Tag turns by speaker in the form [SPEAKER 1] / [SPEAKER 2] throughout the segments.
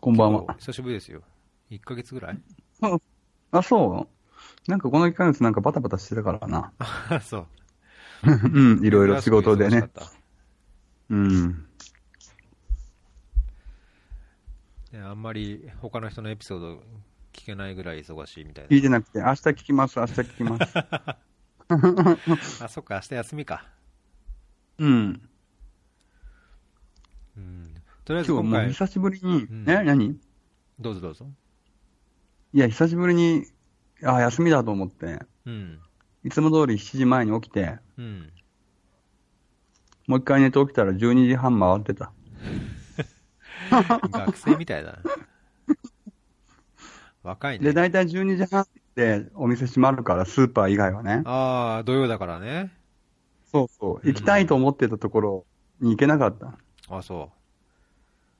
[SPEAKER 1] こんばんは。
[SPEAKER 2] 久しぶりですよ。1ヶ月ぐらい
[SPEAKER 1] あ、そうなんかこの1ヶ月なんかバタバタしてたからかな。
[SPEAKER 2] あそう。
[SPEAKER 1] うん、いろいろ仕事で
[SPEAKER 2] 珍しく。
[SPEAKER 1] ね
[SPEAKER 2] 忙しかっ
[SPEAKER 1] うん。
[SPEAKER 2] たであんまり他の人のエピソード聞けないぐらい忙しいみたい
[SPEAKER 1] 聞いてなくて、明日聞きます、明日聞きます。
[SPEAKER 2] な。あ、そっか、明日休みか。
[SPEAKER 1] うん。
[SPEAKER 2] うん。とりあえず
[SPEAKER 1] 今日
[SPEAKER 2] 今
[SPEAKER 1] もう
[SPEAKER 2] 回、
[SPEAKER 1] 久しぶりに、
[SPEAKER 2] ん
[SPEAKER 1] え、何
[SPEAKER 2] どうぞどうぞ。
[SPEAKER 1] いや、久しぶりに、あ、休みだと思って、
[SPEAKER 2] うん。
[SPEAKER 1] いつも通り7時前に起きて、
[SPEAKER 2] うん。
[SPEAKER 1] もう一回寝て起きたら12時半回ってた。
[SPEAKER 2] 学生みたいだな。若い
[SPEAKER 1] で、
[SPEAKER 2] ね。
[SPEAKER 1] 大体12時半でお店閉まるから、スーパー以外はね。
[SPEAKER 2] ああ、土曜だからね。
[SPEAKER 1] そうそう。行きたいと思ってたところに行けなかった。
[SPEAKER 2] あそ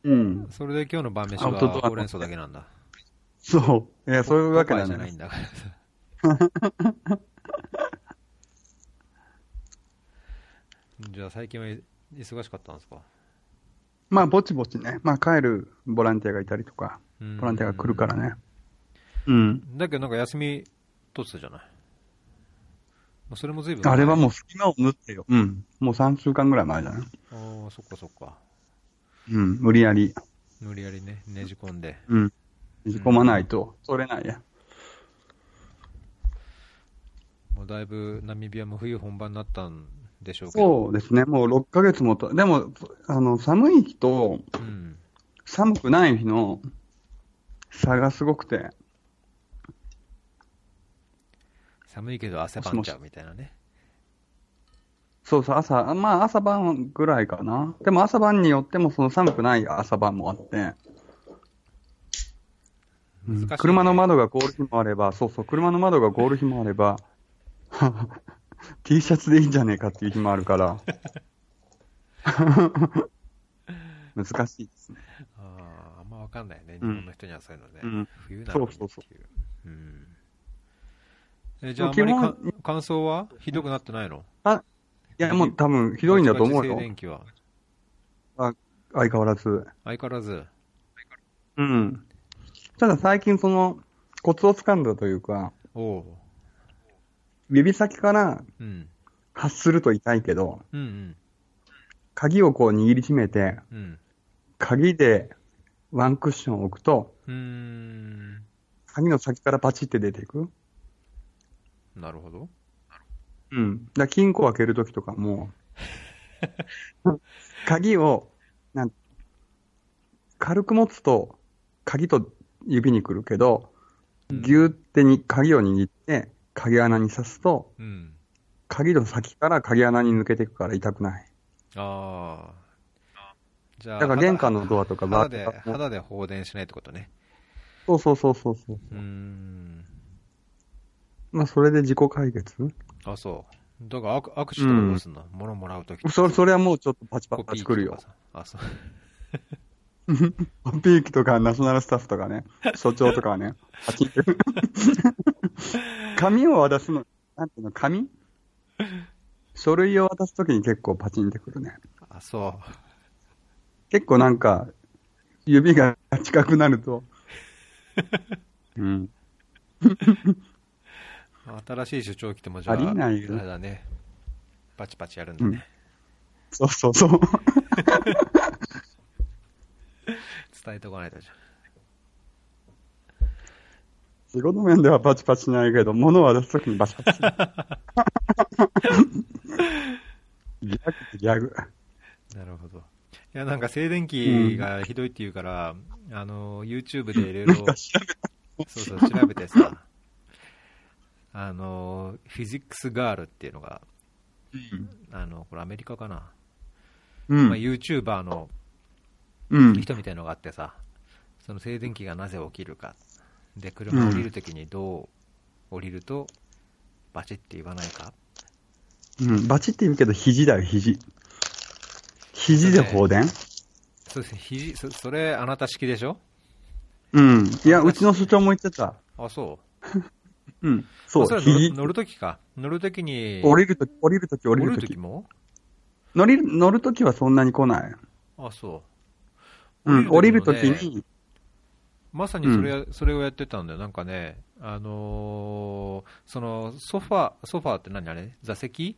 [SPEAKER 1] うん
[SPEAKER 2] う。。それで今日の晩飯
[SPEAKER 1] アウトドア
[SPEAKER 2] はほうれん草だけなんだ。
[SPEAKER 1] そう。いや、そういうわけ
[SPEAKER 2] ポパ
[SPEAKER 1] な
[SPEAKER 2] イ
[SPEAKER 1] ん
[SPEAKER 2] じ
[SPEAKER 1] だ
[SPEAKER 2] ゃない
[SPEAKER 1] ね。
[SPEAKER 2] んだからさ。 じゃあ最近は忙しかったんですか
[SPEAKER 1] まあ、ぼちぼちね。まあ、帰るボランティアがいたりとか、ボランティアが来るからね。う
[SPEAKER 2] う
[SPEAKER 1] ん。
[SPEAKER 2] んだけどなんか休み取ってたじゃない。まあそれも随分前。
[SPEAKER 1] あれはもう隙間を縫ってよ。うん。もう3週間ぐらい前だね。
[SPEAKER 2] あーそっかそっか。
[SPEAKER 1] うん。無理やり。
[SPEAKER 2] 無理やりね、ねじ込んで。
[SPEAKER 1] うん。ねじ込まないと、取れないや。
[SPEAKER 2] もうだいぶナミビアも冬本番になったんでしょうけど。
[SPEAKER 1] そうですね。もう6ヶ月もと、でも、あの、寒い日と
[SPEAKER 2] うん。
[SPEAKER 1] 寒くない日の差がすごくて。
[SPEAKER 2] 寒いけど汗ばんじゃうみたいなね。
[SPEAKER 1] そうそう、朝、まあ朝晩ぐらいかな。でも朝晩によってもその寒くない朝晩もあって、
[SPEAKER 2] 難しいね
[SPEAKER 1] 車の窓が凍る日もあれば、そうそう、車の窓が凍る日もあれば、T シャツでいいんじゃねえかっていう日もあるから。 難しいですね。
[SPEAKER 2] あーあんまわかんないね、日
[SPEAKER 1] うん
[SPEAKER 2] 本の人にはそういうのね、
[SPEAKER 1] うん
[SPEAKER 2] 冬なのにってい
[SPEAKER 1] そうそう
[SPEAKER 2] う、うん、えじゃあ、あん
[SPEAKER 1] で
[SPEAKER 2] ま
[SPEAKER 1] も
[SPEAKER 2] り
[SPEAKER 1] 基
[SPEAKER 2] か
[SPEAKER 1] 本
[SPEAKER 2] 乾燥はひどくなってないの
[SPEAKER 1] いや、もう多分ひどいんだと思う
[SPEAKER 2] バチバチ
[SPEAKER 1] よ
[SPEAKER 2] 静。電気は
[SPEAKER 1] 相変わらず。
[SPEAKER 2] 相変わらず、
[SPEAKER 1] うん。ただ最近その、コツをつかんだというか、
[SPEAKER 2] おお
[SPEAKER 1] 指先から
[SPEAKER 2] う、うん、
[SPEAKER 1] 発すると痛いけど、
[SPEAKER 2] うんうん
[SPEAKER 1] 鍵をこう握りしめて、
[SPEAKER 2] うん
[SPEAKER 1] 鍵でワンクッション置くと、
[SPEAKER 2] うーん
[SPEAKER 1] 鍵の先からパチって出ていく。
[SPEAKER 2] なるほど
[SPEAKER 1] うん。だから金庫を開けるときと かも、鍵を、なん軽く持つと、鍵と指に来るけど、
[SPEAKER 2] うん
[SPEAKER 1] ぎゅーってに鍵を握って、鍵穴に刺すと、
[SPEAKER 2] うん
[SPEAKER 1] 鍵の先から鍵穴に抜けていくから痛くない。
[SPEAKER 2] ああじゃあ
[SPEAKER 1] だから玄関のドアとか
[SPEAKER 2] 肌
[SPEAKER 1] バ
[SPEAKER 2] で
[SPEAKER 1] ーッと
[SPEAKER 2] 肌で放電しないってことね
[SPEAKER 1] そうそうそうそうそう。
[SPEAKER 2] うーん
[SPEAKER 1] まあ、それで自己解決
[SPEAKER 2] あそうだから握握手とかどうすんの、物もらうときとか
[SPEAKER 1] そそれはもうちょっとパチパ
[SPEAKER 2] コピ
[SPEAKER 1] チ
[SPEAKER 2] ー
[SPEAKER 1] くる
[SPEAKER 2] 機とか。
[SPEAKER 1] よ
[SPEAKER 2] さあそう
[SPEAKER 1] コピー機とかナショナルスタッフとかね、所長とかはね、パチンって。紙を渡すの、なんていうの、紙書類を渡すときに結構パチンってくるね。
[SPEAKER 2] あそう
[SPEAKER 1] 結構なんか、指が近くなると。うん。
[SPEAKER 2] 新しい主張来てもじゃあ、
[SPEAKER 1] ありえないよ
[SPEAKER 2] あれだね。パチパチやるんだね。
[SPEAKER 1] そうそうそう。
[SPEAKER 2] 伝えておかないとじゃ
[SPEAKER 1] 仕事面ではパチパチしないけど、物を渡すときにバチパチ。ギャグ、ギャグ。
[SPEAKER 2] ん。なるほど。いや、なんか静電気がひどいって言うから、あの、YouTube でいろいろ、そうそう、調べてさ、 あの、フィジックスガールっていうのが、あの、これアメリカかな。
[SPEAKER 1] う
[SPEAKER 2] まあ、
[SPEAKER 1] ん。
[SPEAKER 2] YouTuber の
[SPEAKER 1] うん。
[SPEAKER 2] 人みたいのがあってさ、その静電気がなぜ起きるか。で、車を降りるときにどう降りると、バチって言わないか。
[SPEAKER 1] うん、バチって言うけど、肘だよ、肘。肘で放電、
[SPEAKER 2] そうですね、肘、そそれ、あなた式でしょ
[SPEAKER 1] うん。いや、うちの所長も言ってた。
[SPEAKER 2] あ、そう。
[SPEAKER 1] うん。そ、
[SPEAKER 2] あそうれ乗る
[SPEAKER 1] 肘。
[SPEAKER 2] 乗るときか。乗るときに、
[SPEAKER 1] 降りるとき、降りるとき、降りる
[SPEAKER 2] 降
[SPEAKER 1] と
[SPEAKER 2] り
[SPEAKER 1] き。
[SPEAKER 2] も
[SPEAKER 1] 乗り、乗るときはそんなに来ない。
[SPEAKER 2] あ、そうう。
[SPEAKER 1] ん、降りるとき
[SPEAKER 2] 時もね
[SPEAKER 1] に、
[SPEAKER 2] まさにそれ,、それをやってたんだよ、なんかね、あのーそのソファソファーって何あれ、座席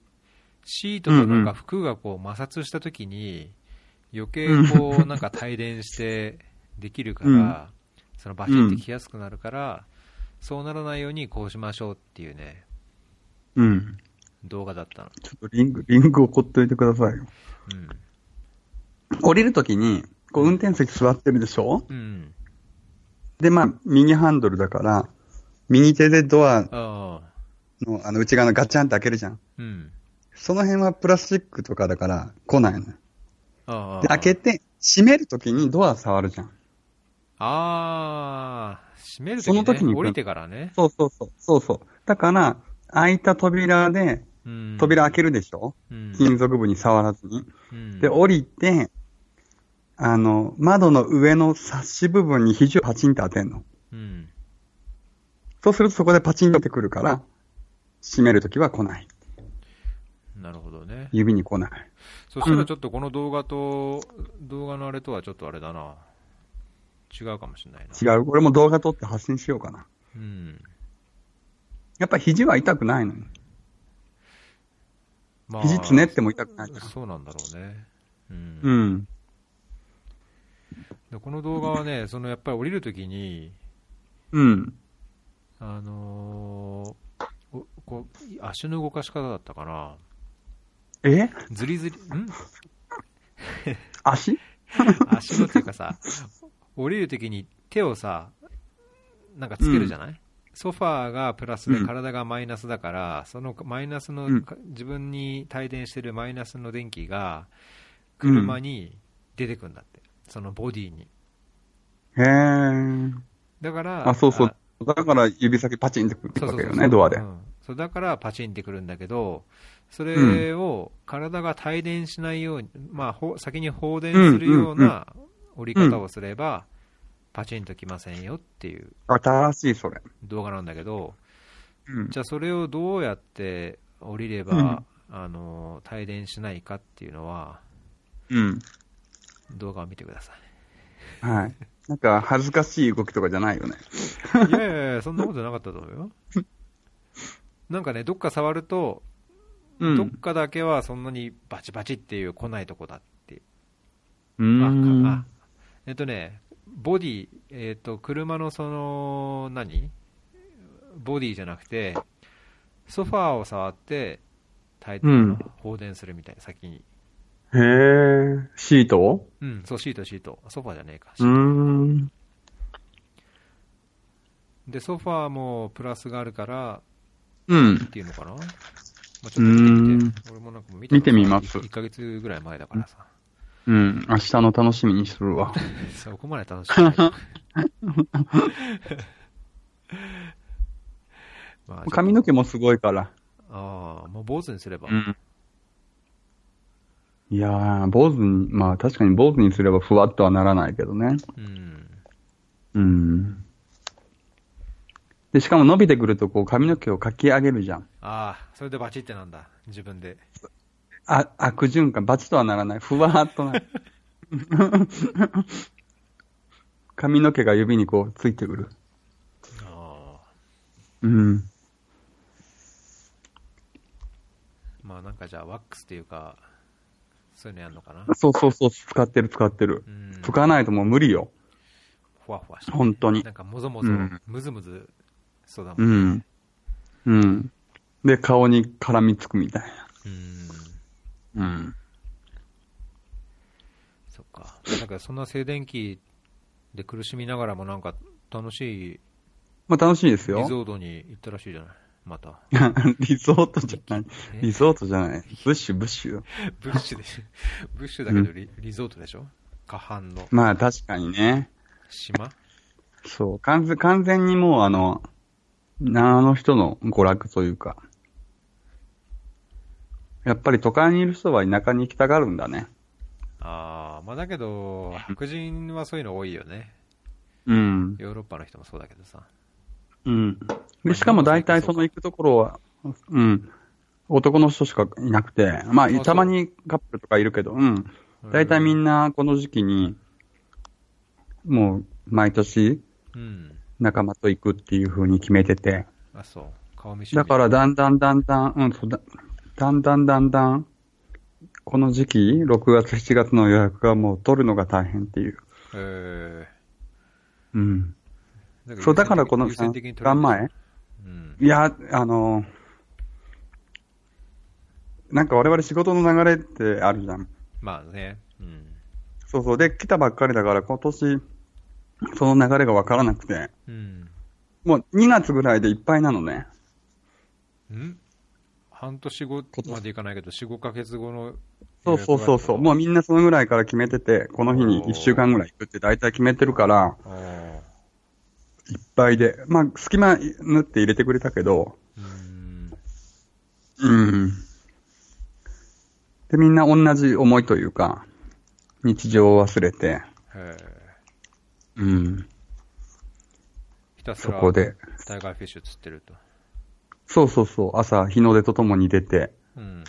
[SPEAKER 2] シートとなんか服がこう摩擦したときに、余計こうなんか帯電して できるから、
[SPEAKER 1] うん
[SPEAKER 2] そのバシッて来やすくなるから、そうならないようにこうしましょうっていうね、
[SPEAKER 1] うん。
[SPEAKER 2] 動画だったの。
[SPEAKER 1] ちょっとリング、リングをこっといてくださいよ。
[SPEAKER 2] うん
[SPEAKER 1] 降りるときに、こう運転席座ってるでしょ
[SPEAKER 2] うん。
[SPEAKER 1] で、まあ、右ハンドルだから、右手でドア
[SPEAKER 2] ああ。
[SPEAKER 1] のあの内側のガチャンって開けるじゃん。
[SPEAKER 2] うん。
[SPEAKER 1] その辺はプラスチックとかだから来ないのよ。
[SPEAKER 2] ああ。
[SPEAKER 1] で、開けて、閉めるときにドア触るじゃん。
[SPEAKER 2] ああ。閉めると
[SPEAKER 1] その
[SPEAKER 2] き、
[SPEAKER 1] 時
[SPEAKER 2] ね、
[SPEAKER 1] に
[SPEAKER 2] 降りてからね。
[SPEAKER 1] そうそうそう。そうそう。だから、開いた扉で、
[SPEAKER 2] うん。
[SPEAKER 1] 扉開けるでしょ、
[SPEAKER 2] うん。
[SPEAKER 1] 金属部に触らずに。
[SPEAKER 2] うん
[SPEAKER 1] で、降りて、あの、窓の上のサッシ部分に肘をパチンって当てんの。
[SPEAKER 2] うん。
[SPEAKER 1] そうするとそこでパチンってくるから、閉めるときは来ない。
[SPEAKER 2] なるほどね。
[SPEAKER 1] 指に来ない。
[SPEAKER 2] そしたらちょっとこの動画と、動画のあれとはちょっとあれだな。違うかもしれないな。
[SPEAKER 1] 違う。俺も動画撮って発信しようかな。
[SPEAKER 2] うん。
[SPEAKER 1] やっぱ肘は痛くないのに。
[SPEAKER 2] ま
[SPEAKER 1] 肘つねっても痛くないから。
[SPEAKER 2] そうなんだろうね。うん。
[SPEAKER 1] うん。
[SPEAKER 2] でこの動画はね、そのやっぱり降りるときに、
[SPEAKER 1] うん。
[SPEAKER 2] あのーおこう足の動かし方だったかな。
[SPEAKER 1] え
[SPEAKER 2] ずりずり、ん
[SPEAKER 1] 足
[SPEAKER 2] 足のっていうかさ、降りるときに手をさ、なんかつけるじゃない、ソファーがプラスで
[SPEAKER 1] うん
[SPEAKER 2] 体がマイナスだから、そのマイナスの、
[SPEAKER 1] うん
[SPEAKER 2] か自分に帯電してるマイナスの電気が車に出てくんだって、そのボディに。
[SPEAKER 1] へー。
[SPEAKER 2] だから、
[SPEAKER 1] あ、そうそ
[SPEAKER 2] あ
[SPEAKER 1] う。だから指先パチンってく
[SPEAKER 2] そう
[SPEAKER 1] る
[SPEAKER 2] そ
[SPEAKER 1] わ
[SPEAKER 2] う
[SPEAKER 1] け
[SPEAKER 2] そう
[SPEAKER 1] よね、ドアで
[SPEAKER 2] う。んそうだからパチンってくるんだけど、それを体が帯電しないように、まあ、ほ先に放電するような折り方をすれば、パチンときませんよっていう
[SPEAKER 1] 新しい、それ。
[SPEAKER 2] 動画なんだけど、
[SPEAKER 1] うん
[SPEAKER 2] じ。ゃあそれをどうやって降りれば、あの帯電しないかっていうのは、
[SPEAKER 1] うん。
[SPEAKER 2] 動画を見てく ださ
[SPEAKER 1] はい。なんか、恥ずかしい動きとかじゃないよね。
[SPEAKER 2] い。いやいやいや、そんなことなかったと思うよ。なんかね、どっか触ると、
[SPEAKER 1] うん。
[SPEAKER 2] どっかだけはそんなにバチバチっていう来ないとこだっていう。
[SPEAKER 1] う
[SPEAKER 2] あ
[SPEAKER 1] ーん。
[SPEAKER 2] かあえっとね、ボディ、えっと、車のその、何ボディじゃなくて、ソファーを触って、体
[SPEAKER 1] うん
[SPEAKER 2] 放電するみたいな、先に。
[SPEAKER 1] へー。シートを
[SPEAKER 2] うん、そう、シート、シート。ソファーじゃねえか。
[SPEAKER 1] うーん。
[SPEAKER 2] で、ソファーもプラスがあるから、
[SPEAKER 1] うん
[SPEAKER 2] っ。ていうのかな、まあ、ちょっと
[SPEAKER 1] うー
[SPEAKER 2] 見
[SPEAKER 1] ん
[SPEAKER 2] てみて。俺もなんかもう見
[SPEAKER 1] 見てみます
[SPEAKER 2] 1ヶ月ぐらい前だから さ。
[SPEAKER 1] うん。明日の楽しみにする わ。
[SPEAKER 2] そこまで楽しい。まあ
[SPEAKER 1] 髪の毛もすごいから。
[SPEAKER 2] ああ、もう坊主にすれば。
[SPEAKER 1] うん。いやー、坊主に、まあ確かに坊主にすればふわっとはならないけどね。
[SPEAKER 2] うん。
[SPEAKER 1] うん。で、しかも伸びてくると、こう髪の毛をかき上げるじゃん。
[SPEAKER 2] ああ、それでバチってなんだ。自分で。
[SPEAKER 1] あ、悪循環、バチとはならない。ふわーっとなる。 髪の毛が指にこうついてくる。
[SPEAKER 2] ああ。
[SPEAKER 1] うん。
[SPEAKER 2] まあなんかじゃあ、ワックスっていうか、そういうのやるのかな。
[SPEAKER 1] そうそうそう、使ってる使ってる
[SPEAKER 2] う。ん。
[SPEAKER 1] 使わないともう無理よ。
[SPEAKER 2] ふわふわして。
[SPEAKER 1] 本当に
[SPEAKER 2] なんかもぞもぞ
[SPEAKER 1] うん、
[SPEAKER 2] むずむず、そうだも。
[SPEAKER 1] うんん。うん。で、顔に絡みつくみたい
[SPEAKER 2] うん。
[SPEAKER 1] な。うん。
[SPEAKER 2] そっか。なんかそんな静電気で苦しみながらもなんか楽しい
[SPEAKER 1] まあ楽しいです
[SPEAKER 2] リ
[SPEAKER 1] よ。
[SPEAKER 2] ゾートに行ったらしいじゃない。また。
[SPEAKER 1] リゾートじゃない。
[SPEAKER 2] え
[SPEAKER 1] リゾートじゃない。ブッシュ、ブッシュよ。
[SPEAKER 2] ブッシュでしょ。ブッシュだけどリ,、ゾートでしょ下半の
[SPEAKER 1] まあ確かにね。
[SPEAKER 2] 島
[SPEAKER 1] そう、完全完全にもうあの、あの人の娯楽というか、やっぱり都会にいる人は田舎に行きたがるんだね。
[SPEAKER 2] ああ、まあだけど、白人はそういうの多いよね。
[SPEAKER 1] うん。
[SPEAKER 2] ヨーロッパの人もそうだけどさ。
[SPEAKER 1] うん。で、しかも大体その行くところは、うん、男の人しかいなくて、ま
[SPEAKER 2] あそ
[SPEAKER 1] あ、
[SPEAKER 2] う
[SPEAKER 1] たまにカップルとかいるけど、うん。大体み
[SPEAKER 2] な。
[SPEAKER 1] んなこの時期に、もう毎年
[SPEAKER 2] うん。
[SPEAKER 1] 仲間と行くっていう風に決めてて。
[SPEAKER 2] あ、そう。顔見知り
[SPEAKER 1] だから、だんだんだんだん、うん、そうだ、だんだんだんだん、この時期、6月、7月の予約がもう取るのが大変っていう。
[SPEAKER 2] えー
[SPEAKER 1] うん。
[SPEAKER 2] なん優先的に
[SPEAKER 1] そう、だからこの
[SPEAKER 2] 優先的に
[SPEAKER 1] 3
[SPEAKER 2] 取り
[SPEAKER 1] 間
[SPEAKER 2] 入れ
[SPEAKER 1] 前
[SPEAKER 2] てうん。
[SPEAKER 1] いや、あの、なんか我々仕事の流れってあるじゃん。
[SPEAKER 2] まあね。うん。
[SPEAKER 1] そうそう。で、来たばっかりだから、今年、その流れがわからなくて、
[SPEAKER 2] うん。
[SPEAKER 1] もう2月ぐらいでいっぱいなのね。
[SPEAKER 2] ん半年後までいかないけど、4、5ヶ月後の。
[SPEAKER 1] そうそうそうそう。もうみんなそのぐらいから決めてて、この日に1週間ぐらい行くって大体決めてるから、
[SPEAKER 2] ああ。
[SPEAKER 1] いっぱいで。まあ、隙間縫って入れてくれたけど、
[SPEAKER 2] うん。
[SPEAKER 1] うん。で、みんな同じ思いというか、日常を忘れて、
[SPEAKER 2] へえ。
[SPEAKER 1] うん。
[SPEAKER 2] ひたす
[SPEAKER 1] そ
[SPEAKER 2] ら、
[SPEAKER 1] こで。
[SPEAKER 2] タイガーフィッシュ釣ってると。
[SPEAKER 1] そうそうそう。朝、日の出とともに出て、
[SPEAKER 2] うん。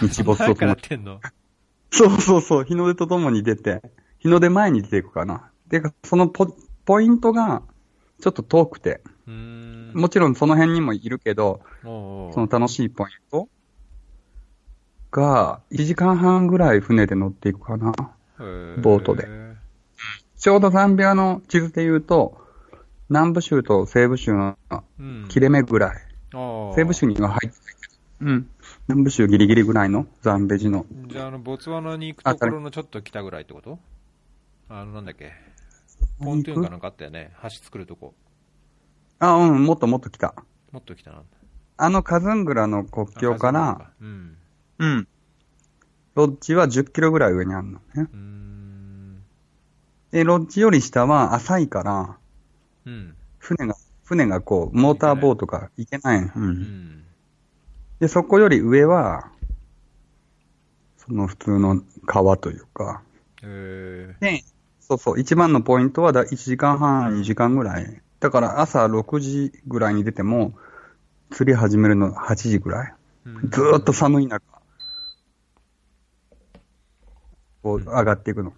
[SPEAKER 1] 日没
[SPEAKER 2] 前
[SPEAKER 1] と
[SPEAKER 2] か
[SPEAKER 1] と
[SPEAKER 2] ら や
[SPEAKER 1] も
[SPEAKER 2] っ
[SPEAKER 1] に。
[SPEAKER 2] てんの
[SPEAKER 1] そうそうそう。日の出とともに出て、日の出前に出ていくかな。で、そのポポイントが、ちょっと遠くて、
[SPEAKER 2] うーん。
[SPEAKER 1] もちろんその辺にもいるけど、
[SPEAKER 2] おうおう
[SPEAKER 1] その楽しいポイントが、1時間半ぐらい船で乗っていくかな。
[SPEAKER 2] へえ
[SPEAKER 1] ボートでちょうどザンビアの地図で言うと、南部州と西部州の
[SPEAKER 2] うん。
[SPEAKER 1] 切れ目ぐらい。西
[SPEAKER 2] 西
[SPEAKER 1] 部州には入ってないけど、うん。南部州ギリギリぐらいのザンベジの。
[SPEAKER 2] じゃあ、あの、ボツワナに行くところのちょっと北ぐらいってことあの、なんだっけ。ポントゥーンかなんかあったよね。橋作るとこ。
[SPEAKER 1] あ、うん、もっともっと来た。
[SPEAKER 2] もっと北な。
[SPEAKER 1] あのカズングラの国境
[SPEAKER 2] あ
[SPEAKER 1] から、。
[SPEAKER 2] 風の中
[SPEAKER 1] うん。ロッジは10キロぐらい上にあるのね。
[SPEAKER 2] うん。うーん。
[SPEAKER 1] で、ロッジより下は浅いから、
[SPEAKER 2] うん。
[SPEAKER 1] 船が、船がこう、モーターボートが行けないの。う。
[SPEAKER 2] うんん。
[SPEAKER 1] で、そこより上は、その普通の川というか、
[SPEAKER 2] え
[SPEAKER 1] で、そうそう、一番のポイントはだ1時間半、2時間ぐらい。だから朝6時ぐらいに出ても、釣り始めるの8時ぐらい。
[SPEAKER 2] ー。
[SPEAKER 1] ずーっと寒い中、こう上がっていくの。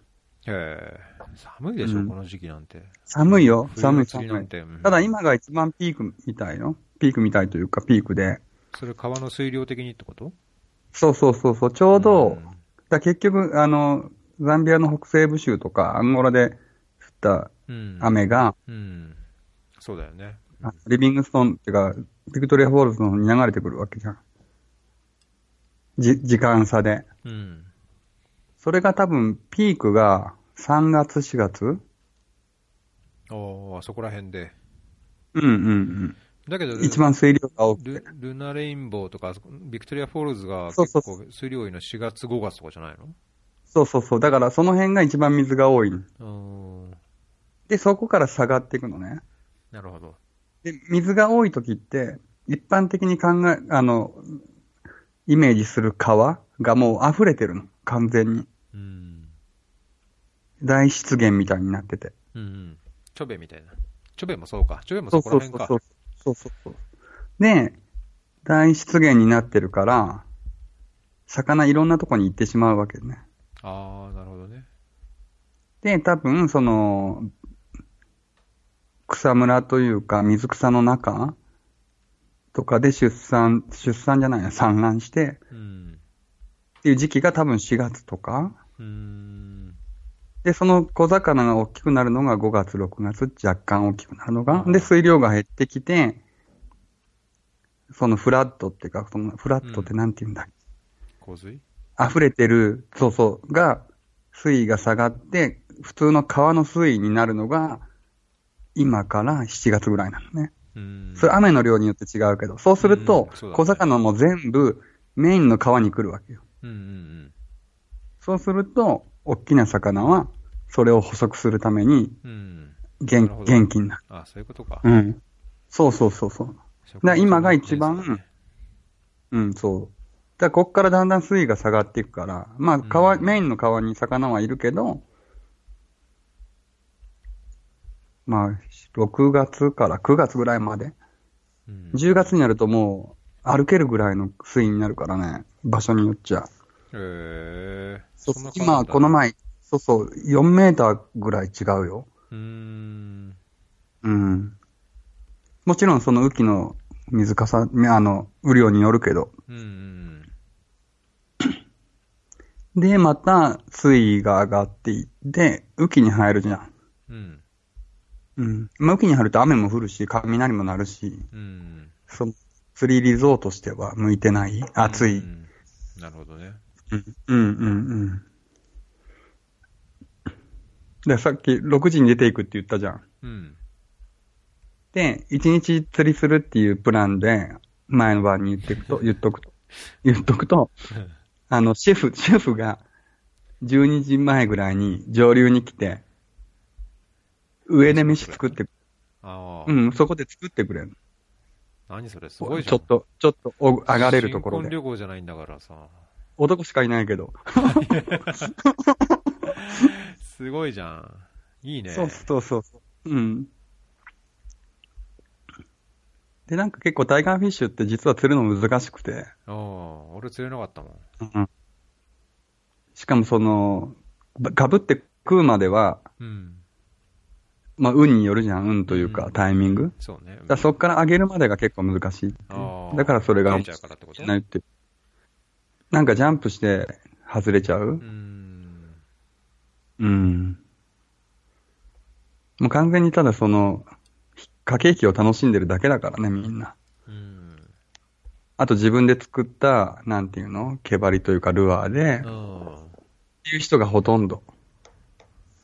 [SPEAKER 2] へえ。寒いでしょ、
[SPEAKER 1] うん
[SPEAKER 2] この時期なんて。
[SPEAKER 1] 寒いよ、寒い、
[SPEAKER 2] 冬の釣りな
[SPEAKER 1] 寒
[SPEAKER 2] ん
[SPEAKER 1] い。
[SPEAKER 2] て。うん
[SPEAKER 1] ただ、今が一番ピークみたいよ。ピークみたいというか、ピークで。
[SPEAKER 2] それ川の水量的にってこと
[SPEAKER 1] そうそうそうそう、ち
[SPEAKER 2] ち
[SPEAKER 1] ょうど、だ結局、あの、ザンビアの北西部州とか、アンゴラで降った
[SPEAKER 2] うん。
[SPEAKER 1] 雨が、
[SPEAKER 2] うん。そうだよね。
[SPEAKER 1] あリビングストンっていうか、ビクトリア・フォールズの方に流れてくるわけじゃん。じ、時間差で。
[SPEAKER 2] うん。
[SPEAKER 1] それが多分、ピークが3月、4月
[SPEAKER 2] おーそこら辺で。
[SPEAKER 1] うんうん
[SPEAKER 2] だけど
[SPEAKER 1] うん。、一番水量が多くて
[SPEAKER 2] ル。ルナレインボーとか、あそこビクトリアフォールズが
[SPEAKER 1] そう
[SPEAKER 2] 結
[SPEAKER 1] そう
[SPEAKER 2] 構水量多いの4月、5月とかじゃない
[SPEAKER 1] そうそうそう。だから、その辺が一番水が多い。
[SPEAKER 2] のうーん。
[SPEAKER 1] で、そこから下がっていくのね。
[SPEAKER 2] なるほど。
[SPEAKER 1] で、水が多い時って、一般的に考え、あの、イメージする川がもう溢れてるの。完全に。
[SPEAKER 2] うん。
[SPEAKER 1] 大湿原みたいになってて。
[SPEAKER 2] うんうん。チョベみたいな。チョベもそうか。チョベも
[SPEAKER 1] そ
[SPEAKER 2] そうこ
[SPEAKER 1] そ
[SPEAKER 2] ら
[SPEAKER 1] うそ
[SPEAKER 2] 辺
[SPEAKER 1] う
[SPEAKER 2] か。
[SPEAKER 1] そう。そうそうそう。で、大湿原になってるから、魚いろんなとこに行ってしまうわけね。
[SPEAKER 2] ああ、なるほどね。
[SPEAKER 1] で、多分、その、草むらというか、水草の中とかで出産、出産じゃないや、産卵して
[SPEAKER 2] うん。
[SPEAKER 1] っていう時期が多分4月とか。
[SPEAKER 2] うーん。
[SPEAKER 1] で、その小魚が大きくなるのが5月、6月、若干大きくなるのが。
[SPEAKER 2] うん
[SPEAKER 1] で、水量が減ってきて、そのフラットっていうか、そのフラットってなんて言うんだっけ、
[SPEAKER 2] 洪水
[SPEAKER 1] 溢れてる、そうそう、が、水位が下がって、普通の川の水位になるのが、今から7月ぐらいなのね。
[SPEAKER 2] うん。
[SPEAKER 1] それ雨の量によって違うけど、そうすると
[SPEAKER 2] うんそうだね、
[SPEAKER 1] 小魚も全部メインの川に来るわけよ。
[SPEAKER 2] うんうん
[SPEAKER 1] そうすると、大きな魚は、それを捕食するために
[SPEAKER 2] うん。うん。なる
[SPEAKER 1] 元
[SPEAKER 2] ほど
[SPEAKER 1] 元気になる。
[SPEAKER 2] あそういうことか。
[SPEAKER 1] うん。そうそうそうそう。
[SPEAKER 2] だ
[SPEAKER 1] ら今が一番うん、そう。だからこっからだんだん水位が下がっていくから、まあ川、
[SPEAKER 2] うん
[SPEAKER 1] メインの川に魚はいるけど、まあ、6月から9月ぐらいまで。
[SPEAKER 2] うん。
[SPEAKER 1] 10月になるともう歩けるぐらいの水位になるからね、場所によっちゃ。
[SPEAKER 2] へえ。
[SPEAKER 1] そう
[SPEAKER 2] そんな感じなん
[SPEAKER 1] 今、
[SPEAKER 2] だ
[SPEAKER 1] この前、そうそう、4メーターぐらい違うよ。
[SPEAKER 2] うーん。
[SPEAKER 1] うん。もちろんその雨季の水かさ、ねあの、雨量によるけど。
[SPEAKER 2] うんうん
[SPEAKER 1] で、また水位が上がっていって、雨季に入るじゃん。
[SPEAKER 2] うん。うん。
[SPEAKER 1] うん。まあ、雨季に入ると雨も降るし、雷も鳴るし、
[SPEAKER 2] うん。
[SPEAKER 1] その釣りリゾートしては向いてない暑い。
[SPEAKER 2] う
[SPEAKER 1] うん
[SPEAKER 2] なるほどね。
[SPEAKER 1] ん、うん、うん。で、さっき6時に出ていくって言ったじゃん。
[SPEAKER 2] うん。
[SPEAKER 1] で、1日釣りするっていうプランで、前の晩に言ってく と、言っとくと、言っとくと、あの、シェフ、シェフが12時前ぐらいに上流に来て、上で飯作って、
[SPEAKER 2] ああ、
[SPEAKER 1] うん、そこで作ってくれる。
[SPEAKER 2] 何それ、す
[SPEAKER 1] ち
[SPEAKER 2] ごいじゃん。
[SPEAKER 1] ょっと、ちょっとお上がれるところ
[SPEAKER 2] 新婚
[SPEAKER 1] で。
[SPEAKER 2] 旅行じゃないんだからさ。
[SPEAKER 1] 男しかいないけど。
[SPEAKER 2] すごいじゃん。いいね。
[SPEAKER 1] そうそうそうそう。うん。で、なんか結構タイガーフィッシュって実は釣るの難しくて。
[SPEAKER 2] ああ、俺釣れなかったもん。
[SPEAKER 1] うんしかもその、かぶって食うまでは、
[SPEAKER 2] うん。
[SPEAKER 1] まあ、運によるじゃん、運という
[SPEAKER 2] う
[SPEAKER 1] か
[SPEAKER 2] ん、
[SPEAKER 1] タイミング。
[SPEAKER 2] そうね。
[SPEAKER 1] だからそこから上げるまでが結構難しいって
[SPEAKER 2] あ
[SPEAKER 1] い
[SPEAKER 2] ー
[SPEAKER 1] う。だからそれが
[SPEAKER 2] 切れちゃうからってこと
[SPEAKER 1] ないっていう。なんかジャンプして外れちゃ
[SPEAKER 2] う
[SPEAKER 1] う
[SPEAKER 2] ーん。
[SPEAKER 1] うん。もう完全にただその、駆け引きを楽しんでるだけだからね、みんな。
[SPEAKER 2] うん。
[SPEAKER 1] あと自分で作った、なんていうの毛針というかルアーで、
[SPEAKER 2] う
[SPEAKER 1] っ
[SPEAKER 2] ん。
[SPEAKER 1] ていう人がほとんど。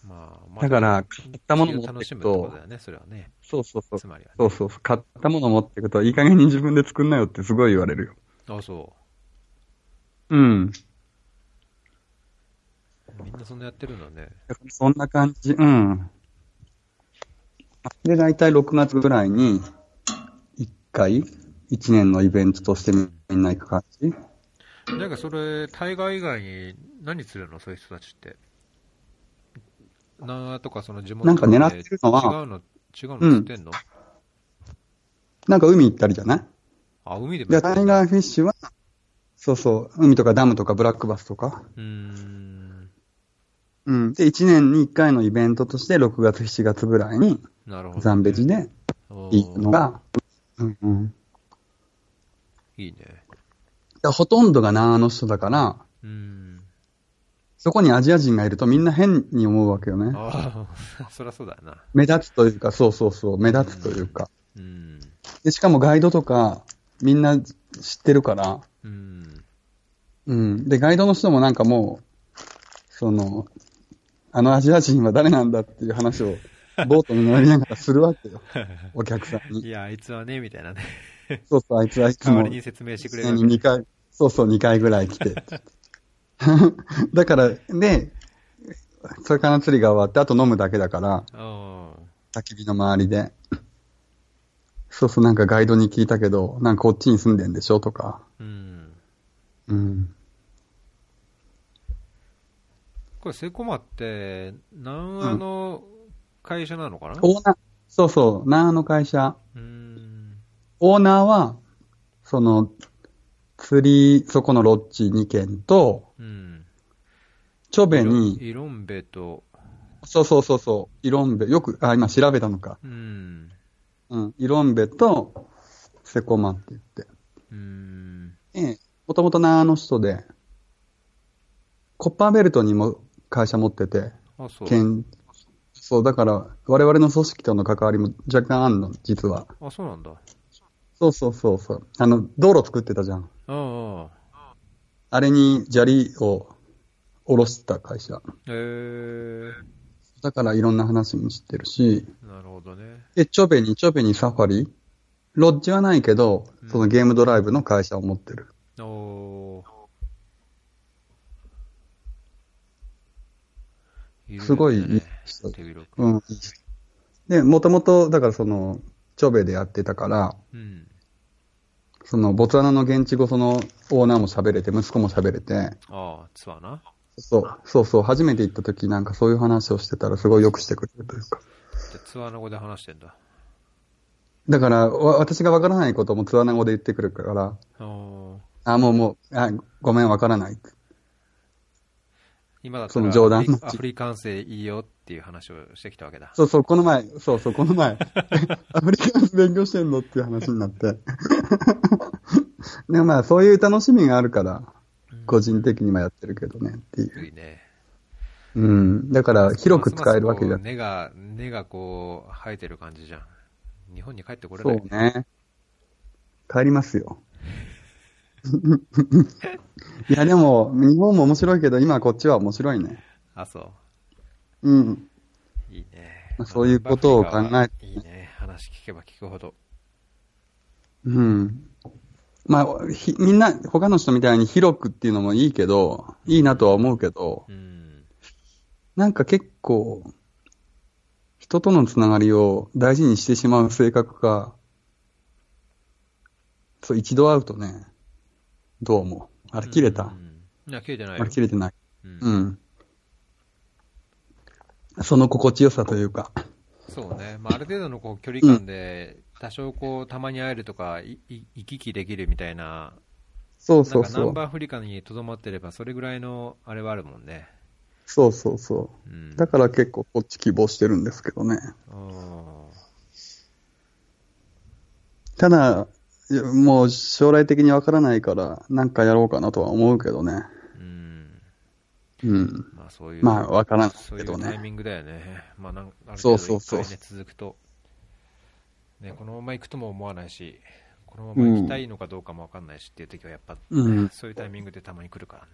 [SPEAKER 2] まあ、ま
[SPEAKER 1] だから、買ったもの
[SPEAKER 2] を
[SPEAKER 1] 持って
[SPEAKER 2] 楽し
[SPEAKER 1] く
[SPEAKER 2] むってこと
[SPEAKER 1] と
[SPEAKER 2] だ、よね、それはね。
[SPEAKER 1] そうそうそう
[SPEAKER 2] つ。まりは
[SPEAKER 1] そうそうそう、買ったもの持ってくと、いい加減に自分で作んなよってすごい言われるよ。
[SPEAKER 2] ね。あそ
[SPEAKER 1] うん。
[SPEAKER 2] う。みんなそんなやってるんだね。
[SPEAKER 1] そんな感じ、うん。で、大体6月ぐらいに、1回、1年のイベントとしてみんな行く感じ。
[SPEAKER 2] なんかそれ、タイガー以外に何釣れるの、そういう人たちって。なーとか、その地元
[SPEAKER 1] なんか狙って
[SPEAKER 2] で
[SPEAKER 1] るのは
[SPEAKER 2] 違うの、違うの
[SPEAKER 1] う
[SPEAKER 2] 釣っ
[SPEAKER 1] ん
[SPEAKER 2] てんの、
[SPEAKER 1] なんか海行ったりじゃない
[SPEAKER 2] あ、海でもや
[SPEAKER 1] で、
[SPEAKER 2] って
[SPEAKER 1] タ
[SPEAKER 2] ん
[SPEAKER 1] イ
[SPEAKER 2] だ。
[SPEAKER 1] ガーフィッシュは、そうそう、海とかダムとかブラックバスとか。
[SPEAKER 2] うーん。
[SPEAKER 1] うん。で、1年に1回のイベントとして、6月、7月ぐらいに、
[SPEAKER 2] なるほど、
[SPEAKER 1] ザンベジで
[SPEAKER 2] おー
[SPEAKER 1] 行くのが、うんうん。
[SPEAKER 2] いいね。
[SPEAKER 1] だからほとんどが南アの人だから、
[SPEAKER 2] うーん。
[SPEAKER 1] そこにアジア人がいるとみんな変に思うわけよね。
[SPEAKER 2] ああ、 そりゃそうだよな。
[SPEAKER 1] 目立つというか、そうそうそう、目立つというか。
[SPEAKER 2] うん。
[SPEAKER 1] で、しかもガイドとか、みんな知ってるから、
[SPEAKER 2] うん。
[SPEAKER 1] うん。で、ガイドの人もなんかもう、その、あのアジア人は誰なんだっていう 話を、ボートに乗りながらするわけよ。お客さん
[SPEAKER 2] い
[SPEAKER 1] に。
[SPEAKER 2] や、あいつはね、みたいなね。
[SPEAKER 1] そうそう、あいつはいつ
[SPEAKER 2] 代わ
[SPEAKER 1] も、
[SPEAKER 2] りに説明してくれるわけ
[SPEAKER 1] に2回、そうそう、2回ぐらい来て。 だから、で、魚釣りが終わって、あと飲むだけだから、
[SPEAKER 2] あ
[SPEAKER 1] 焚き火の周りで。そうそう、なんかガイドに聞いたけど、なんかこっちに住んでんでしょと
[SPEAKER 2] あ。
[SPEAKER 1] か。
[SPEAKER 2] うん。
[SPEAKER 1] うん。
[SPEAKER 2] これ、セコマって、南アの会社なのかな
[SPEAKER 1] オーナー、そうそう、ナーの会社。
[SPEAKER 2] うーん。
[SPEAKER 1] オーナーは、その、釣り、そこのロッジ2軒と、
[SPEAKER 2] うん。
[SPEAKER 1] チョベに、
[SPEAKER 2] イロンベと、
[SPEAKER 1] そうそうそうそう、イロンベ、よく、あ、今調べたのか。
[SPEAKER 2] うん。
[SPEAKER 1] うん、イロンベと、セコマって言って。
[SPEAKER 2] うん。
[SPEAKER 1] ええ、もともとナーの人で、コッパーベルトにも会社持ってて、
[SPEAKER 2] あ、そう。
[SPEAKER 1] 県、そう、だから、我々の組織との関わりも若干あんの、実は。
[SPEAKER 2] あ、そうなんだ。あ
[SPEAKER 1] そうそうそうそう。あの、道路作ってたじゃん。
[SPEAKER 2] あ。
[SPEAKER 1] あれに砂利を下ろした会社。
[SPEAKER 2] えー。
[SPEAKER 1] だからいろんな話も知ってるし、
[SPEAKER 2] なるほどね。
[SPEAKER 1] で、チョベに、チョベにサファリ、ロッジはないけど
[SPEAKER 2] うん、
[SPEAKER 1] そのゲームドライブの会社を持ってる。
[SPEAKER 2] おー
[SPEAKER 1] すごいいい人
[SPEAKER 2] 手広く。
[SPEAKER 1] うん。で、もともと、だからその、チョベでやってたから、
[SPEAKER 2] うん。
[SPEAKER 1] その、ボツワナの現地語、その、オーナーも喋れて、息子も喋れて、
[SPEAKER 2] ああ、ツアーな。
[SPEAKER 1] そう、そうそう、初めて行った時なんかそういう話をしてたらすごいよくしてくれるというか。
[SPEAKER 2] じゃあツアーの語で話してんだ。
[SPEAKER 1] だから、わ私がわからないこともツアナ語で言ってくるから、
[SPEAKER 2] おー
[SPEAKER 1] あ、もうもう、あ、ごめん、わからないって。
[SPEAKER 2] 今だった
[SPEAKER 1] その
[SPEAKER 2] ら
[SPEAKER 1] 冗談
[SPEAKER 2] アフリアフリカン生いいよっていう話をしてきたわけだ。
[SPEAKER 1] そうそう、この前、そうそう、この前、 アフリカンス勉強してんのっていう話になって。 でもまあ、そういう楽しみがあるから、個人的にもやってるけどねっていう。
[SPEAKER 2] いいね。
[SPEAKER 1] うん。だから、広く使えるわけじゃ
[SPEAKER 2] ますますこう
[SPEAKER 1] ない。
[SPEAKER 2] 根が、根がこう、生えてる感じじゃん。日本に帰ってこれ
[SPEAKER 1] そ
[SPEAKER 2] な
[SPEAKER 1] う
[SPEAKER 2] い。
[SPEAKER 1] ね。帰りますよ。 いや、でも、日本も面白いけど、今こっちは面白いね。
[SPEAKER 2] あ、そう。
[SPEAKER 1] うん。
[SPEAKER 2] いいね
[SPEAKER 1] まあ。そういうことを考えて
[SPEAKER 2] いいね。話聞けば聞くほど。
[SPEAKER 1] うん。まあ、ひみんな、他の人みたいに広くっていうのもいいけど、いいなとは思うけど、
[SPEAKER 2] うん。
[SPEAKER 1] なんか結構、人とのつながりを大事にしてしまう性格が、そう、一度会うとね、どうも。あれ切れた、
[SPEAKER 2] うんいや、切れてない
[SPEAKER 1] あ
[SPEAKER 2] よ
[SPEAKER 1] れ。切れてない。
[SPEAKER 2] うん
[SPEAKER 1] うん。その心地よさというか。
[SPEAKER 2] そうね。まあ、ある程度のこう距離感で、多少こう、たまに会えるとか、いい行き来できるみたいな、
[SPEAKER 1] そう
[SPEAKER 2] な
[SPEAKER 1] そ
[SPEAKER 2] ん
[SPEAKER 1] う
[SPEAKER 2] かナ
[SPEAKER 1] そ
[SPEAKER 2] ン
[SPEAKER 1] う。
[SPEAKER 2] バーフリカにとどまってれば、それぐらいのあれはあるもんね。
[SPEAKER 1] そうそうそうう。
[SPEAKER 2] ん。
[SPEAKER 1] だから結構こっち希望してるんですけどね。
[SPEAKER 2] うん
[SPEAKER 1] ただ、いやもう将来的にわからないから、なんかやろうかなとは思うけどね。
[SPEAKER 2] うん。
[SPEAKER 1] うん。
[SPEAKER 2] まあ、そういう。
[SPEAKER 1] まあ、わからない
[SPEAKER 2] そうい
[SPEAKER 1] け
[SPEAKER 2] う
[SPEAKER 1] ど
[SPEAKER 2] タイ
[SPEAKER 1] ね。
[SPEAKER 2] ミングだよね。まあ、なんある
[SPEAKER 1] そ
[SPEAKER 2] 程
[SPEAKER 1] うそ
[SPEAKER 2] 度
[SPEAKER 1] う
[SPEAKER 2] 一回
[SPEAKER 1] そう
[SPEAKER 2] ね、続くと、ね、このまま行くとも思わないし、このまま行きたいのかどうかもわかんないしっていう時は、やっぱ、
[SPEAKER 1] うん。
[SPEAKER 2] そういうタイミングでたまに来るか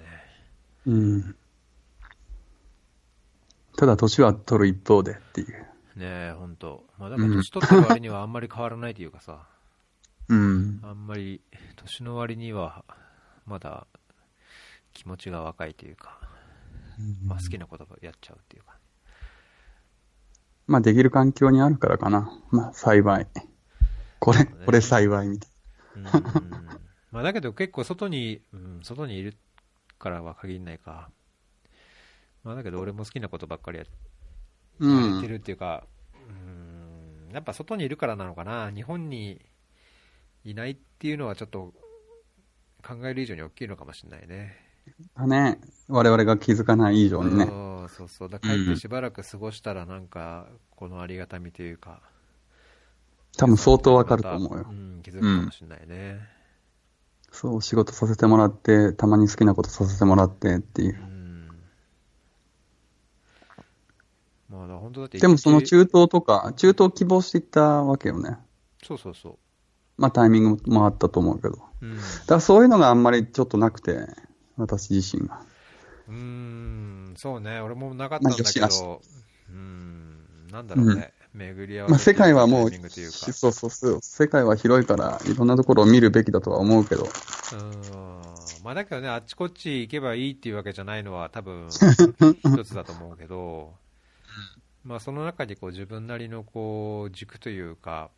[SPEAKER 2] らね。
[SPEAKER 1] うん。ただ、年は取る一方でっていう。
[SPEAKER 2] ねえ、ほんと。まあ、だから年取った割にはあんまり変わらないというかさ、
[SPEAKER 1] うん。
[SPEAKER 2] あんまり、年の割には、まだ、気持ちが若いというか、まあ、好きなことをやっちゃうっていうか。
[SPEAKER 1] まあ、できる環境にあるからかな。まあ、幸い。これ、これ幸いみたい
[SPEAKER 2] うんまあだけど結構外に、うん、外にいるからは限らないか。まあだけど俺も好きなことばっかりやっ
[SPEAKER 1] な。
[SPEAKER 2] やって
[SPEAKER 1] うん。
[SPEAKER 2] るっていうか、うん、やっぱ外にいるからなのかな。日本にいないっていうのはちょっと考える以上に大きいのかもしれないね。
[SPEAKER 1] だね。我々が気づかない以上にね。
[SPEAKER 2] そうそうそう。だから帰ってしばらく過ごしたらなんか、このありがたみというか。
[SPEAKER 1] 多分相当わかると思
[SPEAKER 2] ま
[SPEAKER 1] う
[SPEAKER 2] た
[SPEAKER 1] よ。
[SPEAKER 2] ん、気づくかもしれないね。
[SPEAKER 1] そう、仕事させてもらって、たまに好きなことさせてもらってっていうう。
[SPEAKER 2] んまあ、だから本当だって一日
[SPEAKER 1] でもその中東とか、中東希望していったわけよね。
[SPEAKER 2] そうそうそ
[SPEAKER 1] まあタイミングもあったと思うけど。だか
[SPEAKER 2] う。うん。
[SPEAKER 1] らそういうのがあんまりちょっとなくて、私自身が。
[SPEAKER 2] うーん、そうね、俺もなかったんだけ
[SPEAKER 1] まあ女子
[SPEAKER 2] ど、うーん、なんだろうね、巡り合わせ
[SPEAKER 1] まあ、世界はもう、
[SPEAKER 2] タイミングというか、
[SPEAKER 1] そうそうそう、世界は広いから、いろんなところを見るべきだとは思うけど、
[SPEAKER 2] うーん、まあだけどね、あっちこっち行けばいいっていうわけじゃないのは、多 分一つだと思うけど、まあその中にこう自分なりのこう軸というか、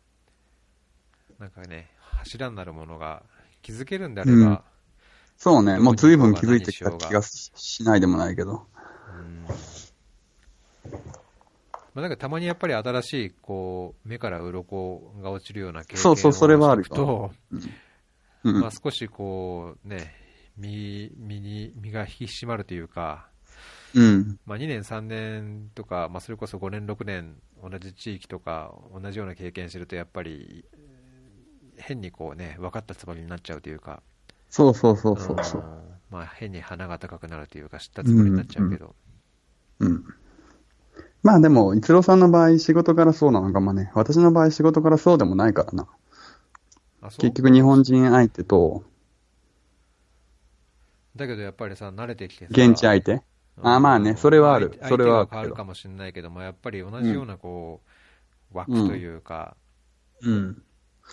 [SPEAKER 2] なんかね、柱になるものが気づけるんであれば、
[SPEAKER 1] そうね、もう随分気づいてきた
[SPEAKER 2] どこに行こうが何しようが
[SPEAKER 1] 気がししないでもないけど、
[SPEAKER 2] うんまあ、なんかたまにやっぱり新しいこう目から鱗が落ちるような経験
[SPEAKER 1] そうそうそれはある
[SPEAKER 2] をしておくと、
[SPEAKER 1] うん、
[SPEAKER 2] まあ、少しこうね身身に身が引き締まるというか、
[SPEAKER 1] うん、
[SPEAKER 2] まあ、2年、3年とか、まあ、それこそ5年、6年同じ地域とか同じような経験してるとやっぱり変にこうね分かったつもりになっちゃうというか
[SPEAKER 1] そうそうそうそうそう
[SPEAKER 2] う、んまあ、変に鼻が高くなるというか知ったつもりになっちゃうけど。
[SPEAKER 1] うん。まあでも、逸郎さんの場合、仕事からそうなのかもね、私の場合、仕事からそうでもないからな、
[SPEAKER 2] あそう
[SPEAKER 1] 結局、日本人相手と
[SPEAKER 2] だけどやっぱりさ、慣れてきてさ、
[SPEAKER 1] 現地相手、あまあねそれはある
[SPEAKER 2] 相手
[SPEAKER 1] それはある
[SPEAKER 2] 相手が変わるかもしれないけども、やっぱり同じようなこう、枠というか、
[SPEAKER 1] うん、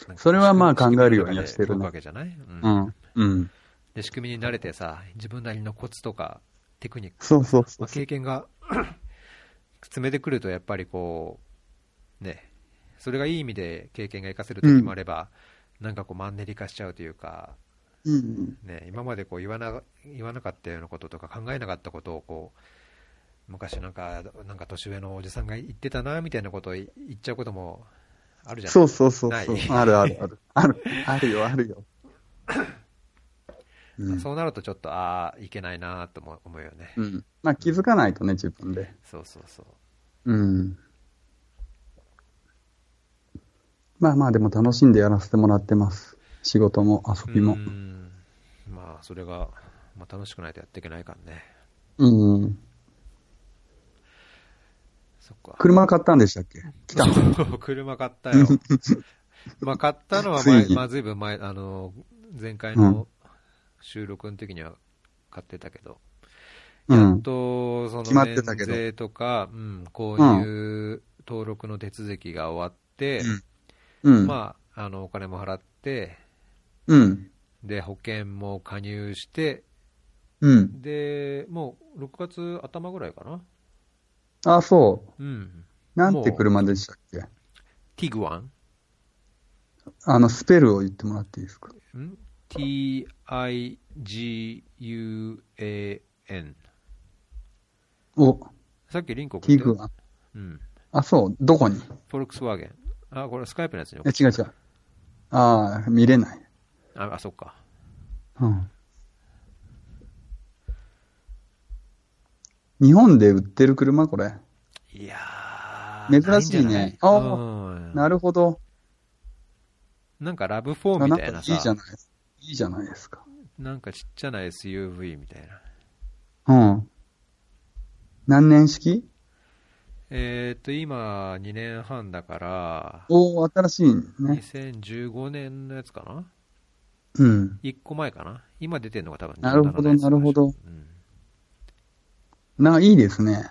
[SPEAKER 2] なんか
[SPEAKER 1] それはまあ考えるようにはしてる
[SPEAKER 2] 仕組みの中で動く
[SPEAKER 1] ね
[SPEAKER 2] わけじゃない、うん
[SPEAKER 1] うん、うん、
[SPEAKER 2] で、仕組みに慣れてさ、自分なりのコツとか、テクニック、
[SPEAKER 1] そうそうそ
[SPEAKER 2] ま
[SPEAKER 1] う
[SPEAKER 2] あ、、経験が 詰めてくると、やっぱりこう、ね、それがいい意味で経験が活かせる時もあれば、なんかこう、マンネリ化しちゃうというか、
[SPEAKER 1] うん、
[SPEAKER 2] ね、今までこう言わな言わなかったようなこととか考えなかったことをこう昔なんかなんか年上のおじさんが言ってたなみたいなことを言っちゃうこともあるじゃん
[SPEAKER 1] そうそうそう
[SPEAKER 2] な
[SPEAKER 1] そう
[SPEAKER 2] い、
[SPEAKER 1] あるあるある、ある、あるよ、あるよ。うん
[SPEAKER 2] そうなるとちょっと、ああ、いけないなとも思うよね。
[SPEAKER 1] うん。まあ気づかないとね、自分で。
[SPEAKER 2] そうそうそう。
[SPEAKER 1] うん。まあまあでも楽しんでやらせてもらってます。仕事も遊びも
[SPEAKER 2] う。ん。まあ、それが、まあ、楽しくないとやっていけないからね。
[SPEAKER 1] うん。
[SPEAKER 2] そっか。
[SPEAKER 1] 車買ったんでしたっけ来たの。
[SPEAKER 2] そう 車買った よ。まあ、買ったのは前、
[SPEAKER 1] ついに
[SPEAKER 2] まあ、ずいぶん前、あの、前回の収録の時には買ってたけど、
[SPEAKER 1] う
[SPEAKER 2] やっ
[SPEAKER 1] ん。
[SPEAKER 2] と、そ
[SPEAKER 1] 決ま
[SPEAKER 2] の、
[SPEAKER 1] って
[SPEAKER 2] 免
[SPEAKER 1] たけど
[SPEAKER 2] 税とか、うん、購入登録の手続きが終わって、
[SPEAKER 1] うん。
[SPEAKER 2] まあ、あの、お金も払って、
[SPEAKER 1] うん。
[SPEAKER 2] で、保険も加入して、
[SPEAKER 1] うん。
[SPEAKER 2] で、もう6月頭ぐらいかな。
[SPEAKER 1] あ、そう。
[SPEAKER 2] うん。
[SPEAKER 1] なんて車でしたっけ
[SPEAKER 2] ティグワン
[SPEAKER 1] あの、スペルを言ってもらっていいですか
[SPEAKER 2] ん ?T-I-G-U-A-N。
[SPEAKER 1] お、
[SPEAKER 2] さっきリンク送
[SPEAKER 1] テ
[SPEAKER 2] っ
[SPEAKER 1] ィ
[SPEAKER 2] た
[SPEAKER 1] グ
[SPEAKER 2] よ。
[SPEAKER 1] ワン。
[SPEAKER 2] うん。
[SPEAKER 1] あ、そう。どこに
[SPEAKER 2] フォルクスワーゲン。あ、これスカイプのやつに
[SPEAKER 1] え、
[SPEAKER 2] 送っ
[SPEAKER 1] 違う違う。ああ、見れない。
[SPEAKER 2] あ、あ、そっか。
[SPEAKER 1] うん。日本で売ってる車これ。
[SPEAKER 2] いやー
[SPEAKER 1] 珍しいね
[SPEAKER 2] なじゃ
[SPEAKER 1] あ
[SPEAKER 2] なうん
[SPEAKER 1] なるほど。
[SPEAKER 2] なんかラブ4
[SPEAKER 1] あ
[SPEAKER 2] み
[SPEAKER 1] なん
[SPEAKER 2] た
[SPEAKER 1] か
[SPEAKER 2] いない
[SPEAKER 1] いじゃ
[SPEAKER 2] さ、
[SPEAKER 1] ない。いいじゃないですか。
[SPEAKER 2] なんかちっちゃな SUV みたいな。
[SPEAKER 1] うん。何年式
[SPEAKER 2] えーっと、今、2年半だから、
[SPEAKER 1] おー、新しいね。
[SPEAKER 2] 2015年のやつかな
[SPEAKER 1] うん。
[SPEAKER 2] 1個前かな今出てるのが多分
[SPEAKER 1] なるほ
[SPEAKER 2] 17の
[SPEAKER 1] ど
[SPEAKER 2] やつ
[SPEAKER 1] なるほど
[SPEAKER 2] うん
[SPEAKER 1] な、いいですね。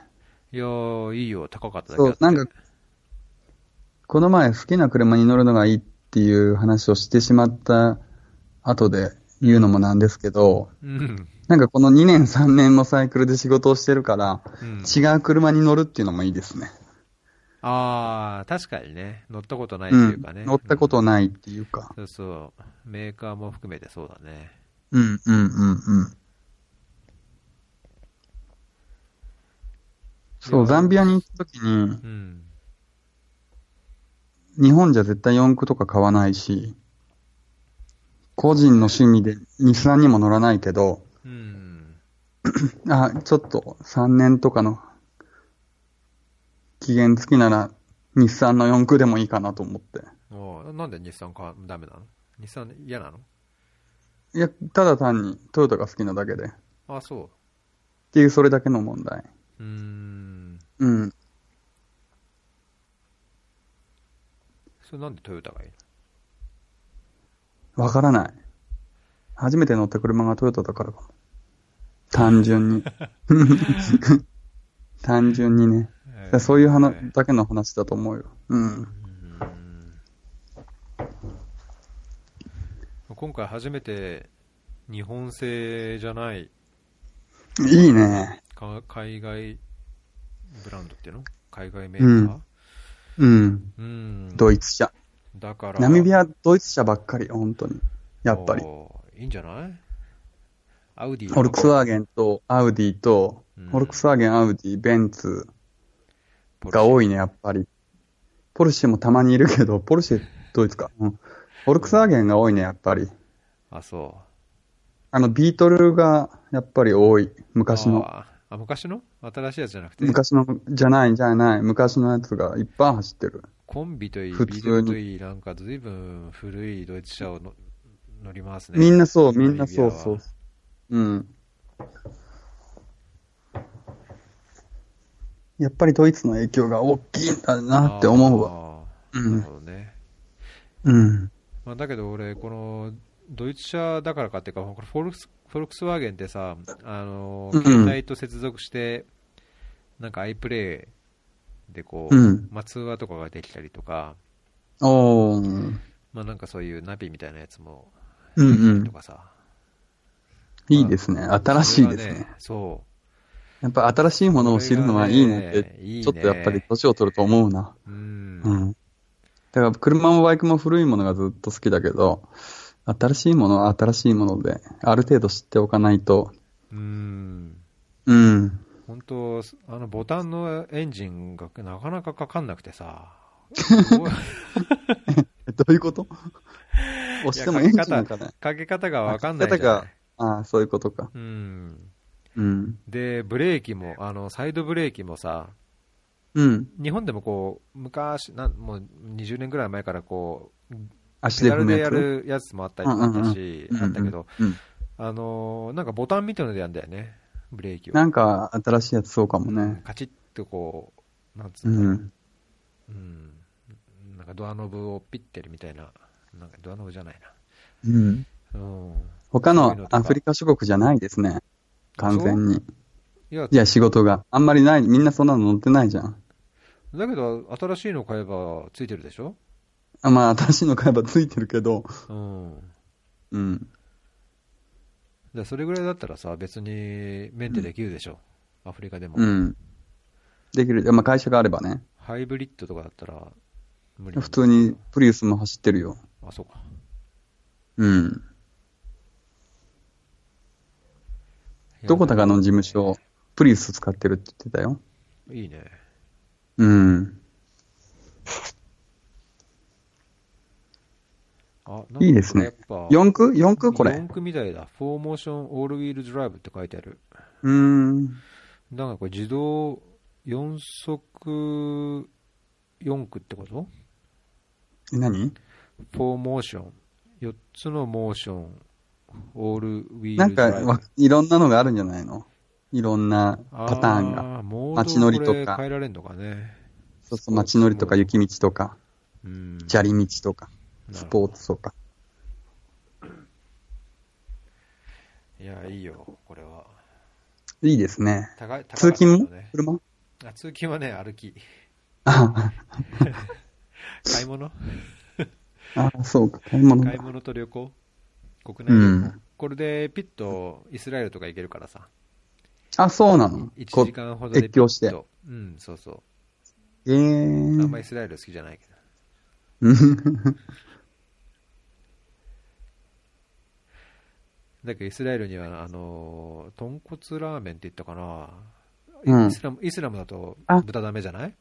[SPEAKER 2] いやー、いいよ、高かっただけ
[SPEAKER 1] そう、なんか、この前好きな車に乗るのがいいっていう話をしてしまった後で言うのもなんですけど、
[SPEAKER 2] うん。
[SPEAKER 1] なんかこの2年3年のサイクルで仕事をしてるから、
[SPEAKER 2] うん、
[SPEAKER 1] 違う車に乗るっていうのもいいですね。
[SPEAKER 2] ああ、確かにね、乗ったことないって
[SPEAKER 1] う
[SPEAKER 2] いうんかね。。
[SPEAKER 1] 乗ったことないっていうか。
[SPEAKER 2] うんそうそう、メーカーも含めてそうだね。
[SPEAKER 1] うん、うん、うん、うん。そう、ザンビアに行った時に
[SPEAKER 2] う、ん。
[SPEAKER 1] 日本じゃ絶対四駆とか買わないし、個人の趣味で日産にも乗らないけど、
[SPEAKER 2] うん。
[SPEAKER 1] あ、ちょっと3年とかの期限付きなら日産の四駆でもいいかなと思って。
[SPEAKER 2] おうなんで日産かダメなの日産嫌なの
[SPEAKER 1] いや、ただ単にトヨタが好きなだけで。っ
[SPEAKER 2] あそ
[SPEAKER 1] ていうそれだけの問題。
[SPEAKER 2] う。うーん。
[SPEAKER 1] うん。
[SPEAKER 2] それなんでトヨタがいいの
[SPEAKER 1] わからない。初めて乗った車がトヨタだからかも。単純 に。単純にね。
[SPEAKER 2] え
[SPEAKER 1] だか
[SPEAKER 2] ー
[SPEAKER 1] らそういう話
[SPEAKER 2] ね
[SPEAKER 1] だけの話だと思うよ。うん。
[SPEAKER 2] 今回初めて日本製じゃない
[SPEAKER 1] いいね。
[SPEAKER 2] か海外ブランドっていうの海外メーカ
[SPEAKER 1] うん。
[SPEAKER 2] ーうん。
[SPEAKER 1] ドイツ車。
[SPEAKER 2] だから。
[SPEAKER 1] ナミビア、ドイツ車ばっかり、本当に。やっぱり。
[SPEAKER 2] おー。いいんじゃないアウディ
[SPEAKER 1] フォルクスワーゲンとアウディと、
[SPEAKER 2] うん
[SPEAKER 1] フォルクスワーゲン、アウディ、ベンツ
[SPEAKER 2] ポルシェ
[SPEAKER 1] が多いね、やっぱり。ポルシェもたまにいるけど、ポルシェ、ドイツか。うん。フォルクスワーゲンが多いね、やっぱり。
[SPEAKER 2] あ、そう。
[SPEAKER 1] あの、ビートルが、やっぱり多い。昔の。
[SPEAKER 2] あー。あ、昔の新しいやつじゃなくて。
[SPEAKER 1] 昔の、じゃない、じゃない。昔のやつがいっぱい走ってる。
[SPEAKER 2] コンビといい、ビ
[SPEAKER 1] 普
[SPEAKER 2] ー
[SPEAKER 1] 通に
[SPEAKER 2] トルといい、なんか随分古いドイツ車をの乗りますね。
[SPEAKER 1] みんなそう、みん
[SPEAKER 2] ナ
[SPEAKER 1] な
[SPEAKER 2] ミビア
[SPEAKER 1] そう
[SPEAKER 2] は
[SPEAKER 1] そう。うん。やっぱりドイツの影響が大きいんだなって思うわ。
[SPEAKER 2] わ
[SPEAKER 1] うん
[SPEAKER 2] なるほどね。
[SPEAKER 1] うん。
[SPEAKER 2] まあ、だけど俺、このドイツ車だからかっていうか、これフォルクスフォルクスワーゲンってさ、あの
[SPEAKER 1] うん
[SPEAKER 2] 携帯と接続して、なんか iPlay でこう、
[SPEAKER 1] うん
[SPEAKER 2] まあ、通話とかができたりとか、
[SPEAKER 1] おー。うん
[SPEAKER 2] まあ、なんかそういうナビみたいなやつも
[SPEAKER 1] う
[SPEAKER 2] できたり
[SPEAKER 1] ん
[SPEAKER 2] と。かさ、
[SPEAKER 1] いいですね。新しいです
[SPEAKER 2] それが
[SPEAKER 1] ね。
[SPEAKER 2] そ
[SPEAKER 1] やっっぱ新しいものを知るのはいいね
[SPEAKER 2] こ
[SPEAKER 1] っ
[SPEAKER 2] れがねいいね
[SPEAKER 1] て、ちょっとやっぱり年を取ると思うな。
[SPEAKER 2] う、うん、
[SPEAKER 1] うん。だから車もバイクも古いものがずっと好きだけど、新しいものは新しいもので、ある程度知っておかないと、
[SPEAKER 2] うん
[SPEAKER 1] うん。
[SPEAKER 2] 本当、あのボタンのエンジンがなかなかかかんなくてさ、すごい
[SPEAKER 1] えどういうこと押してもエンジンが
[SPEAKER 2] か
[SPEAKER 1] ね。
[SPEAKER 2] け方がわかんないじゃない
[SPEAKER 1] かけ方がああ、そういうことか。
[SPEAKER 2] うん。
[SPEAKER 1] うん。
[SPEAKER 2] で、ブレーキも、あの、サイドブレーキもさ、
[SPEAKER 1] うん。
[SPEAKER 2] 日本でもこう、昔、なんもう20年ぐらい前からこう、
[SPEAKER 1] 足
[SPEAKER 2] ペ
[SPEAKER 1] で
[SPEAKER 2] ダ
[SPEAKER 1] 踏
[SPEAKER 2] ル
[SPEAKER 1] む
[SPEAKER 2] で
[SPEAKER 1] や
[SPEAKER 2] や
[SPEAKER 1] つ。
[SPEAKER 2] るやつもあったりもあったし
[SPEAKER 1] うんう、ん
[SPEAKER 2] あったけど、
[SPEAKER 1] うん。
[SPEAKER 2] あのー、なんかボタンみたいのでやるんだよね、ブレーキを。
[SPEAKER 1] なんか、新しいやつそうかもね。
[SPEAKER 2] カチッとこう、なんつう
[SPEAKER 1] う
[SPEAKER 2] の、
[SPEAKER 1] ん。
[SPEAKER 2] うん、なんかドアノブをピッてやるみたいな、なんかドアノブじゃない
[SPEAKER 1] うん。
[SPEAKER 2] な。うん。
[SPEAKER 1] 他
[SPEAKER 2] そういう
[SPEAKER 1] の
[SPEAKER 2] のとか
[SPEAKER 1] アフリカ諸国じゃないですね。完全に。
[SPEAKER 2] いや、
[SPEAKER 1] いや、仕事が。あんまりない、みんなそんなの乗ってないじゃん。
[SPEAKER 2] だけど、新しいの買えばついてるでしょ
[SPEAKER 1] あまあ、新しいの買えばついてるけど、
[SPEAKER 2] うん。だか
[SPEAKER 1] うん。
[SPEAKER 2] らそれぐらいだったらさ、別にメンテできるでしょ、アフリカでも、
[SPEAKER 1] うん。できる。まあ、会社があればね。
[SPEAKER 2] ハイブリッドとかだったら無理なんだ
[SPEAKER 1] 普通にプリウスも走ってるよ。
[SPEAKER 2] あ、そうか。
[SPEAKER 1] うん。どこだかの事務所、プリウス使ってるって言ってたよ。
[SPEAKER 2] いいね。
[SPEAKER 1] うん。
[SPEAKER 2] あ、なんか
[SPEAKER 1] いいですね
[SPEAKER 2] やっぱ、
[SPEAKER 1] 四駆四駆これ
[SPEAKER 2] 四。駆みたいだ。フォーモーションオールウィールドライブって書いてある。
[SPEAKER 1] うーん。
[SPEAKER 2] なんかこれ自動4速四駆ってこと
[SPEAKER 1] え何
[SPEAKER 2] フォーモーション。4つのモーション、オールウィー
[SPEAKER 1] なん
[SPEAKER 2] ル
[SPEAKER 1] か
[SPEAKER 2] ドライブ。
[SPEAKER 1] わ、いろんなのがあるんじゃないのいろんなパターンが。
[SPEAKER 2] が。モ
[SPEAKER 1] 街
[SPEAKER 2] ード
[SPEAKER 1] 乗りと
[SPEAKER 2] これ
[SPEAKER 1] か
[SPEAKER 2] 変えられるのかね。
[SPEAKER 1] そうそう、街乗りとか雪道とか、
[SPEAKER 2] うん。
[SPEAKER 1] 砂利道とか、
[SPEAKER 2] な
[SPEAKER 1] ス
[SPEAKER 2] る
[SPEAKER 1] ポ
[SPEAKER 2] ほ
[SPEAKER 1] ーツとか。
[SPEAKER 2] どいや、いいよ、これは。
[SPEAKER 1] いいですね。
[SPEAKER 2] 高い高
[SPEAKER 1] 通
[SPEAKER 2] かった
[SPEAKER 1] 勤
[SPEAKER 2] よ
[SPEAKER 1] も
[SPEAKER 2] ね
[SPEAKER 1] 車
[SPEAKER 2] あ通勤はね、歩き。
[SPEAKER 1] あ
[SPEAKER 2] 買い物
[SPEAKER 1] あ、そうか、買い物
[SPEAKER 2] 買い
[SPEAKER 1] か。
[SPEAKER 2] 物と旅行国内
[SPEAKER 1] う
[SPEAKER 2] 旅行、
[SPEAKER 1] ん。
[SPEAKER 2] これでピッとイスラエルとか行けるからさ。
[SPEAKER 1] あ、そうなの
[SPEAKER 2] 1
[SPEAKER 1] こ
[SPEAKER 2] 時間ほどで
[SPEAKER 1] 越境して
[SPEAKER 2] ピッ。とうん、そうそう。
[SPEAKER 1] ええ
[SPEAKER 2] あんまイ
[SPEAKER 1] ー。
[SPEAKER 2] スラエル好きじゃないけ ど。だけどイスラエルには、あのー、豚骨ラーメンって言ったかな、
[SPEAKER 1] うん
[SPEAKER 2] イスラム。イスラムだと
[SPEAKER 1] あ
[SPEAKER 2] 豚ダメじゃない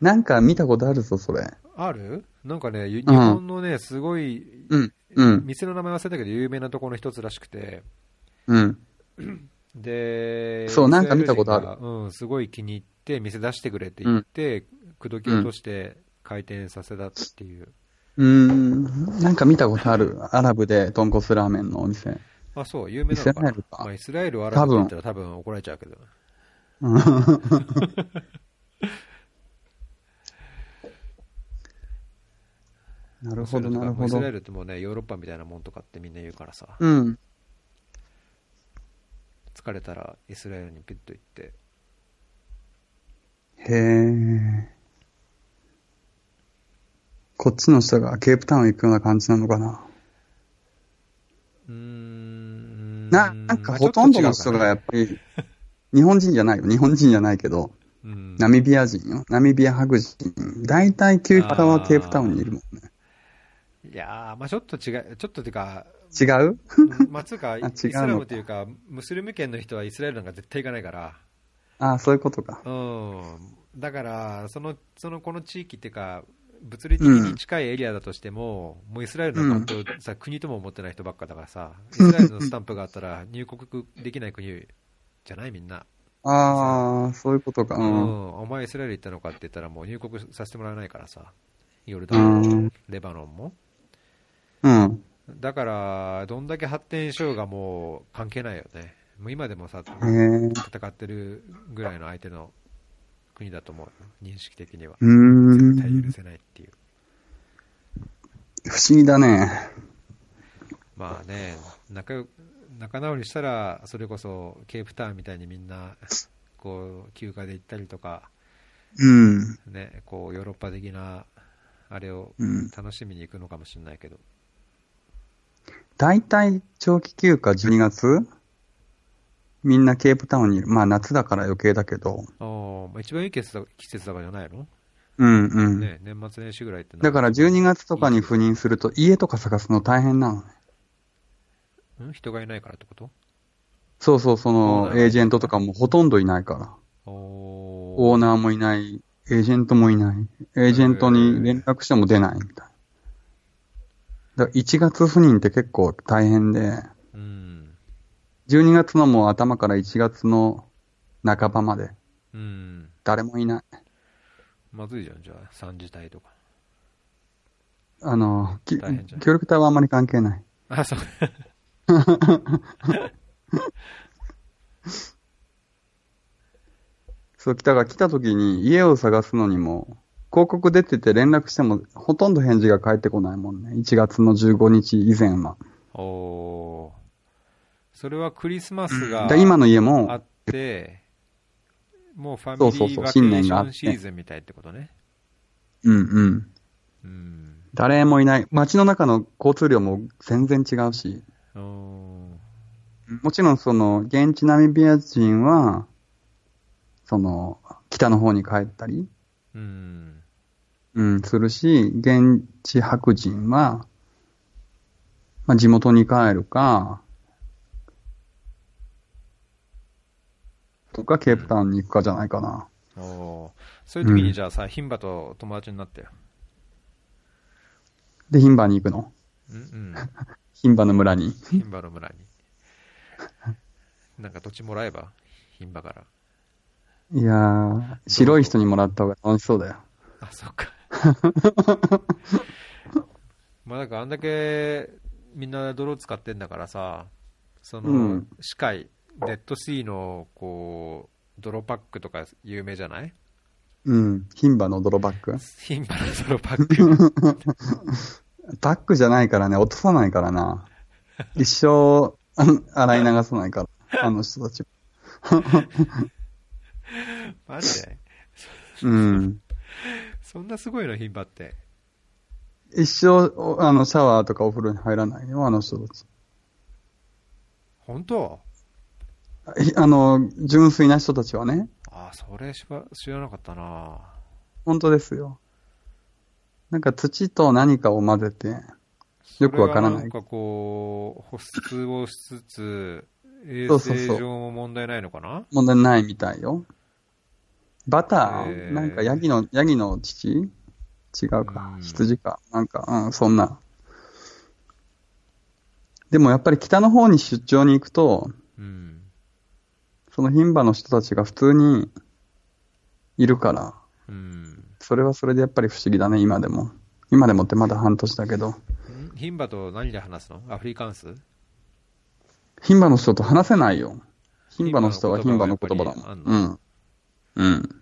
[SPEAKER 1] なんか見たことあるぞ、それ。
[SPEAKER 2] あるなんかね、ゆ日
[SPEAKER 1] うん
[SPEAKER 2] 本のね、すごい、
[SPEAKER 1] うん、うん、
[SPEAKER 2] 店の名前忘れたけど、有名なところの一つらしくて、
[SPEAKER 1] うん。
[SPEAKER 2] で、
[SPEAKER 1] そうなんか見たことある
[SPEAKER 2] イスラエル人がうん、すごい気に入って、店出してくれって言って、口説き落として回転させたっていう。
[SPEAKER 1] うーん、なんか見たことある。アラブで豚骨ラーメンのお店。
[SPEAKER 2] あ、そう、有名なのか
[SPEAKER 1] イスラエ
[SPEAKER 2] な
[SPEAKER 1] ルか
[SPEAKER 2] まあ、イスラエルをアラブって言ったら多分怒られちゃうけど。
[SPEAKER 1] うんなるほど、なるほ
[SPEAKER 2] イスラエ
[SPEAKER 1] ど。
[SPEAKER 2] ルってもうね、ヨーロッパみたいなもんとかってみんな言うからさ、
[SPEAKER 1] うん。
[SPEAKER 2] 疲れたらイスラエルにピッと行って、
[SPEAKER 1] へえ。こっちの人がケープタウン行くような感じなのかな。
[SPEAKER 2] うーん。
[SPEAKER 1] な、なんかほとんどの人がやっ
[SPEAKER 2] ぱ、
[SPEAKER 1] ぱ り、日本人じゃないよ。日本人じゃないけど、
[SPEAKER 2] うん
[SPEAKER 1] ナミビア人よ。ナミビア白人。大体9方はケープタウンにいるもんね。
[SPEAKER 2] いやー、まあちょっと違う、ちょっとて か、
[SPEAKER 1] 違う
[SPEAKER 2] うんまあつうか、
[SPEAKER 1] 違うの
[SPEAKER 2] イ
[SPEAKER 1] か
[SPEAKER 2] スラムというか、ムスリム圏の人はイスラエルなんか絶対行かないから、
[SPEAKER 1] ああ、そういうことか。
[SPEAKER 2] うん。だから、その、その、この地域っていうか、物理的に近いエリアだとしても、もうイスラエルなんか本当さ、国とも思ってない人ばっかだからさ、イスラエルのスタンプがあったら入国できない国じゃないみんな。
[SPEAKER 1] ああ、そういうことか。
[SPEAKER 2] う
[SPEAKER 1] うん。
[SPEAKER 2] ん。お前イスラエル行ったのかって言ったらもう入国させてもらえないからさ、ヨルダ
[SPEAKER 1] う
[SPEAKER 2] ンも、
[SPEAKER 1] ん。
[SPEAKER 2] レバノンも。
[SPEAKER 1] うん。
[SPEAKER 2] だから、どんだけ発展しようがもう関係ないよね。もう今でもさ、
[SPEAKER 1] へえ。
[SPEAKER 2] 戦ってるぐらいの相手の国だと思うよ認識的には。
[SPEAKER 1] うー
[SPEAKER 2] 絶対許
[SPEAKER 1] ん。
[SPEAKER 2] せないっていう。
[SPEAKER 1] 不思議だね。
[SPEAKER 2] まあね、仲よ仲直りしたら、それこそケープタウンみたいにみんな、こう、休暇で行ったりとか、
[SPEAKER 1] うん。
[SPEAKER 2] ね、こう、ヨーロッパ的な、あれを
[SPEAKER 1] うん。
[SPEAKER 2] 楽しみに行くのかもしれないけど、
[SPEAKER 1] 大体長期休暇12月みんなケープタウンにいる。まあ夏だから余計だけど。
[SPEAKER 2] あーまあ一番いい季節だ季節だからじゃないの、
[SPEAKER 1] うんうん。
[SPEAKER 2] ね、年末年始ぐらいってな
[SPEAKER 1] だから12月とかに赴任すると家とか探すの大変なのね。
[SPEAKER 2] ん人がいないからってこと
[SPEAKER 1] そうそう、そ
[SPEAKER 2] そう
[SPEAKER 1] の
[SPEAKER 2] だね
[SPEAKER 1] エージェントとかもほとんどいないから。
[SPEAKER 2] お
[SPEAKER 1] オ
[SPEAKER 2] ー
[SPEAKER 1] ーナーもいない、エージェントもいない、エージェントに連絡しても出ないみたいな。だから1月赴任って結構大変で、
[SPEAKER 2] うん。
[SPEAKER 1] 12月のもう頭から1月の半ばまで、
[SPEAKER 2] うん。
[SPEAKER 1] 誰もいない。
[SPEAKER 2] まずいじゃん、じゃあ、三次隊とか。
[SPEAKER 1] あの、き
[SPEAKER 2] 大変じゃん
[SPEAKER 1] 協力隊はあんまり関係ない。
[SPEAKER 2] あ、 そう。
[SPEAKER 1] そう、来たが来た時に家を探すのにも、広告出てて連絡してもほとんど返事が返ってこないもんね。1月の15日以前は。
[SPEAKER 2] おーそれはクリスマスが
[SPEAKER 1] だ今の家
[SPEAKER 2] あっ
[SPEAKER 1] も、
[SPEAKER 2] て、もうファ
[SPEAKER 1] そう
[SPEAKER 2] ミ
[SPEAKER 1] そう
[SPEAKER 2] リー
[SPEAKER 1] そう
[SPEAKER 2] バケー
[SPEAKER 1] 新年
[SPEAKER 2] シ
[SPEAKER 1] が
[SPEAKER 2] ョ
[SPEAKER 1] あっ
[SPEAKER 2] ン
[SPEAKER 1] て
[SPEAKER 2] シーズンみたいってことね。
[SPEAKER 1] うんうん。
[SPEAKER 2] うん。
[SPEAKER 1] 誰もいない。街の中の交通量も全然違うし。
[SPEAKER 2] おー
[SPEAKER 1] もちろんその、現地ナミビア人は、その、北の方に帰ったり、
[SPEAKER 2] うん。
[SPEAKER 1] うん、するし、現地白人は、まあ、地元に帰るか、とか、ケープタウンに行くかじゃないかな。
[SPEAKER 2] おーそういう時
[SPEAKER 1] う
[SPEAKER 2] に
[SPEAKER 1] ん
[SPEAKER 2] じゃあさ、牝馬と友達になってよ。
[SPEAKER 1] で、牝馬に行くの。
[SPEAKER 2] うん うん。
[SPEAKER 1] 牝馬の村に。
[SPEAKER 2] 牝馬の村に。なんか土地もらえば牝馬から。
[SPEAKER 1] いやー、白い人にもらった方が楽しそうだよ。
[SPEAKER 2] あ、そっ か。まあなんかあんだけみんな泥使ってんだからさ、その、
[SPEAKER 1] うん
[SPEAKER 2] 視界、デッドシーのこう、泥パックとか有名じゃ ない
[SPEAKER 1] うん、牝馬の泥バッグ。
[SPEAKER 2] 牝馬の泥パ ック。
[SPEAKER 1] バックじゃないからね、落とさないから な。一生、うん洗い流さないから、あの人たち。
[SPEAKER 2] マジで
[SPEAKER 1] うん。
[SPEAKER 2] そんなすごいの、牝馬って。
[SPEAKER 1] 一生、おあの、シャワーとかお風呂に入らないよ、あの人たち。
[SPEAKER 2] 本当
[SPEAKER 1] い あの、純粋な人たちはね、
[SPEAKER 2] あ、それしば知らなかったな
[SPEAKER 1] 本当ですよ。なんか土と何かを混ぜて、よくわからない
[SPEAKER 2] それはなんかこう、保湿をしつつ、衛
[SPEAKER 1] そうそうそう
[SPEAKER 2] 生上も問題ないのかな
[SPEAKER 1] 問題ないみたいよ。バタ
[SPEAKER 2] へ
[SPEAKER 1] ー
[SPEAKER 2] ー
[SPEAKER 1] なんかヤギの、ヤギの乳違うか
[SPEAKER 2] う。ん
[SPEAKER 1] 羊か。なんか、うん、そんな。でもやっぱり北の方に出張に行くと、
[SPEAKER 2] うん。
[SPEAKER 1] その牝馬の人たちが普通にいるから、
[SPEAKER 2] うん。
[SPEAKER 1] それはそれでやっぱり不思議だね、今でも。今でもってまだ半年だけど。
[SPEAKER 2] ん牝馬と何で話すのアフリカンス
[SPEAKER 1] 牝馬の人と話せないよ。牝馬の人は牝馬の言葉だ
[SPEAKER 2] 牝馬
[SPEAKER 1] も
[SPEAKER 2] の
[SPEAKER 1] ん。
[SPEAKER 2] 言葉
[SPEAKER 1] う
[SPEAKER 2] が
[SPEAKER 1] ん。う
[SPEAKER 2] う
[SPEAKER 1] ん。
[SPEAKER 2] ーん。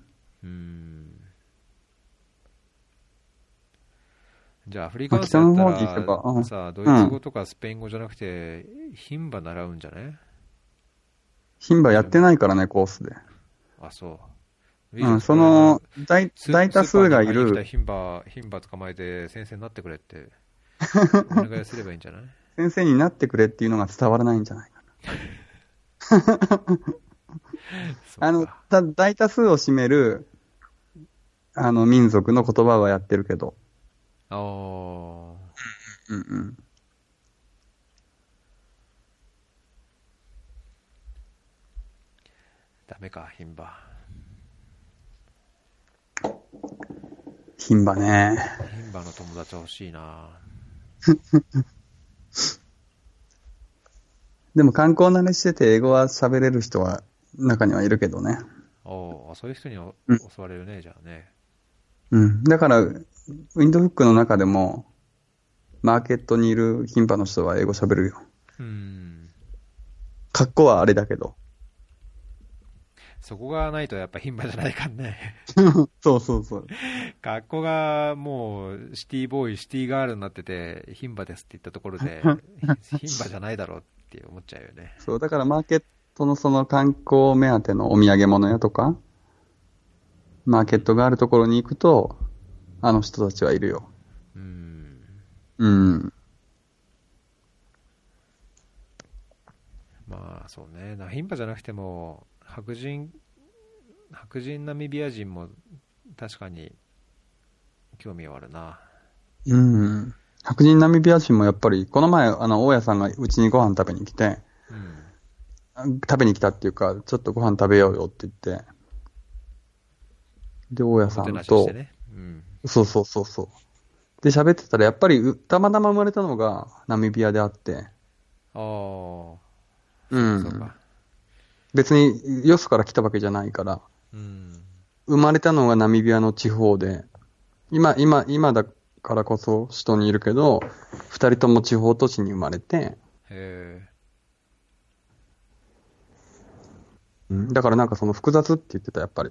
[SPEAKER 2] じゃあ、アフリカ
[SPEAKER 1] まあ
[SPEAKER 2] ンスだった
[SPEAKER 1] 北の方に行けばう
[SPEAKER 2] ら
[SPEAKER 1] ん
[SPEAKER 2] さ、ドイツ語とかスペイン語じゃなくて、牝馬習うんじゃね
[SPEAKER 1] 牝馬やってないからね、コースで。
[SPEAKER 2] あ、そう。
[SPEAKER 1] うん、その、大、
[SPEAKER 2] ス、
[SPEAKER 1] 大多数がい
[SPEAKER 2] スーパーに
[SPEAKER 1] る
[SPEAKER 2] 買いに来、た牝馬、牝馬捕まえて先生になってくれって、お願いすればいいんじゃない
[SPEAKER 1] 先生になってくれっていうのが伝わらないんじゃないか
[SPEAKER 2] そっか
[SPEAKER 1] な。あの、た、大多数を占める、あの、民族の言葉はやってるけど。
[SPEAKER 2] あー
[SPEAKER 1] うんうん。
[SPEAKER 2] ダメか、牝馬。
[SPEAKER 1] 牝馬ね。
[SPEAKER 2] 牝馬の友達欲しいな
[SPEAKER 1] でも観光慣れしてて英語は喋れる人は中にはいるけどね。
[SPEAKER 2] おーそういう人にお
[SPEAKER 1] うん
[SPEAKER 2] 襲われるね、じゃあね。
[SPEAKER 1] うん。だから、ウィンドフックの中でも、マーケットにいる牝馬の人は英語喋るよ。
[SPEAKER 2] うーん。
[SPEAKER 1] 格好はあれだけど。
[SPEAKER 2] そこがないとやっぱ牝馬じゃないからね。
[SPEAKER 1] そうそうそう。
[SPEAKER 2] 学校がもうシティボーイ、シティガールになってて、牝馬ですって言ったところ で、牝馬じゃないだろうって思っちゃうよね。
[SPEAKER 1] そう、だからマーケットのその観光目当てのお土産物屋とか、マーケットがあるところに行くと、あの人たちはいるよ。
[SPEAKER 2] うーん。
[SPEAKER 1] うん。
[SPEAKER 2] まあそうね。な牝馬じゃなくても、白人、白人ナミビア人も確かに興味はあるな。
[SPEAKER 1] うん。白人ナミビア人もやっぱり、この前、あの、大家さんがうちにご飯食べに来て、
[SPEAKER 2] うん。
[SPEAKER 1] あ食べに来たっていうか、ちょっとご飯食べようよって言って、で、大家さ
[SPEAKER 2] おもて
[SPEAKER 1] ん
[SPEAKER 2] なしをして、
[SPEAKER 1] と
[SPEAKER 2] ね。うん。
[SPEAKER 1] そうそうそうそう。で、喋ってたら、やっぱりう、たまたま生まれたのがナミビアであって、
[SPEAKER 2] ああ。
[SPEAKER 1] うん
[SPEAKER 2] そうか。
[SPEAKER 1] 別に、よそから来たわけじゃないから、
[SPEAKER 2] うん。
[SPEAKER 1] 生まれたのがナミビアの地方で、今、今、今だからこそ首都にいるけど、二人とも地方都市に生まれて、
[SPEAKER 2] へえ。
[SPEAKER 1] うんだからなんかその複雑って言ってた、やっぱり。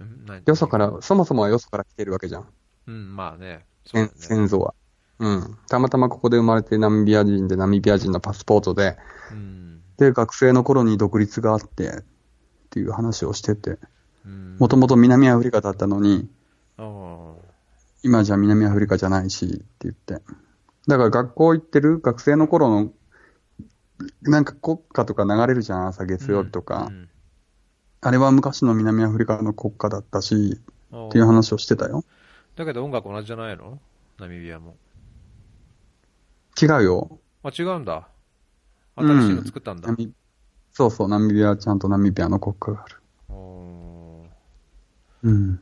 [SPEAKER 2] うんな
[SPEAKER 1] よそから、そもそもはよそから来てるわけじゃん。
[SPEAKER 2] うん、まあね。そ
[SPEAKER 1] 先
[SPEAKER 2] うだね。
[SPEAKER 1] 先祖は。うん。たまたまここで生まれてナミビア人でナミビア人のパスポートで、
[SPEAKER 2] うん。
[SPEAKER 1] で、学生の頃に独立があって、っていう話をしてて、
[SPEAKER 2] うん。
[SPEAKER 1] もともと南アフリカだったのに、
[SPEAKER 2] あ
[SPEAKER 1] 今じゃ南アフリカじゃないしって言って。だから学校行ってる学生の頃の、なんか国歌とか流れるじゃん、朝
[SPEAKER 2] あ。
[SPEAKER 1] 月曜日とか。
[SPEAKER 2] うん
[SPEAKER 1] あれは昔の南アフリカの国歌だったし、
[SPEAKER 2] うん
[SPEAKER 1] っていう話をしてたよ。
[SPEAKER 2] だけど音楽同じじゃないのナミビアも。
[SPEAKER 1] 違うよ。
[SPEAKER 2] あ、違うんだ。新しいの作ったんだ
[SPEAKER 1] ナ。ミそうそう、ナミビアはちゃんとナミビアの国歌がある。
[SPEAKER 2] おー
[SPEAKER 1] うん。だ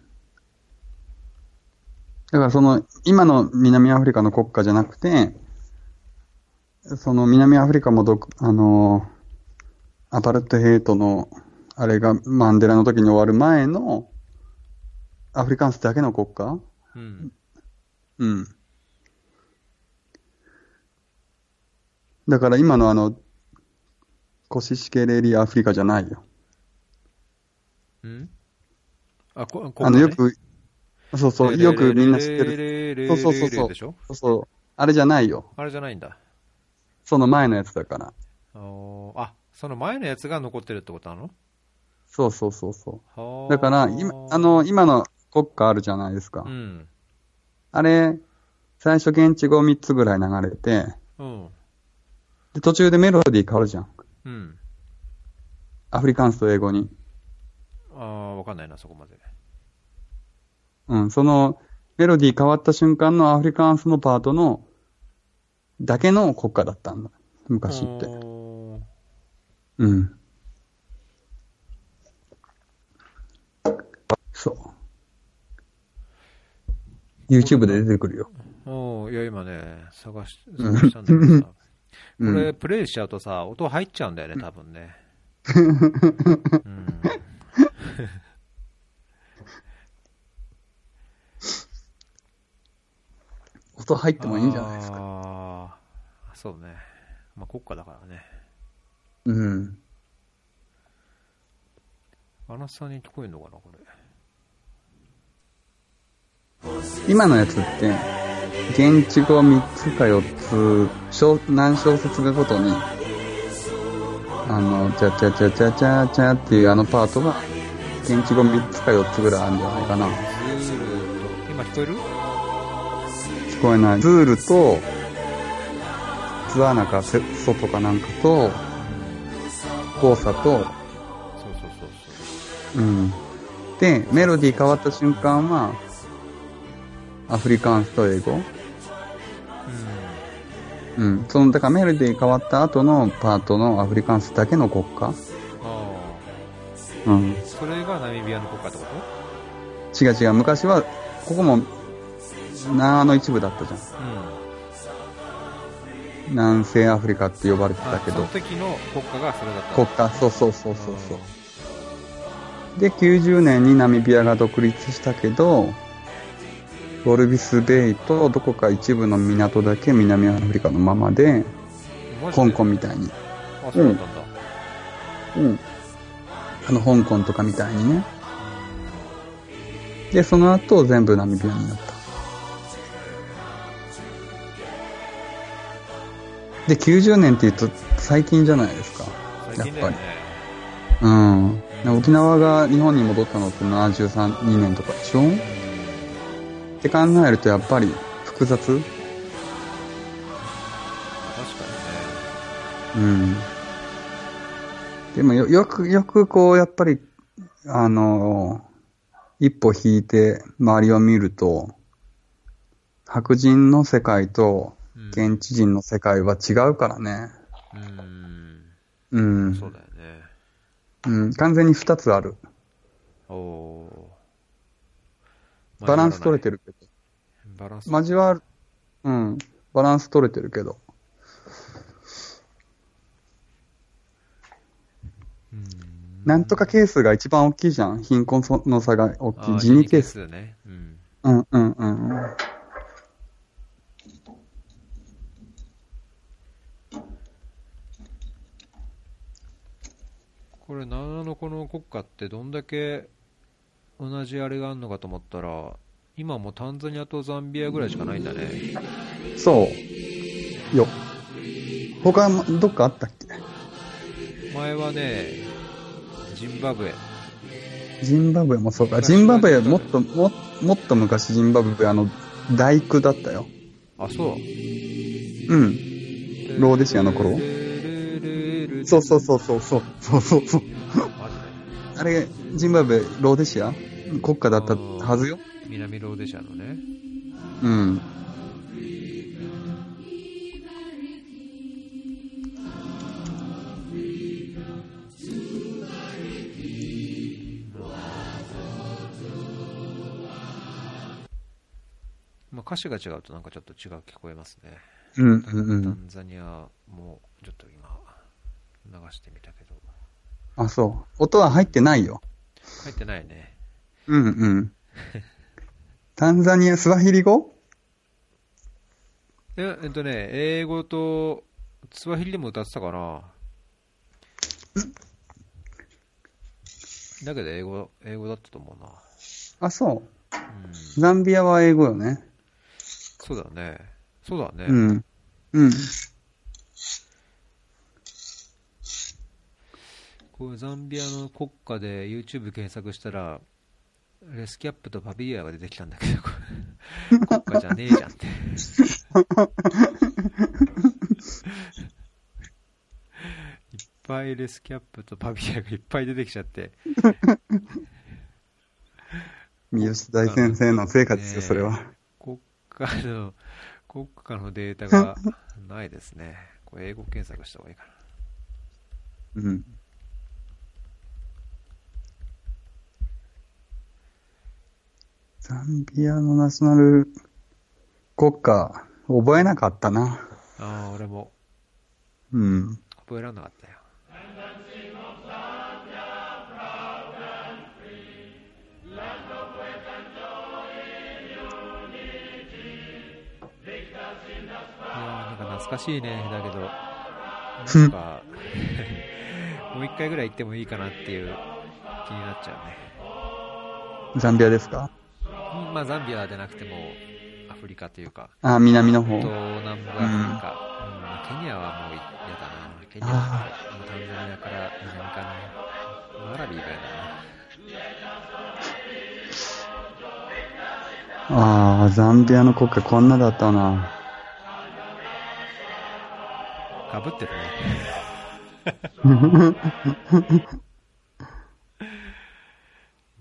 [SPEAKER 1] からその、今の南アフリカの国家じゃなくて、その南アフリカもどく、あのーアパルトヘイトの、あれがマンデラの時に終わる前の、アフリカンスだけの国家
[SPEAKER 2] うん。
[SPEAKER 1] うん。だから今のあの、コシシケレリアフリカじゃないよ。
[SPEAKER 2] うんあ、こ、こ
[SPEAKER 1] あの、よく、そうそう、よくみんな知ってる。
[SPEAKER 2] る
[SPEAKER 1] そうそうそうそう
[SPEAKER 2] でしょ
[SPEAKER 1] そうそう。あれじゃないよ。
[SPEAKER 2] あれじゃないんだ。
[SPEAKER 1] その前のやつだから。
[SPEAKER 2] おーあ、その前のやつが残ってるってことなの
[SPEAKER 1] そうそうそうそ
[SPEAKER 2] は
[SPEAKER 1] う。
[SPEAKER 2] ー
[SPEAKER 1] だから、今、あ、の、今の国歌あるじゃないですか。
[SPEAKER 2] うん。
[SPEAKER 1] あれ、最初現地語3つぐらい流れて、
[SPEAKER 2] うん。
[SPEAKER 1] で途中でメロディー変わるじゃん。
[SPEAKER 2] うん。
[SPEAKER 1] アフリカンスと英語に。
[SPEAKER 2] ああ、わかんないな、そこまで。
[SPEAKER 1] うん、その、メロディー変わった瞬間のアフリカンスのパートの、だけの国歌だったんだ。昔って。
[SPEAKER 2] おー
[SPEAKER 1] うん。そう。YouTube で出てくるよ。
[SPEAKER 2] おーいや、今ね、探 し、探したんだけどさ。こ
[SPEAKER 1] うん
[SPEAKER 2] れ、プレイしちゃうとさ、音入っちゃうんだよね、多分ね。うん。
[SPEAKER 1] 音入ってもいいんじゃないですか。
[SPEAKER 2] か。そうね。まあ、国家だからね。
[SPEAKER 1] うん。
[SPEAKER 2] アナさんに聞こえるのかな、これ。
[SPEAKER 1] 今のやつって、現地語3つか4つ、小何小節かごとに、あの、チャチャチャチャチャチャっていうあのパートが、現地語3つか4つぐらいあるんじゃないかな。
[SPEAKER 2] ズールと、今聞こえる
[SPEAKER 1] 聞こえない。ズールと、ツアーナかセソとかなんかと、交差
[SPEAKER 2] そ
[SPEAKER 1] と、
[SPEAKER 2] うそうそう
[SPEAKER 1] うん。で、メロディー変わった瞬間は、アフリカンスと英語
[SPEAKER 2] そう。うん。
[SPEAKER 1] うん、そのだからメロディー変わった後のパートのアフリカンスだけの国歌、
[SPEAKER 2] あ
[SPEAKER 1] うん、
[SPEAKER 2] あそれがナミビアの国家ってこと
[SPEAKER 1] 違う違う昔はここも南アの一部だったじゃん
[SPEAKER 2] うん
[SPEAKER 1] 南西アフリカって呼ばれてた
[SPEAKER 2] あ
[SPEAKER 1] け
[SPEAKER 2] その
[SPEAKER 1] ど
[SPEAKER 2] 時の国家がそれだった
[SPEAKER 1] 国家そうそうそうそうそうで90年にナミビアが独立したけどボルビスベイとどこか一部の港だけ南アフリカのままで
[SPEAKER 2] マジ
[SPEAKER 1] 香
[SPEAKER 2] で
[SPEAKER 1] 港みたいに、
[SPEAKER 2] あそうだったんだ、
[SPEAKER 1] うん、あの香港とかみたいにねで、その後全部ナミビアになった。で、90年って言うと最近じゃないですか。
[SPEAKER 2] 最近だよね
[SPEAKER 1] うん。沖縄が日本に戻ったのって73、2年とかでしょって考えるとやっぱり複雑
[SPEAKER 2] 確かにね
[SPEAKER 1] うん。でもよ、よく、よくこう、やっぱり、あの、一歩引いて周りを見ると、白人の世界と
[SPEAKER 2] うん
[SPEAKER 1] 現地人の世界は違うからね。
[SPEAKER 2] うん
[SPEAKER 1] うん。
[SPEAKER 2] そうだよね
[SPEAKER 1] うん。完全に二つある。
[SPEAKER 2] おおー
[SPEAKER 1] バランス取れて
[SPEAKER 2] る
[SPEAKER 1] るけど。
[SPEAKER 2] バランス
[SPEAKER 1] 交わる、うん。バランス取れてるけど。なんとかケースが一番大きいじゃん。貧困の差が大き
[SPEAKER 2] あ
[SPEAKER 1] い。
[SPEAKER 2] ー
[SPEAKER 1] ジニケース。
[SPEAKER 2] ジニね。うん。
[SPEAKER 1] うんうんうんうん。
[SPEAKER 2] これ、長野この国家ってどんだけ同じあれがあるのかと思ったら、今もうタンザニアとザンビアぐらいしかないんだね。
[SPEAKER 1] そう。よ。他、どっかあったっ
[SPEAKER 2] 前はね、ジンバブエ。
[SPEAKER 1] けジンバブエもそうか。ジンバブエもっと、も、もっと昔ジンバブエあの、大工だったよ。
[SPEAKER 2] あ、そう。
[SPEAKER 1] うん。ローデシアの頃そうそうそうそうそう。そうそうそう。
[SPEAKER 2] マジ
[SPEAKER 1] あれ、ジンバブエ、ローデシア国家だったはずよ。
[SPEAKER 2] で南ローデシアのね。
[SPEAKER 1] うん。
[SPEAKER 2] まあ、歌詞が違うとなんかちょっと違う聞こえますね。
[SPEAKER 1] うんうんう
[SPEAKER 2] タ
[SPEAKER 1] ん。
[SPEAKER 2] ンザニアもちょっと今流してみたけど。
[SPEAKER 1] あ、そう。音は入ってないよ。
[SPEAKER 2] 入ってないね。
[SPEAKER 1] うん うん。タンザニア、スワヒリ語
[SPEAKER 2] ええっとね、英語とツワヒリでも歌ってたかな。だけど英語、英語だったと思うな。
[SPEAKER 1] あ、そう。
[SPEAKER 2] うん、
[SPEAKER 1] ザンビアは英語よね。
[SPEAKER 2] そうだね。そうだね。
[SPEAKER 1] うん。うん。
[SPEAKER 2] こうザンビアの国家で YouTube 検索したら、レスキャップとパビリアが出てきたんだけど、これ国家じゃねえじゃんって。いっぱいレスキャップとパビリアがいっぱい出てきちゃって、
[SPEAKER 1] 三好大先生の成果です
[SPEAKER 2] ねえ
[SPEAKER 1] よ、それは。
[SPEAKER 2] 国家の、国家のデータがないですね。これ英語検索した方がいいかな。
[SPEAKER 1] うん。ザンビアのナショナル国歌、覚えなかったな。
[SPEAKER 2] ああ、俺も
[SPEAKER 1] うん。
[SPEAKER 2] 覚えられなかったよ。いやーなんか懐かしいね、だけど、なんか、 もう一回ぐらい行ってもいいかなっていう気になっちゃう
[SPEAKER 1] ザンビアですか
[SPEAKER 2] ね。うんまあ、ザンビアでなくても、アフリカというか、
[SPEAKER 1] あ、南の方。
[SPEAKER 2] 東南部アフリカ、うんまあケニアはもう嫌だな、ケニアはもうタンザニアから南かな、アラビーが嫌だな、
[SPEAKER 1] ああ、ザンビアの国歌こんなだったな。
[SPEAKER 2] かぶってるね、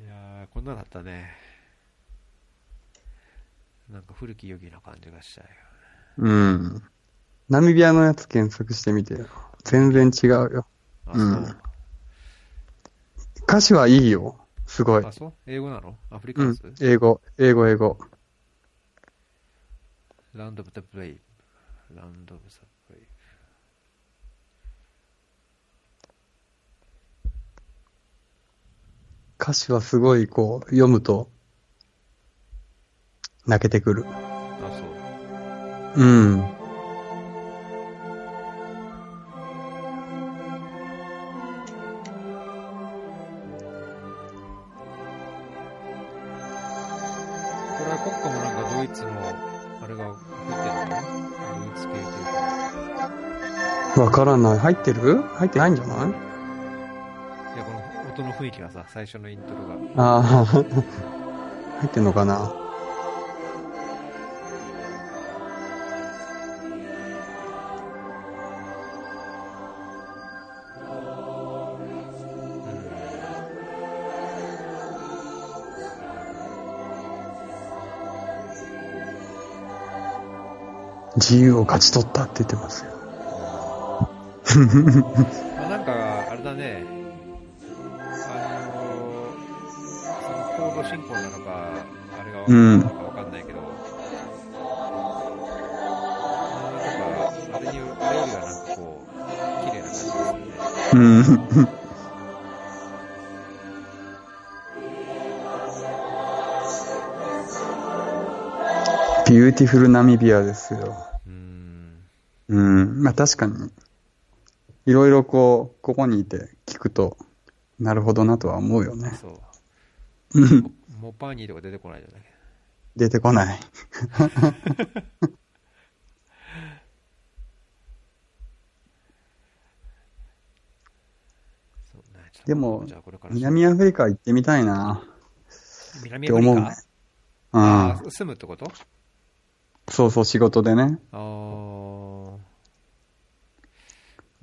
[SPEAKER 2] いやー、こんなだったね、なんか古き良きな感じがしたよ、
[SPEAKER 1] うん。ナミビアのやつ検索してみてよ。全然違うよ。
[SPEAKER 2] あ、
[SPEAKER 1] うん
[SPEAKER 2] そう、
[SPEAKER 1] 歌詞はいいよ。すごい
[SPEAKER 2] あ、。そう、英語なのアフリカ
[SPEAKER 1] う
[SPEAKER 2] ン
[SPEAKER 1] ん
[SPEAKER 2] ズ、。
[SPEAKER 1] 英語、英語、英語。
[SPEAKER 2] ランド・オブ・ザ・ブレイブ、ランド・オブ・ザ・ブレイ
[SPEAKER 1] 歌詞はすごい、こう、読むと、泣けてくる。
[SPEAKER 2] ブ、あ、そう。
[SPEAKER 1] うん。
[SPEAKER 2] これは国家もなんかドイツのあれが入ってるのねドイツ系というか
[SPEAKER 1] わからない。入ってる入ってないんじゃない
[SPEAKER 2] いやこの音の雰囲気がさ最初のイントロが
[SPEAKER 1] ああ、 入ってんのかな。自由を勝ち取ったって言ってますよ。
[SPEAKER 2] まあなんかあれだねあのー、その高度進行なのかあれが
[SPEAKER 1] うん
[SPEAKER 2] なのかわかんないけど、なんかあれにあれよりはなんかこう綺麗な感じですね
[SPEAKER 1] うん。ビューティフルナミビアですよ。
[SPEAKER 2] うん。
[SPEAKER 1] うん。まあ確かに、いろいろこう、ここにいて聞くと、なるほどなとは思うよね。
[SPEAKER 2] そう。
[SPEAKER 1] うん
[SPEAKER 2] モモパーニーとか出てこないじゃない
[SPEAKER 1] 出てこない。
[SPEAKER 2] そうね。ちょっと
[SPEAKER 1] でも
[SPEAKER 2] じゃあこれから
[SPEAKER 1] 南アフリカ行ってみたいなっ
[SPEAKER 2] 南
[SPEAKER 1] て
[SPEAKER 2] アフリカ
[SPEAKER 1] 思うね。う
[SPEAKER 2] あ
[SPEAKER 1] ん。
[SPEAKER 2] ー住むってこと
[SPEAKER 1] そうそう、仕事でね。
[SPEAKER 2] あー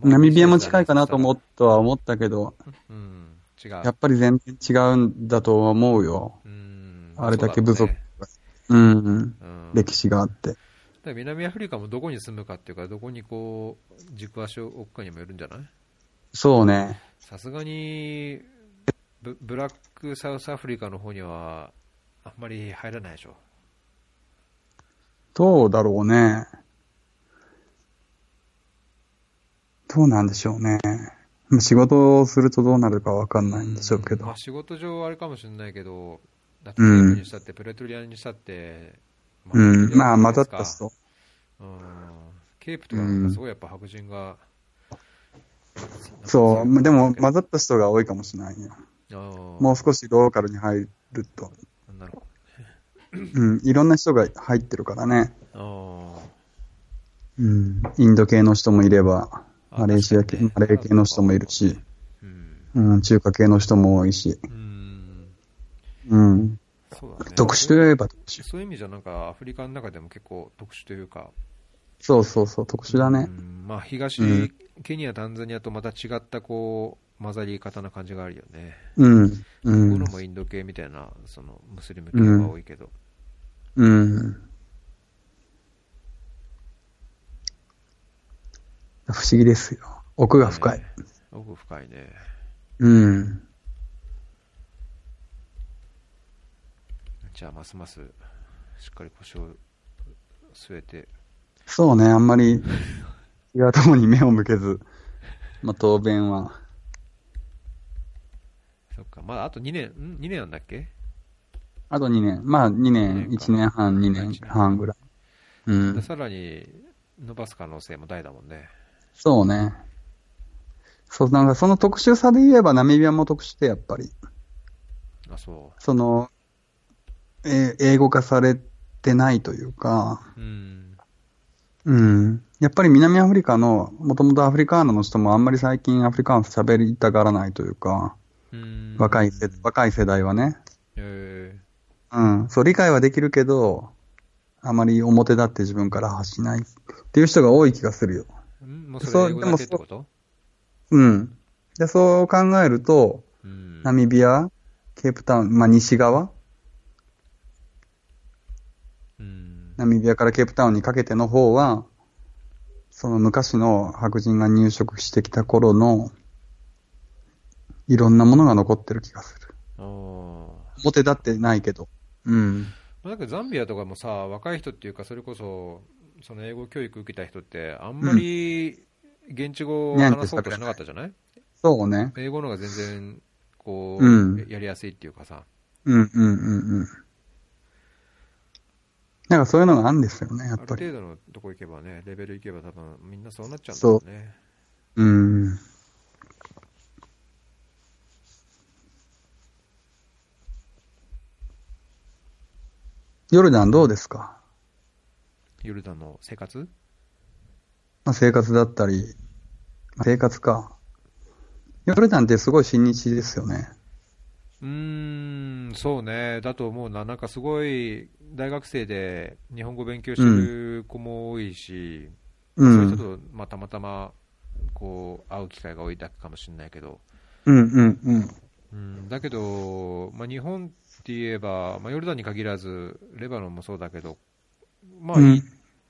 [SPEAKER 1] ナミビアも近いかなと思っとは思ったけど、
[SPEAKER 2] うん、違う。
[SPEAKER 1] やっぱり全然違うんだとは思うよ。
[SPEAKER 2] うん
[SPEAKER 1] あれだけ部
[SPEAKER 2] そう
[SPEAKER 1] 族
[SPEAKER 2] だね
[SPEAKER 1] が、うん、
[SPEAKER 2] うん
[SPEAKER 1] 歴史があって。
[SPEAKER 2] だから南アフリカもどこに住むかっていうか、どこにこう、軸足を置くかにもよるんじゃない
[SPEAKER 1] そうね。
[SPEAKER 2] さすがにブ、ブラックサウスアフリカの方には、あんまり入らないでしょ。
[SPEAKER 1] どうだろうね。どうなんでしょうね。仕事をするとどうなるかわかんないんでしょうけ
[SPEAKER 2] ま
[SPEAKER 1] ど
[SPEAKER 2] あ、。仕事上はあれかもしれないけど、だって
[SPEAKER 1] う
[SPEAKER 2] プレ
[SPEAKER 1] ん
[SPEAKER 2] トリアにしたって、プレトリアにしたって、
[SPEAKER 1] うん。まあ、
[SPEAKER 2] ま
[SPEAKER 1] ま
[SPEAKER 2] あケ
[SPEAKER 1] た
[SPEAKER 2] ー
[SPEAKER 1] っ
[SPEAKER 2] プ
[SPEAKER 1] た
[SPEAKER 2] ですか
[SPEAKER 1] 人。
[SPEAKER 2] うんケープとかなんかすごいやっぱ白人が、
[SPEAKER 1] そう。でも、混ざった人が多いかもしれないよ。も
[SPEAKER 2] も
[SPEAKER 1] う少しローカルに入ると。
[SPEAKER 2] うなるほ
[SPEAKER 1] うん。いろんな人が入ってるからね。
[SPEAKER 2] どあー
[SPEAKER 1] うん。インド系の人もいれば、
[SPEAKER 2] あ
[SPEAKER 1] マレーシア系、
[SPEAKER 2] 確か
[SPEAKER 1] マ
[SPEAKER 2] にね
[SPEAKER 1] レー系の人もいるし、
[SPEAKER 2] うん
[SPEAKER 1] うん、中華系の人も多いし、
[SPEAKER 2] うん
[SPEAKER 1] うん。
[SPEAKER 2] そうだね
[SPEAKER 1] 特殊といえば特殊。
[SPEAKER 2] そういう意味じゃなんかアフリカの中でも結構特殊というか、
[SPEAKER 1] そうそうそう、特殊だね
[SPEAKER 2] う。んまあ、東、
[SPEAKER 1] うん
[SPEAKER 2] ケニア、タンザニアとまた違ったこう混ざり方な感じがあるよね。
[SPEAKER 1] うん。う
[SPEAKER 2] 僕の
[SPEAKER 1] ん。
[SPEAKER 2] もインド系みたいなそのムスリム系が多いけど、
[SPEAKER 1] うん。不思議ですよ。奥が深い
[SPEAKER 2] ね。奥深いね。
[SPEAKER 1] うん。
[SPEAKER 2] じゃあ、ますますしっかり腰を据えて、
[SPEAKER 1] そうね、あんまり、違うとこに目を向けず、まあ、答弁は。
[SPEAKER 2] そっか、まだあと2年、ん2年なんだっけ
[SPEAKER 1] あと2年、まあ2年、
[SPEAKER 2] 二年か
[SPEAKER 1] 1年半、2年半ぐらい。う
[SPEAKER 2] で
[SPEAKER 1] ん。
[SPEAKER 2] さらに伸ばす可能性も大だもんね。
[SPEAKER 1] そうね。そう、なんかその特殊さで言えばナミビアも特殊で、やっぱり。
[SPEAKER 2] あ、そ
[SPEAKER 1] その、えー英語化されてないというか、
[SPEAKER 2] う。うん。
[SPEAKER 1] うん。やっぱり南アフリカの、もともとアフリカーナの人もあんまり最近アフリカーナ喋りたがらないというか、
[SPEAKER 2] うん
[SPEAKER 1] 若い世、若い世代はね。
[SPEAKER 2] え
[SPEAKER 1] うん。そう、理解はできるけど、あまり表立って自分から発しないっていう人が多い気がするよ。
[SPEAKER 2] ーんもう
[SPEAKER 1] そう
[SPEAKER 2] それ英語だけってこと
[SPEAKER 1] うん。で、そう考えると、
[SPEAKER 2] うん
[SPEAKER 1] ナミビア、ケープタウン、まあ西側、
[SPEAKER 2] うん
[SPEAKER 1] ナミビアからケープタウンにかけての方は、その昔の白人が入植してきた頃の、いろんなものが残ってる気がする。
[SPEAKER 2] あー
[SPEAKER 1] 表立ってないけど。うん。
[SPEAKER 2] まあだけどザンビアとかもさ、若い人っていうか、それこそ、その英語教育受けた人って、あんまり現地語を話そうとしなかったじゃない
[SPEAKER 1] そうね。
[SPEAKER 2] 英語の方が全然、こ
[SPEAKER 1] うん
[SPEAKER 2] う、やりやすいっていうかさ。
[SPEAKER 1] うんうんうんうん。なんかそういうのがあるんですよね、や
[SPEAKER 2] あ
[SPEAKER 1] っ
[SPEAKER 2] る
[SPEAKER 1] ぱり。
[SPEAKER 2] 程度のとこ行けばね、レベル行けば多分みんなそうなっちゃうんだ
[SPEAKER 1] そう
[SPEAKER 2] ろうね。
[SPEAKER 1] うん。ヨルダンどうですか
[SPEAKER 2] ヨルダンの生活
[SPEAKER 1] まあ、生活だったり、まあ生活か。ヨルダンってすごい親日ですよね。
[SPEAKER 2] うーん、そうね、だと思うな、なんかすごい大学生で日本語勉強してる子も多いし、
[SPEAKER 1] う。
[SPEAKER 2] そういうん人と、まあ、たまたまこう会う機会が多いだけかもしれないけど、
[SPEAKER 1] うんうんうん。
[SPEAKER 2] うん、だけど、まあ、日本って言えば、まあ、ヨルダンに限らず、レバノンもそうだけど、まあ
[SPEAKER 1] うん
[SPEAKER 2] いいっ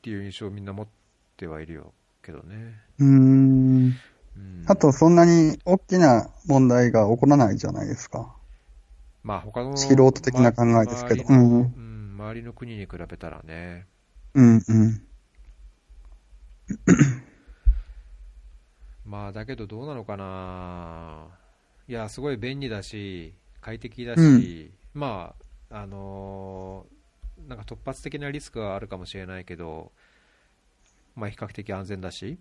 [SPEAKER 2] ていう印象をみんな持ってはいるよけどね。
[SPEAKER 1] うーん。
[SPEAKER 2] うん
[SPEAKER 1] あと、そんなに大きな問題が起こらないじゃないですか。
[SPEAKER 2] まあ、他の
[SPEAKER 1] 素人的な考えですけど。う
[SPEAKER 2] ま
[SPEAKER 1] ん
[SPEAKER 2] 周
[SPEAKER 1] うん。
[SPEAKER 2] りうん、周りの国に比べたらね、
[SPEAKER 1] うんうん。
[SPEAKER 2] まあだけどどうなのかないやすごい便利だし快適だし、
[SPEAKER 1] うん
[SPEAKER 2] まああのーなんか突発的なリスクはあるかもしれないけど、まあ、比較的安全だし、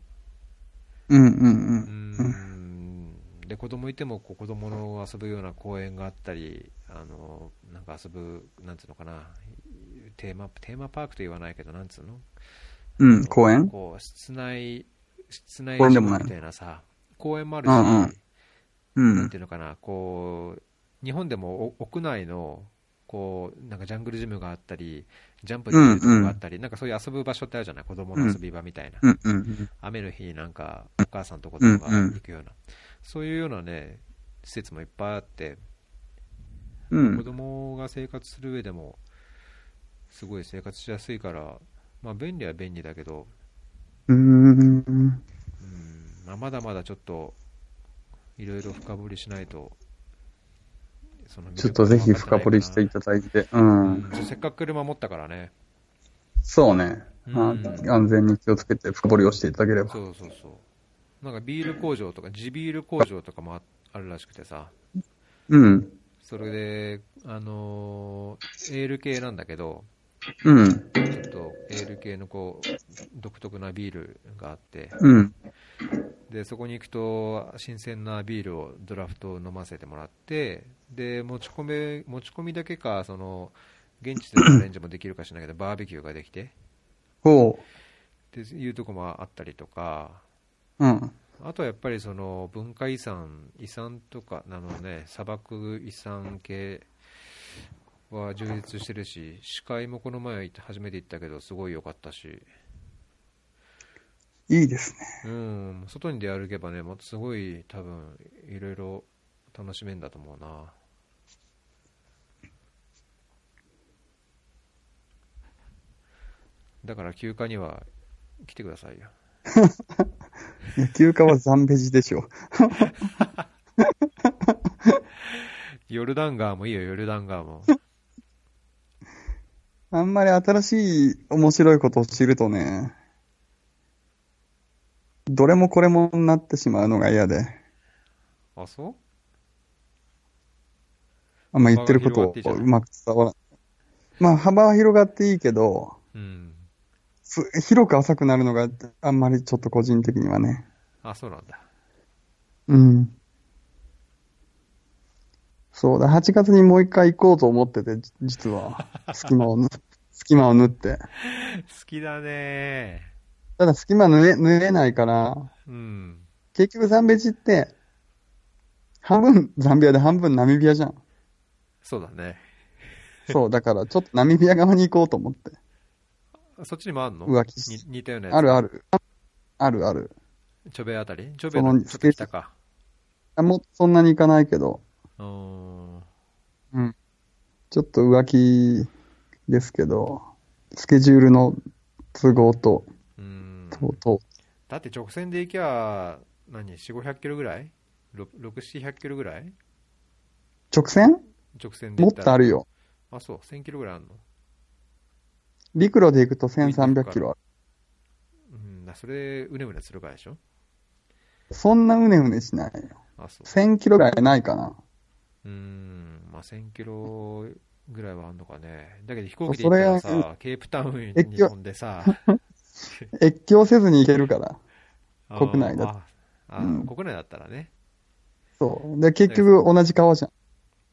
[SPEAKER 1] うんう
[SPEAKER 2] う
[SPEAKER 1] ん
[SPEAKER 2] ー
[SPEAKER 1] うん。うん
[SPEAKER 2] んで子供いてもこう子供の遊ぶような公園があったり、あのなんか遊ぶ、なんていうのかな、テーマテーマパークと言わないけど、なんつうの、
[SPEAKER 1] うん、公園
[SPEAKER 2] こう室内、室内
[SPEAKER 1] 公園でもない
[SPEAKER 2] みたいなさ、公園もあるし、
[SPEAKER 1] うんうんう
[SPEAKER 2] なん
[SPEAKER 1] ん
[SPEAKER 2] て。いうのかな、こう、日本でもお屋内の、こう、なんかジャングルジムがあったり、ジャンプできるとこがあったり、なんかそういう遊ぶ場所ってあるじゃない、子供の遊び場みたいな。
[SPEAKER 1] うんうん。
[SPEAKER 2] 雨の日なんか、お母さんと子供が行くような。そういうようなね、施設もいっぱいあって、
[SPEAKER 1] う
[SPEAKER 2] 子
[SPEAKER 1] ん。
[SPEAKER 2] 供が生活する上でも、すごい生活しやすいから、まあ便利は便利だけど、
[SPEAKER 1] うん。
[SPEAKER 2] うんまあ、まだまだちょっと、いろいろ深掘りしないと、その魅
[SPEAKER 1] ちょ
[SPEAKER 2] 力
[SPEAKER 1] っと
[SPEAKER 2] が
[SPEAKER 1] ぜ
[SPEAKER 2] 分かん
[SPEAKER 1] ひ
[SPEAKER 2] ないかな
[SPEAKER 1] 深掘りしていただいて、うん。
[SPEAKER 2] せっかく車持ったからね。
[SPEAKER 1] そうね。ま
[SPEAKER 2] うん
[SPEAKER 1] あ、安全に気をつけて深掘りをしていただければ。
[SPEAKER 2] そうそうそう。なんかビール工場とか、地ビール工場とかもああるらしくてさ、
[SPEAKER 1] うん。
[SPEAKER 2] それで、あのーエール系なんだけど、
[SPEAKER 1] うん。
[SPEAKER 2] ちょっとエール系のこう、独特なビールがあって、
[SPEAKER 1] うん。
[SPEAKER 2] で、そこに行くと、新鮮なビールをドラフト飲ませてもらって、で、持ち込め、持ち込みだけか、その、現地でのアレンジもできるかしらないけど、バーベキューができて、
[SPEAKER 1] ほ
[SPEAKER 2] っていうとこもあったりとか、
[SPEAKER 1] う。うん。
[SPEAKER 2] あとはやっぱりその文化遺産、遺産とかなのね、砂漠遺産系は充実してるし、視界もこの前行って初めて行ったけど、すごい良かったし、
[SPEAKER 1] いいですね。
[SPEAKER 2] うん、外に出歩けばね、もっとすごい多分、いろいろ楽しめんだと思うな。だから休暇には来てくださいよ。
[SPEAKER 1] 野球家はザンベジでしょ。
[SPEAKER 2] ヨルダン川もいいよ、ヨルダン川も。
[SPEAKER 1] あんまり新しい面白いことを知るとね、どれもこれもなってしまうのが嫌で、
[SPEAKER 2] あ、そう
[SPEAKER 1] あんま言ってることをうまく伝わらない。まあ幅は広がっていいけど、
[SPEAKER 2] うん。
[SPEAKER 1] す広く浅くなるのがあんまりちょっと個人的にはね。
[SPEAKER 2] あ、そうなんだ。
[SPEAKER 1] うん。そうだ、8月にもう一回行こうと思ってて、じ実は。隙間をぬ、隙間を縫って。
[SPEAKER 2] 好きだね
[SPEAKER 1] ただ隙間縫え、縫えないから、
[SPEAKER 2] うん。
[SPEAKER 1] 結局ザンベジって、半分ザンビアで半分ナミビア じゃん。
[SPEAKER 2] そうだね。
[SPEAKER 1] そう、だからちょっとナミビア側に行こうと思って。
[SPEAKER 2] そっちにもあんの
[SPEAKER 1] 浮気し
[SPEAKER 2] に似たようなやつ。
[SPEAKER 1] あるある。あるある。
[SPEAKER 2] チョベあたりチョベ
[SPEAKER 1] その
[SPEAKER 2] ちょっと来たか。
[SPEAKER 1] あもうそんなに行かないけど、
[SPEAKER 2] うーん。
[SPEAKER 1] ちょっと浮気ですけど、スケジュールの都合と、
[SPEAKER 2] うん
[SPEAKER 1] と、と、
[SPEAKER 2] だって直線で行きゃ、何、4、500キロぐらい ?6、6 700キロぐらい
[SPEAKER 1] 直線
[SPEAKER 2] 直線で
[SPEAKER 1] も
[SPEAKER 2] 行
[SPEAKER 1] っ
[SPEAKER 2] った
[SPEAKER 1] と
[SPEAKER 2] ら。
[SPEAKER 1] あるよ。
[SPEAKER 2] あ、そう、1000キロぐらいあるの
[SPEAKER 1] 陸路で行くと1300キロある。
[SPEAKER 2] うん、だそれ、うねうねするからでしょ
[SPEAKER 1] そんなうねうねしないよ。
[SPEAKER 2] あ、そう。
[SPEAKER 1] 1000キロぐらいない かな。
[SPEAKER 2] うーん、まあ1000キロぐらいはあんのかね。だけど飛行機で行っ
[SPEAKER 1] それ
[SPEAKER 2] たら
[SPEAKER 1] は
[SPEAKER 2] さ、ケープタウンに
[SPEAKER 1] え
[SPEAKER 2] 飛んでさ、
[SPEAKER 1] 越境せずに行けるから。国内だ
[SPEAKER 2] あーあー、
[SPEAKER 1] うん
[SPEAKER 2] 国内だったらね。
[SPEAKER 1] そう。で、結局同じ川じゃん。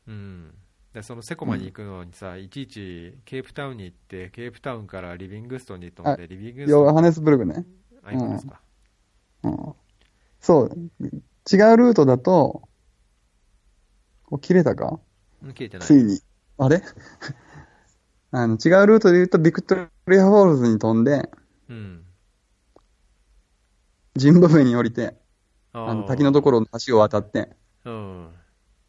[SPEAKER 2] うん。で、そのセコマに行くのにさ、いちいちケープタウンに行って、ケープタウンからリビングストンに飛ん
[SPEAKER 1] あ
[SPEAKER 2] で、リビングス
[SPEAKER 1] ヨ
[SPEAKER 2] トン
[SPEAKER 1] ハネスブルグね。
[SPEAKER 2] あ、行くんですか。
[SPEAKER 1] うん。そう。違うルートだと、お切れたか
[SPEAKER 2] うん、消えてない
[SPEAKER 1] つ。いに。あれ あの、違うルートで言うと、ビクトリアフォールズに飛んで、
[SPEAKER 2] うん。
[SPEAKER 1] ジンバブエに降りて、
[SPEAKER 2] あ
[SPEAKER 1] あの、滝のところの橋を渡って、
[SPEAKER 2] ろ。うん。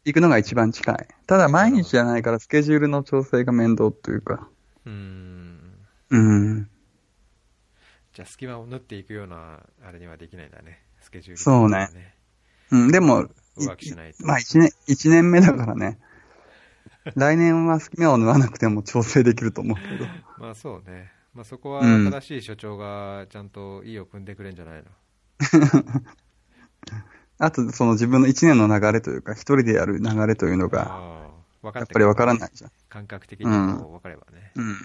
[SPEAKER 1] 行くのが一番近い。ただ、毎日じゃないから、スケジュールの調整が面倒というか。
[SPEAKER 2] うん。
[SPEAKER 1] うん。
[SPEAKER 2] じゃあ隙間を縫っていくような、あれにはできないんだね。スケジュール、
[SPEAKER 1] そうね。うん、でも、い
[SPEAKER 2] 浮気しないと。
[SPEAKER 1] まあ、一年、一年目だからね。来年は隙間を縫わなくても調整できると思うけど。
[SPEAKER 2] まあそうね。まあそこは
[SPEAKER 1] うん
[SPEAKER 2] 新しい所長がちゃんと意を組んでくれんじゃないの。
[SPEAKER 1] あと、その自分の一年の流れというか、一人でやる流れというのが、
[SPEAKER 2] ああ、分か
[SPEAKER 1] や
[SPEAKER 2] っ
[SPEAKER 1] ってぱりわからないじゃん。
[SPEAKER 2] 感覚的にこう分かればね。
[SPEAKER 1] うん。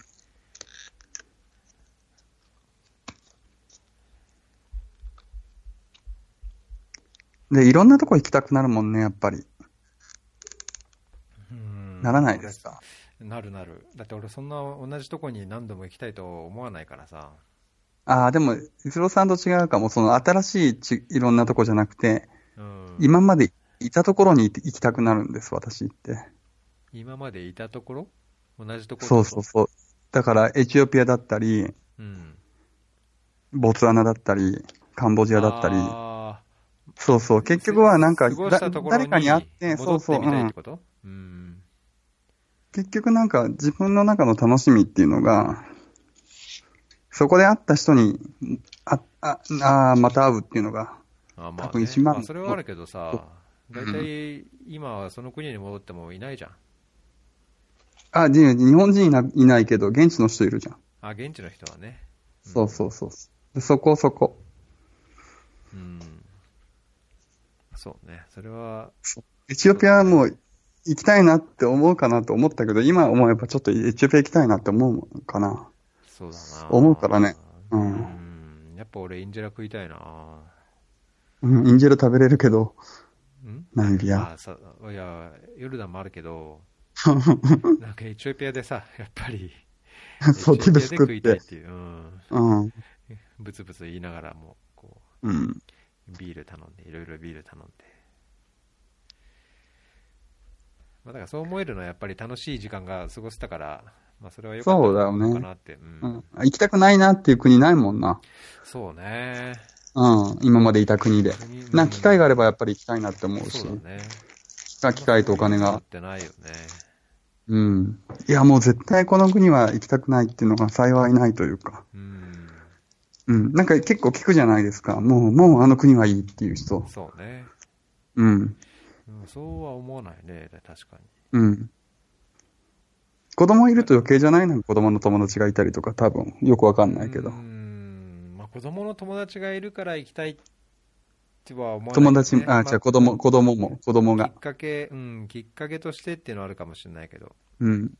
[SPEAKER 1] で、いろんなとこ行きたくなるもんね、やっぱり。
[SPEAKER 2] うん
[SPEAKER 1] ならないですか。
[SPEAKER 2] なるなる。だって俺そんな同じとこに何度も行きたいと思わないからさ。
[SPEAKER 1] ああ、でも、イチローさんと違うかも、その新しいちいろんなとこじゃなくて、
[SPEAKER 2] うん、
[SPEAKER 1] 今までいたところに行きたくなるんです、私って。
[SPEAKER 2] 今までいたところ同じところ
[SPEAKER 1] そうそうそう。だから、エチオピアだったり、
[SPEAKER 2] う。うん。
[SPEAKER 1] ボツワナだったり、カンボジアだったり、
[SPEAKER 2] あー
[SPEAKER 1] そうそう、結局はなんか、
[SPEAKER 2] 過ご
[SPEAKER 1] だ
[SPEAKER 2] したところ
[SPEAKER 1] 誰
[SPEAKER 2] に
[SPEAKER 1] かに会って、
[SPEAKER 2] 戻
[SPEAKER 1] そう
[SPEAKER 2] って
[SPEAKER 1] そう、
[SPEAKER 2] みた
[SPEAKER 1] う
[SPEAKER 2] いっ
[SPEAKER 1] ん
[SPEAKER 2] てことうん。
[SPEAKER 1] 結局なんか自分の中の楽しみっていうのが、そこで会った人に、あ、あ、あーまた会うっていうのが、
[SPEAKER 2] あまあ、ね、
[SPEAKER 1] 確認します
[SPEAKER 2] まあそれはあるけどさ、
[SPEAKER 1] そ
[SPEAKER 2] 大
[SPEAKER 1] う
[SPEAKER 2] 体今はその国に戻ってもいないじゃん。
[SPEAKER 1] あ、じ日本人いないないけど、現地の人いるじゃん。
[SPEAKER 2] あ、現地の人はね。
[SPEAKER 1] そうそうそう。でそこそこ。
[SPEAKER 2] うん。そうね。それは、
[SPEAKER 1] エチオピアはもう行きたいなって思うかなと思ったけど、今思えばちょっとエチオピア行きたいなって思うかな。
[SPEAKER 2] そうだな。
[SPEAKER 1] 思うからね。う。
[SPEAKER 2] うんん。やっぱ俺、インジェラ食いたいな。
[SPEAKER 1] うん、インジェル食べれるけど、
[SPEAKER 2] うん
[SPEAKER 1] ナミビア。
[SPEAKER 2] あさいや、ヨルダンもあるけ ど、なんかエチオピアでさ、やっぱり、
[SPEAKER 1] そう、手
[SPEAKER 2] エ
[SPEAKER 1] です
[SPEAKER 2] チオ
[SPEAKER 1] く
[SPEAKER 2] ピアで食
[SPEAKER 1] っ
[SPEAKER 2] いたい
[SPEAKER 1] て
[SPEAKER 2] っ。ていう、うん。
[SPEAKER 1] うん。
[SPEAKER 2] ブツブツ言いながらも、こ
[SPEAKER 1] うん。
[SPEAKER 2] う、ビール頼んで、いろいろビール頼んで。まあ、だからそう思えるのはやっぱり楽しい時間が過ごせたから、まあそれは良かった
[SPEAKER 1] そうだよ
[SPEAKER 2] のか
[SPEAKER 1] ね。
[SPEAKER 2] なって。うん
[SPEAKER 1] うん。行きたくないなっていう国ないもんな。
[SPEAKER 2] そうね。
[SPEAKER 1] うん。今までいた国で。
[SPEAKER 2] 国
[SPEAKER 1] な、機会があればやっぱり行きたいなって思うし
[SPEAKER 2] そ。うだね。
[SPEAKER 1] 機会とお金
[SPEAKER 2] 持っ
[SPEAKER 1] が。
[SPEAKER 2] てないよね。
[SPEAKER 1] うん。いや、もう絶対この国は行きたくないっていうのが幸いないというか。
[SPEAKER 2] うん。
[SPEAKER 1] うん。なんか結構聞くじゃないですか。もう、もうあの国はいいっていう人。
[SPEAKER 2] そうね。
[SPEAKER 1] うん。
[SPEAKER 2] うんそうは思わないね、確かに。
[SPEAKER 1] うん。子供いると余計じゃないなんか子供の友達がいたりとか、多分、よくわかんないけ
[SPEAKER 2] う
[SPEAKER 1] ど
[SPEAKER 2] ー。ん、まあ、子供の友達がいるから行きたいっては思わない、
[SPEAKER 1] 友達、あ、じゃ
[SPEAKER 2] き
[SPEAKER 1] あ子供、子供も、子供が
[SPEAKER 2] っ。かけ、うん、きっかけとしてっていうのはあるかもしれないけど。
[SPEAKER 1] うん。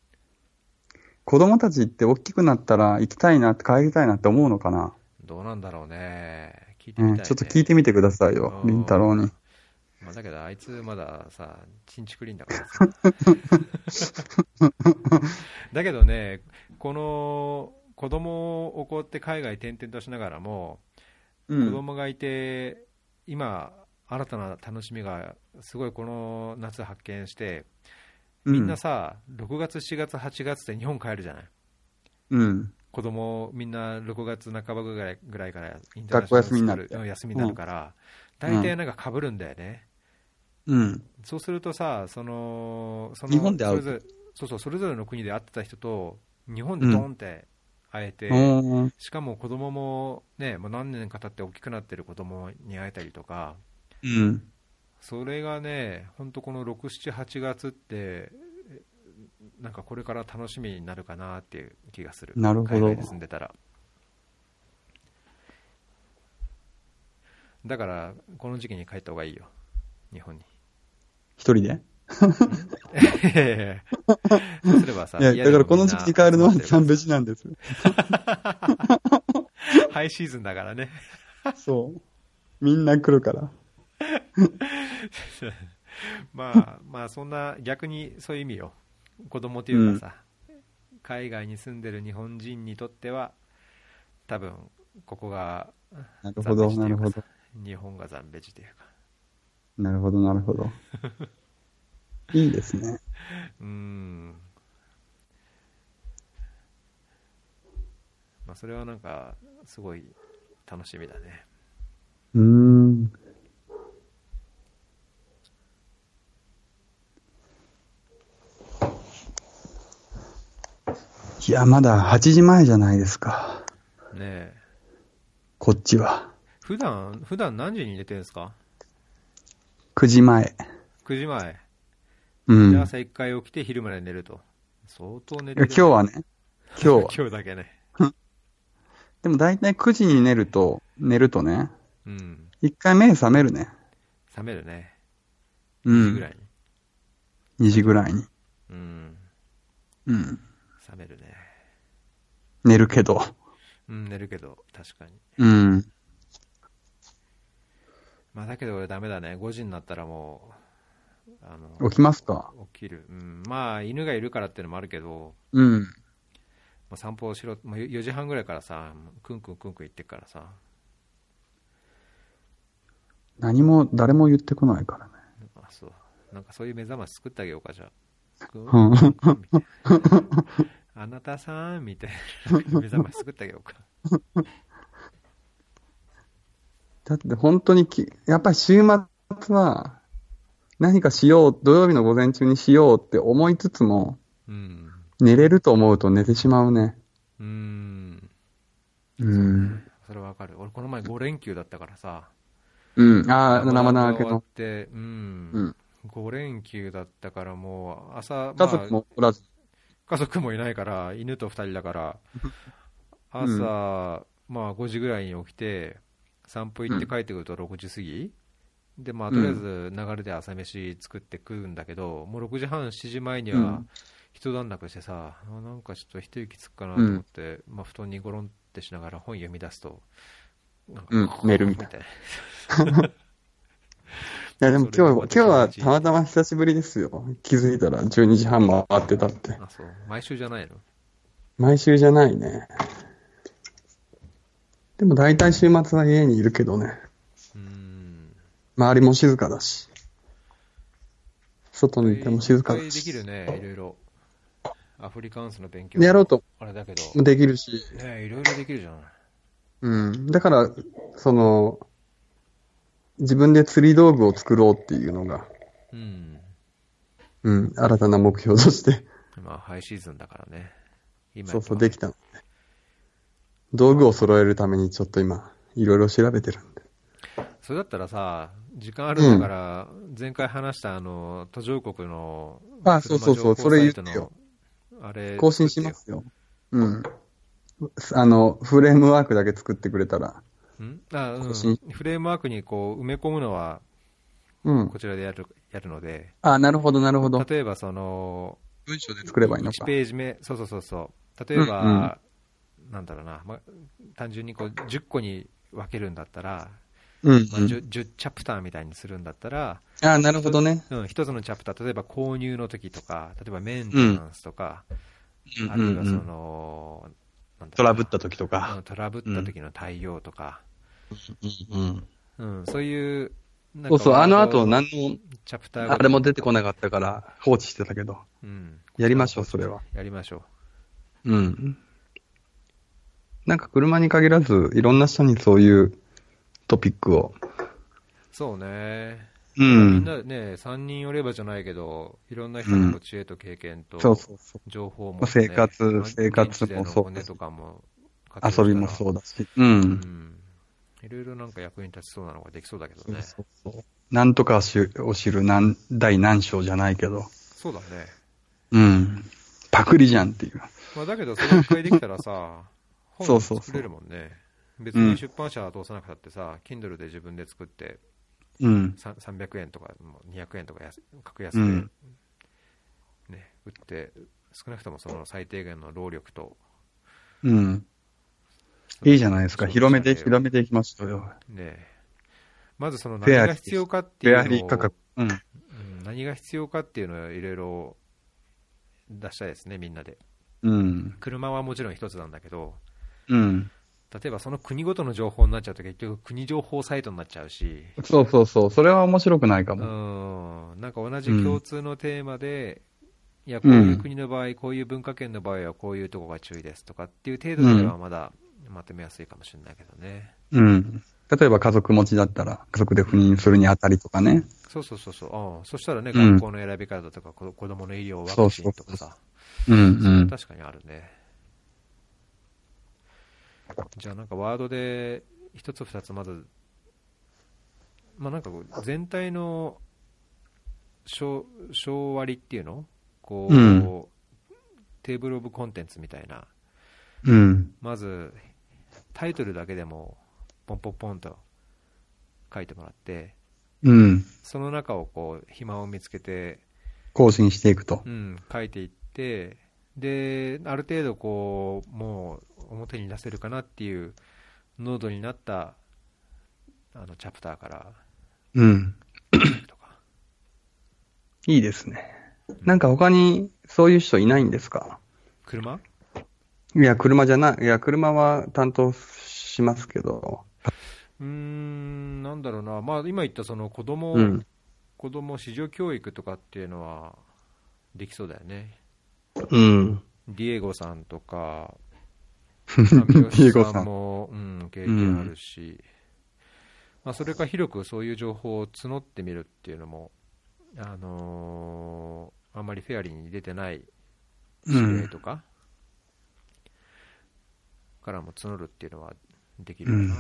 [SPEAKER 1] 子供たちって大きくなったら行きたいなって帰りたいなって思うのかな。
[SPEAKER 2] どうなんだろうね。聞いて
[SPEAKER 1] う
[SPEAKER 2] みたい、
[SPEAKER 1] ん。
[SPEAKER 2] ね
[SPEAKER 1] ちょっと聞いてみてくださいよ、
[SPEAKER 2] うん
[SPEAKER 1] りんたろうに。
[SPEAKER 2] まあ、だけど、あいつまださ、ちんちくりんだから さ。だけどね、この子供をこうやって海外転々としながらも、
[SPEAKER 1] う
[SPEAKER 2] 子
[SPEAKER 1] ん。
[SPEAKER 2] 供がいて、今、新たな楽しみがすごいこの夏発見して、みんなさ、6月、7月、8月で日本帰るじゃない、
[SPEAKER 1] うん。
[SPEAKER 2] 子供みんな6月半ばぐらいぐらいからイン
[SPEAKER 1] 学校休みになる
[SPEAKER 2] ターナショナルスクールうん休みになるから、大体なんかかぶるんだよね、
[SPEAKER 1] うん。
[SPEAKER 2] そうするとさ、そのその
[SPEAKER 1] 日本で会う
[SPEAKER 2] それぞれそうそうそれぞれの国で会ってた人と、日本でドンって会えて、
[SPEAKER 1] おー
[SPEAKER 2] しかも子供もね、もう何年か経って大きくなってる子供に会えたりとか。
[SPEAKER 1] うん。
[SPEAKER 2] それがね、本当この6、7、8月って、えなんかこれから楽しみになるかなっていう気がする、
[SPEAKER 1] なるほど
[SPEAKER 2] 海外で住んでたら。だから、この時期に帰った方がいいよ、日 本に。
[SPEAKER 1] 一人
[SPEAKER 2] い
[SPEAKER 1] で
[SPEAKER 2] やいやいやそうすればさ、
[SPEAKER 1] いや、だからこの時期に帰るのはキャンベ
[SPEAKER 2] ベ
[SPEAKER 1] ジなんです。
[SPEAKER 2] ハイシーズンだからね。
[SPEAKER 1] そう。みんな来る から。
[SPEAKER 2] まあ、まあそんな逆にそういう意味よ子供というかさ、海外に住んでる日本人にとっては多分ここが
[SPEAKER 1] なるほど、なるほど。
[SPEAKER 2] 日本が残べ地というか
[SPEAKER 1] なるほど、なるほど。いいですね。
[SPEAKER 2] うーんまあそれはなんかすごい楽しみだね
[SPEAKER 1] うーん。いや、まだ8時前じゃないですか。
[SPEAKER 2] ねえ
[SPEAKER 1] こっちは。
[SPEAKER 2] 普段普段何時に寝てるんですか
[SPEAKER 1] 9時前。
[SPEAKER 2] 9時前、
[SPEAKER 1] う
[SPEAKER 2] じ
[SPEAKER 1] ん。い
[SPEAKER 2] ゃあ
[SPEAKER 1] や
[SPEAKER 2] 朝1回起きて昼まで寝ると相当寝てる。
[SPEAKER 1] 今日はね、今日は
[SPEAKER 2] 今日だけね
[SPEAKER 1] でも大体9時に寝ると、寝るとね、
[SPEAKER 2] うん
[SPEAKER 1] 一回目覚めるね。
[SPEAKER 2] 冷めるね
[SPEAKER 1] う
[SPEAKER 2] 2時ぐ
[SPEAKER 1] ん
[SPEAKER 2] らい。に、
[SPEAKER 1] 2時ぐらいに。
[SPEAKER 2] うん、
[SPEAKER 1] うん。
[SPEAKER 2] 冷めるね、
[SPEAKER 1] 寝るけど。
[SPEAKER 2] うん、寝るけど、確かに、
[SPEAKER 1] うん。
[SPEAKER 2] まあ、だけど俺ダメだね。5時になったらもう、あの、
[SPEAKER 1] 起きますか
[SPEAKER 2] 起きる。うん。まあ、犬がいるからっていうのもあるけど、
[SPEAKER 1] うん。
[SPEAKER 2] まあ、散歩をしろ、もう4時半ぐらいからさ、くんくんくんくん行ってっからさ、
[SPEAKER 1] 何も、誰も言ってこないからね。
[SPEAKER 2] あ、そう。なんかそういう目覚まし作ってあげようか、じゃあ。くん
[SPEAKER 1] うん
[SPEAKER 2] くんくんみたいなあなたさんみたいな 目覚まし作ってあげようか。
[SPEAKER 1] だって本当にき、やっぱり週末は、何かしよう、土曜日の午前中にしようって思いつつも、
[SPEAKER 2] うん。
[SPEAKER 1] 寝れると思うと寝てしまうね。
[SPEAKER 2] うん。
[SPEAKER 1] うん。
[SPEAKER 2] それはわかる。俺、この前5連休だったからさ、
[SPEAKER 1] うん。ああ、生
[SPEAKER 2] な
[SPEAKER 1] 々け
[SPEAKER 2] 終わっ
[SPEAKER 1] ど。
[SPEAKER 2] て、うん。
[SPEAKER 1] うん。
[SPEAKER 2] 5連休だったからもう朝、
[SPEAKER 1] 家族
[SPEAKER 2] ま
[SPEAKER 1] もおらず。
[SPEAKER 2] あ家族もいないから犬と2人だから朝、
[SPEAKER 1] うん
[SPEAKER 2] まあ、5時ぐらいに起きて散歩行って帰ってくると6時過ぎ、でまあとりあえず流れで朝飯作って食うんだけど、もう6時半7時前に
[SPEAKER 1] う
[SPEAKER 2] は
[SPEAKER 1] ん
[SPEAKER 2] 一段落してさ、あなんかちょっと一息つくかなと思って、まあ、布団にゴロンってしながら本読み出すとなんか
[SPEAKER 1] うん寝るみたい
[SPEAKER 2] いない
[SPEAKER 1] や、でも
[SPEAKER 2] それ
[SPEAKER 1] 今
[SPEAKER 2] は
[SPEAKER 1] 日、今日は
[SPEAKER 2] 私
[SPEAKER 1] たまたま久しぶりですよ。気づいたら12時半回ってたって。
[SPEAKER 2] あそう毎週じゃないの
[SPEAKER 1] 毎週じゃないね。でも大体週末は家にいるけどね。
[SPEAKER 2] うん
[SPEAKER 1] 周りも静かだし。外にいても静か
[SPEAKER 2] いっ
[SPEAKER 1] だ
[SPEAKER 2] ぱいできる
[SPEAKER 1] し。
[SPEAKER 2] ね、いろいろ。アフリカンスの勉強。
[SPEAKER 1] やろうと。
[SPEAKER 2] あれだけど。
[SPEAKER 1] できるし。
[SPEAKER 2] ねいろいろできるじゃん。
[SPEAKER 1] うん。だから、その、自分で釣り道具を作ろうっていうのが、
[SPEAKER 2] うん。
[SPEAKER 1] うん、新たな目標として、
[SPEAKER 2] まあ、ハイシーズンだからね。今
[SPEAKER 1] そうそう
[SPEAKER 2] や
[SPEAKER 1] で
[SPEAKER 2] っ
[SPEAKER 1] きたので。道具を揃えるためにちょっと今、いろいろ調べてるんで。
[SPEAKER 2] ぱそれだったらさ、時間あるんだから、前回話したあの、途上国の、
[SPEAKER 1] あそうそうそう
[SPEAKER 2] 車情報サイト
[SPEAKER 1] それ言っ
[SPEAKER 2] の。あれ、
[SPEAKER 1] 更新しますよ。うん。あの、フレームワークだけ作ってくれたら。
[SPEAKER 2] んあ、うん
[SPEAKER 1] 更新
[SPEAKER 2] フレームワークにこう、埋め込むのは、
[SPEAKER 1] うん
[SPEAKER 2] こ。ちらでやる、やるので、
[SPEAKER 1] あ、なるほど、なるほど。
[SPEAKER 2] 例えばその、
[SPEAKER 1] 文章で作ればいいの
[SPEAKER 2] 1
[SPEAKER 1] か。
[SPEAKER 2] ページ目、そうそうそうそう、例えば、なんだろうな、ま、単純にこう10個に分けるんだったら、
[SPEAKER 1] うん、う
[SPEAKER 2] まあ10、
[SPEAKER 1] ん。
[SPEAKER 2] 10チャプターみたいにするんだったら、
[SPEAKER 1] あ、なるほどね。
[SPEAKER 2] うん、1つのチャプター、例えば購入の時とか、例えばメンテナンスとか、
[SPEAKER 1] うん
[SPEAKER 2] あるいは
[SPEAKER 1] うん
[SPEAKER 2] そ
[SPEAKER 1] うん
[SPEAKER 2] の、なんだろうな
[SPEAKER 1] トラブった時とか
[SPEAKER 2] うん。トラブった時の対応とか、
[SPEAKER 1] うん。
[SPEAKER 2] うん、そういう、なん
[SPEAKER 1] そ
[SPEAKER 2] か
[SPEAKER 1] うそう、あの後、
[SPEAKER 2] ワー
[SPEAKER 1] 何の、
[SPEAKER 2] ドチャプター
[SPEAKER 1] あれも出てこなかったから、放置してたけど。
[SPEAKER 2] うん、
[SPEAKER 1] やりましょう、それは。
[SPEAKER 2] やりましょ
[SPEAKER 1] うん。なんか車に限らず、いろんな人にそういうトピックを。
[SPEAKER 2] う。そうね。
[SPEAKER 1] う
[SPEAKER 2] みん
[SPEAKER 1] ん。
[SPEAKER 2] なね、3人おればじゃないけど、いろんな人のこう知恵と経験と、
[SPEAKER 1] そうそうそう。
[SPEAKER 2] 情報も、
[SPEAKER 1] 生活
[SPEAKER 2] まあ
[SPEAKER 1] 生活も
[SPEAKER 2] 現地での
[SPEAKER 1] そう
[SPEAKER 2] お金とかも。
[SPEAKER 1] 遊びもそううだし。う。
[SPEAKER 2] うんん。いろいろなんか役に立ちそうなのができそうだけど
[SPEAKER 1] そう
[SPEAKER 2] ね。
[SPEAKER 1] そうそう。なんとかしを知る何、第何章じゃないけど。
[SPEAKER 2] そうだね。
[SPEAKER 1] うん。パクリじゃんっていう。
[SPEAKER 2] まあだけど、それ一回できたらさ、
[SPEAKER 1] そ
[SPEAKER 2] 本
[SPEAKER 1] うそうそう
[SPEAKER 2] 作れるもんね。別に出版社通さなくたってさ、Kindle で自分で作って、
[SPEAKER 1] うん。
[SPEAKER 2] さ300円とかもう200円とか安格安
[SPEAKER 1] う
[SPEAKER 2] で、
[SPEAKER 1] ん
[SPEAKER 2] ね、売って、少なくともその最低限の労力と、
[SPEAKER 1] うん。いいじゃないですか。
[SPEAKER 2] そう
[SPEAKER 1] 広めて、
[SPEAKER 2] そう
[SPEAKER 1] 広めていきましょうよ。
[SPEAKER 2] ねえまずその
[SPEAKER 1] フ
[SPEAKER 2] 何
[SPEAKER 1] ェア
[SPEAKER 2] が必要かってい
[SPEAKER 1] フェ
[SPEAKER 2] う
[SPEAKER 1] アリ
[SPEAKER 2] の
[SPEAKER 1] ー
[SPEAKER 2] を
[SPEAKER 1] 価格。うん。
[SPEAKER 2] うん何が必要かっていうのをいろいろ出したいですね、みんなで。
[SPEAKER 1] うん。
[SPEAKER 2] 車はもちろん一つなんだけど、
[SPEAKER 1] うん。
[SPEAKER 2] 例えばその国ごとの情報になっちゃうと結局国情報サイトになっちゃうし、
[SPEAKER 1] そうそうそう。それは面白くないか
[SPEAKER 2] う
[SPEAKER 1] も。
[SPEAKER 2] ん、なんか同じ
[SPEAKER 1] うん
[SPEAKER 2] 共通のテーマで、いや、こういう国の場合、こういう文化圏の場合はこういうとこが注意ですとかっていう程度ではまだまとめやすいかもしれないけどね。
[SPEAKER 1] うん。例えば家族持ちだったら、家族で赴任するにあたりとかね。
[SPEAKER 2] そうそうそうそう。うんそしたらね、
[SPEAKER 1] うん
[SPEAKER 2] 学校の選び方とか、こ子供の医療、ワクチンとか
[SPEAKER 1] そうそうそう
[SPEAKER 2] さ。
[SPEAKER 1] うんうん。
[SPEAKER 2] 確かにあるね。じゃあなんかワードで一つ二つまず、まあなんかこう全体の小小割っていうのこう、
[SPEAKER 1] うん
[SPEAKER 2] テーブルオブコンテンツみたいな。
[SPEAKER 1] うん。
[SPEAKER 2] まずタイトルだけでもポンポンポンと書いてもらって、
[SPEAKER 1] うん。
[SPEAKER 2] その中をこう暇を見つけて
[SPEAKER 1] 更新していくと
[SPEAKER 2] う。ん、書いていって、で、ある程度こう、もう表に出 せるかなっていう濃度になったあのチャプターから
[SPEAKER 1] うん。
[SPEAKER 2] とか。
[SPEAKER 1] いいですね。なんか他にそういう人いないんですか
[SPEAKER 2] 車
[SPEAKER 1] いや、車じゃない。いや、車は担当しますけど。
[SPEAKER 2] うーん、なんだろうな、まあ、今言ったその子供、
[SPEAKER 1] うん。
[SPEAKER 2] 子供市場教育とかっていうのはできそうだよね。
[SPEAKER 1] うん。
[SPEAKER 2] ディエゴさんと か、
[SPEAKER 1] デ
[SPEAKER 2] 三拍
[SPEAKER 1] ィエゴ
[SPEAKER 2] 子
[SPEAKER 1] さ
[SPEAKER 2] さん
[SPEAKER 1] ん。
[SPEAKER 2] も、うん、経験あるし、まあ、それか広くそういう情報を募ってみるっていうのも、あのーあんまりフェアリーに出てない
[SPEAKER 1] う
[SPEAKER 2] 知り合い
[SPEAKER 1] ん
[SPEAKER 2] と。か、からも募るっていうのはできるかな。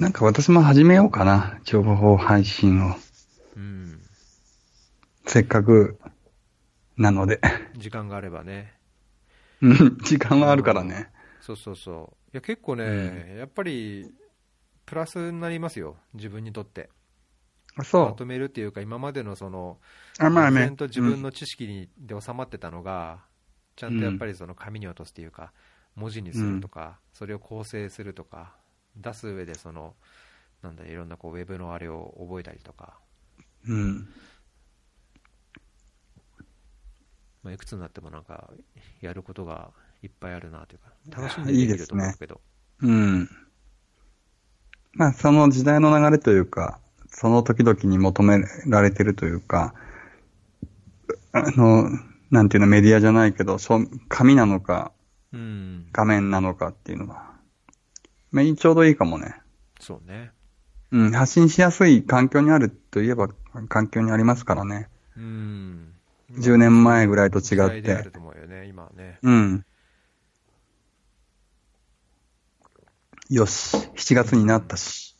[SPEAKER 1] なんか私も始めようかな。情報配信を。
[SPEAKER 2] うん、
[SPEAKER 1] せっかくなので。
[SPEAKER 2] 時間があればね。
[SPEAKER 1] うん時間はあるからね。
[SPEAKER 2] そうそうそう。いや、結構ね、
[SPEAKER 1] う
[SPEAKER 2] やっぱり、プラスになりますよ、自分にとって。
[SPEAKER 1] あ
[SPEAKER 2] ま
[SPEAKER 1] そ
[SPEAKER 2] とめるっていうか、今までのその、
[SPEAKER 1] う。あ、まあ
[SPEAKER 2] 自
[SPEAKER 1] ね
[SPEAKER 2] 然。と自分の知識に、で収まってたのが、ちゃんとやっぱりその紙に落とすっていうか、文字にするとか、それを構成するとか、出す上でその、なんだいろんなこうウェブのあれを覚えたりとか、
[SPEAKER 1] うん。うん
[SPEAKER 2] まあ、いくつになってもなんか、やることがいっぱいあるなというか、楽しん
[SPEAKER 1] い
[SPEAKER 2] で
[SPEAKER 1] い
[SPEAKER 2] で
[SPEAKER 1] で
[SPEAKER 2] きる
[SPEAKER 1] す
[SPEAKER 2] と思
[SPEAKER 1] ね
[SPEAKER 2] うけど、
[SPEAKER 1] うん。まあ、その時代の流れというか、その時々に求められてるというか、あの、なんていうの、メディアじゃないけど、そう紙なのか、
[SPEAKER 2] うん、
[SPEAKER 1] 画面なのかっていうのは、まあ、ちょうどいいかもね。
[SPEAKER 2] そうね。
[SPEAKER 1] うん、発信しやすい環境にあるといえば環境にありますからね。
[SPEAKER 2] うん。
[SPEAKER 1] 10年前ぐらいと
[SPEAKER 2] 時
[SPEAKER 1] 違
[SPEAKER 2] 代
[SPEAKER 1] っ
[SPEAKER 2] である
[SPEAKER 1] て。
[SPEAKER 2] と思うよね、今はね。
[SPEAKER 1] うん。よし、7月になったし。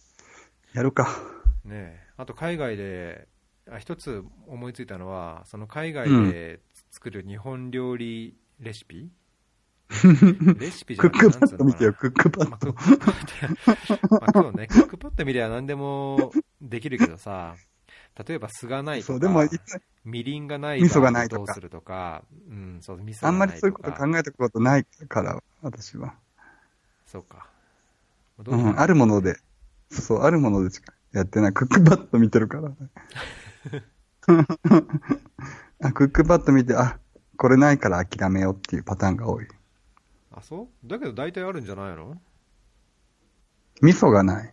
[SPEAKER 1] やるか。
[SPEAKER 2] ねえあと海外で、あ一つ思いついたのは、その海外
[SPEAKER 1] う
[SPEAKER 2] で作る日本料理レシ ピ、レシピじゃ
[SPEAKER 1] ク
[SPEAKER 2] な
[SPEAKER 1] ッ
[SPEAKER 2] くて、なん
[SPEAKER 1] クパ
[SPEAKER 2] つ
[SPEAKER 1] ッ
[SPEAKER 2] う
[SPEAKER 1] ド
[SPEAKER 2] の
[SPEAKER 1] 見
[SPEAKER 2] か
[SPEAKER 1] てよ、
[SPEAKER 2] な。
[SPEAKER 1] クックパ
[SPEAKER 2] まあ
[SPEAKER 1] ッ
[SPEAKER 2] クッ
[SPEAKER 1] ド。
[SPEAKER 2] クパッドまあそうね、クックパッド見りゃ何でもできるけどさ、例えば酢がないと
[SPEAKER 1] そ
[SPEAKER 2] か、
[SPEAKER 1] う、でも、い
[SPEAKER 2] みりんがない
[SPEAKER 1] 味噌がないと
[SPEAKER 2] ど
[SPEAKER 1] か
[SPEAKER 2] うするとか、うん、そう、味噌
[SPEAKER 1] あ
[SPEAKER 2] が
[SPEAKER 1] んま
[SPEAKER 2] な
[SPEAKER 1] り
[SPEAKER 2] い
[SPEAKER 1] そういうこと考えたことないから、私は。
[SPEAKER 2] そうか。ど
[SPEAKER 1] う
[SPEAKER 2] うに
[SPEAKER 1] ん、
[SPEAKER 2] か
[SPEAKER 1] あるもので。そう、あるものでしかやってない。クックパッド見て るからね。あクックパッド見て、あ、これないから諦めようっていうパターンが多い。
[SPEAKER 2] あ、そうだけど大体あるんじゃないの
[SPEAKER 1] 味噌がない。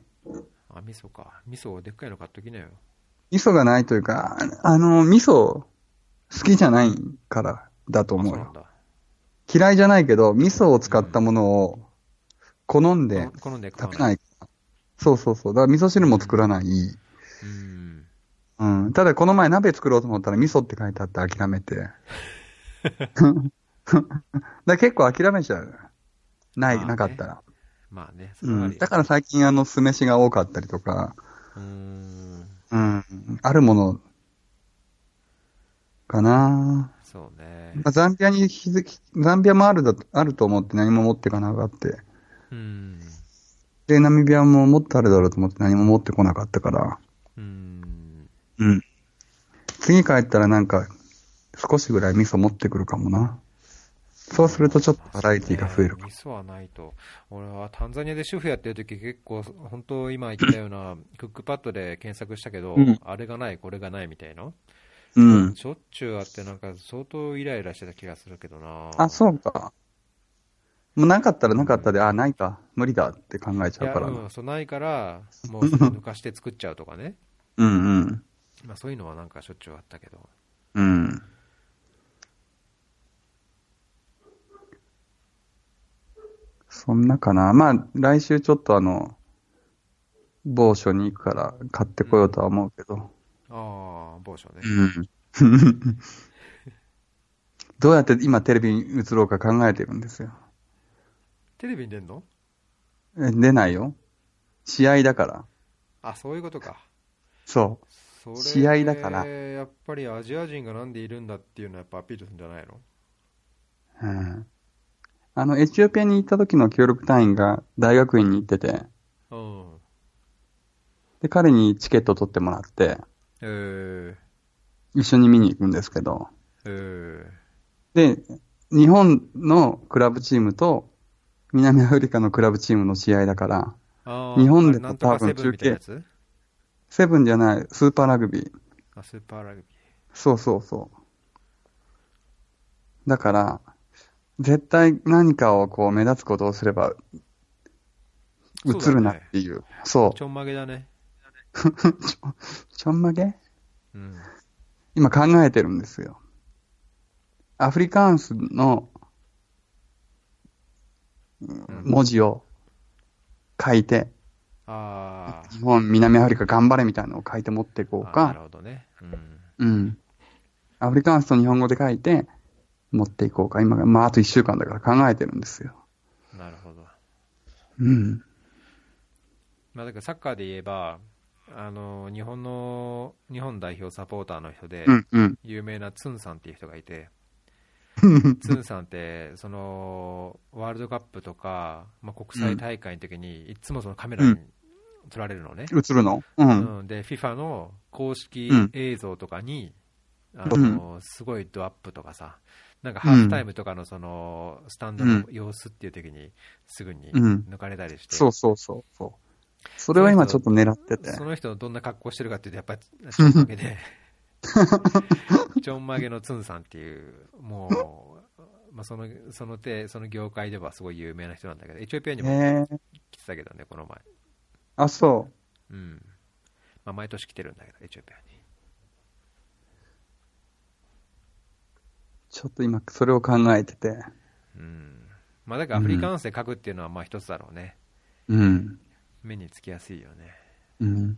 [SPEAKER 2] あ、味噌か。味噌をでっかいの買っときなよ。
[SPEAKER 1] 味噌がないというか、ああの、味噌好きじゃないからだと
[SPEAKER 2] あ、
[SPEAKER 1] 思
[SPEAKER 2] そううな
[SPEAKER 1] よ
[SPEAKER 2] ん。だ。
[SPEAKER 1] 嫌いじゃないけど、味噌を使ったものを好んで
[SPEAKER 2] 好好んで買わ
[SPEAKER 1] 食べ
[SPEAKER 2] ない。
[SPEAKER 1] ないから。そうそうそう。だから味噌汁も作らない。
[SPEAKER 2] うん。
[SPEAKER 1] うん。ただこの前鍋作ろうと思ったら味噌って書いてあって諦めて。 だから結構諦めちゃう。ない、
[SPEAKER 2] まあね
[SPEAKER 1] なかったら。
[SPEAKER 2] まあね、そうれはあ
[SPEAKER 1] ん。
[SPEAKER 2] り
[SPEAKER 1] だから最近あの酢飯が多かったりとか、
[SPEAKER 2] うーん。
[SPEAKER 1] うん。あるもの、かな
[SPEAKER 2] そうね。
[SPEAKER 1] まあ、ザンビアに気づき、ザンビアもあるだ、あると思って何も持ってかなかって。
[SPEAKER 2] うん。
[SPEAKER 1] で、ナミビアももっとあるだろうと思って何も持ってこなかったから。
[SPEAKER 2] うん。
[SPEAKER 1] うん。次帰ったらなんか、少しぐらい味噌持ってくるかもな。そうするとちょっとバラエティが増えるか
[SPEAKER 2] ね味噌はないと。俺はタンザニアで主婦やってる時結構、本当今言ったような、クックパッドで検索したけど、
[SPEAKER 1] うん
[SPEAKER 2] あれがない、これがないみたいな。
[SPEAKER 1] も。うん。
[SPEAKER 2] しょっちゅうあって、なんか相当イライラしてた気がするけどな。
[SPEAKER 1] あ、そうか。もうなかったらなかったで、あ、ないか。無理だって考えち
[SPEAKER 2] い
[SPEAKER 1] ゃう
[SPEAKER 2] や、
[SPEAKER 1] から。
[SPEAKER 2] うん、そうないから、も うそれ抜かして作っちゃうとかね。
[SPEAKER 1] うんうん。
[SPEAKER 2] まあそういうのはなんかしょっちゅうあったけど。
[SPEAKER 1] うん。そんなかな。まあ、来週ちょっとあの、某所に行くから買ってこようとは思うけど。
[SPEAKER 2] ああ、某所ね。
[SPEAKER 1] うん。 どうやって今テレビに映ろうか考えてるんですよ。
[SPEAKER 2] テレビに出んの
[SPEAKER 1] え出ないよ。試合だから。
[SPEAKER 2] あ、そういうことか。
[SPEAKER 1] そ
[SPEAKER 2] それ
[SPEAKER 1] 試合だから
[SPEAKER 2] やっぱりアジア人がなんでいるんだっていうのはやっぱアピールするんじゃないの
[SPEAKER 1] う。うん。あの、エチオピアに行った時の協力隊員が大学院に行ってて、
[SPEAKER 2] うん。
[SPEAKER 1] で、彼にチケット取ってもらって、
[SPEAKER 2] えー、
[SPEAKER 1] 一緒に見に行くんですけど、
[SPEAKER 2] えー、
[SPEAKER 1] で、日本のクラブチームと南アフリカのクラブチームの試合だから、
[SPEAKER 2] あー
[SPEAKER 1] 日本でも
[SPEAKER 2] なんとか
[SPEAKER 1] 多分
[SPEAKER 2] セブンみたいなやつ
[SPEAKER 1] セブンじゃない、スーパーラグビー。
[SPEAKER 2] あ、スーパーラグビ
[SPEAKER 1] そうそうそう。だから、絶対何かをこう目立つことをすれば、
[SPEAKER 2] そうだね
[SPEAKER 1] 映るなっていう。そ
[SPEAKER 2] ー。ちょんまげだね。
[SPEAKER 1] う。ちょんまげ
[SPEAKER 2] うん。
[SPEAKER 1] 今考えてるんですよ。アフリカンスの
[SPEAKER 2] うん
[SPEAKER 1] 文字を書いて、
[SPEAKER 2] あー
[SPEAKER 1] 日本、南アフリカ頑張れみたいなのを書いて持っていこ
[SPEAKER 2] あ
[SPEAKER 1] う
[SPEAKER 2] ー。なる
[SPEAKER 1] か、
[SPEAKER 2] ほどね。うん。
[SPEAKER 1] うん。アフリカンスと日本語で書いて、持っていこうか。今が、まあ、あと一週間だから考えてるんですよ。
[SPEAKER 2] なるほど。
[SPEAKER 1] うん。
[SPEAKER 2] まあ、だからサッカーで言えば、あの日本の日本代表サポーターの人で、
[SPEAKER 1] うん、うん。
[SPEAKER 2] 有名なツンさんっていう人がい て、ツンさんってそのワールドカップとか、まあ、国際大会の時に、いつもそのカメラに撮られるのね、
[SPEAKER 1] 映るのうん。
[SPEAKER 2] うんで FIFA の公式映像とかに、あのすごいドアップとかさ、なんかハーフタイムとかのそのスタンドの様子っていう時に、すぐに
[SPEAKER 1] うん
[SPEAKER 2] 抜かれたりして、
[SPEAKER 1] そうそうそうそう。それは今ちょっと狙ってて。
[SPEAKER 2] その人のどんな格好してるかっていうと、 やっぱりちょんまげで、ちょんまげのツンさんっていう、もう、まあ、そのその手、その業界ではすごい有名な人なんだけど、エチオピアに
[SPEAKER 1] へ
[SPEAKER 2] も
[SPEAKER 1] え
[SPEAKER 2] 来てたけどね、この前。
[SPEAKER 1] あ、そ
[SPEAKER 2] うん。まあ、毎年来てるんだけど、エチオピアに。
[SPEAKER 1] う。ちょっと今、それを考えてて。
[SPEAKER 2] うん。まあ、だからアフリカンスで書くっていうのは、まあ、一つだろうね。
[SPEAKER 1] うん。
[SPEAKER 2] 目につきやすいよね。
[SPEAKER 1] うん。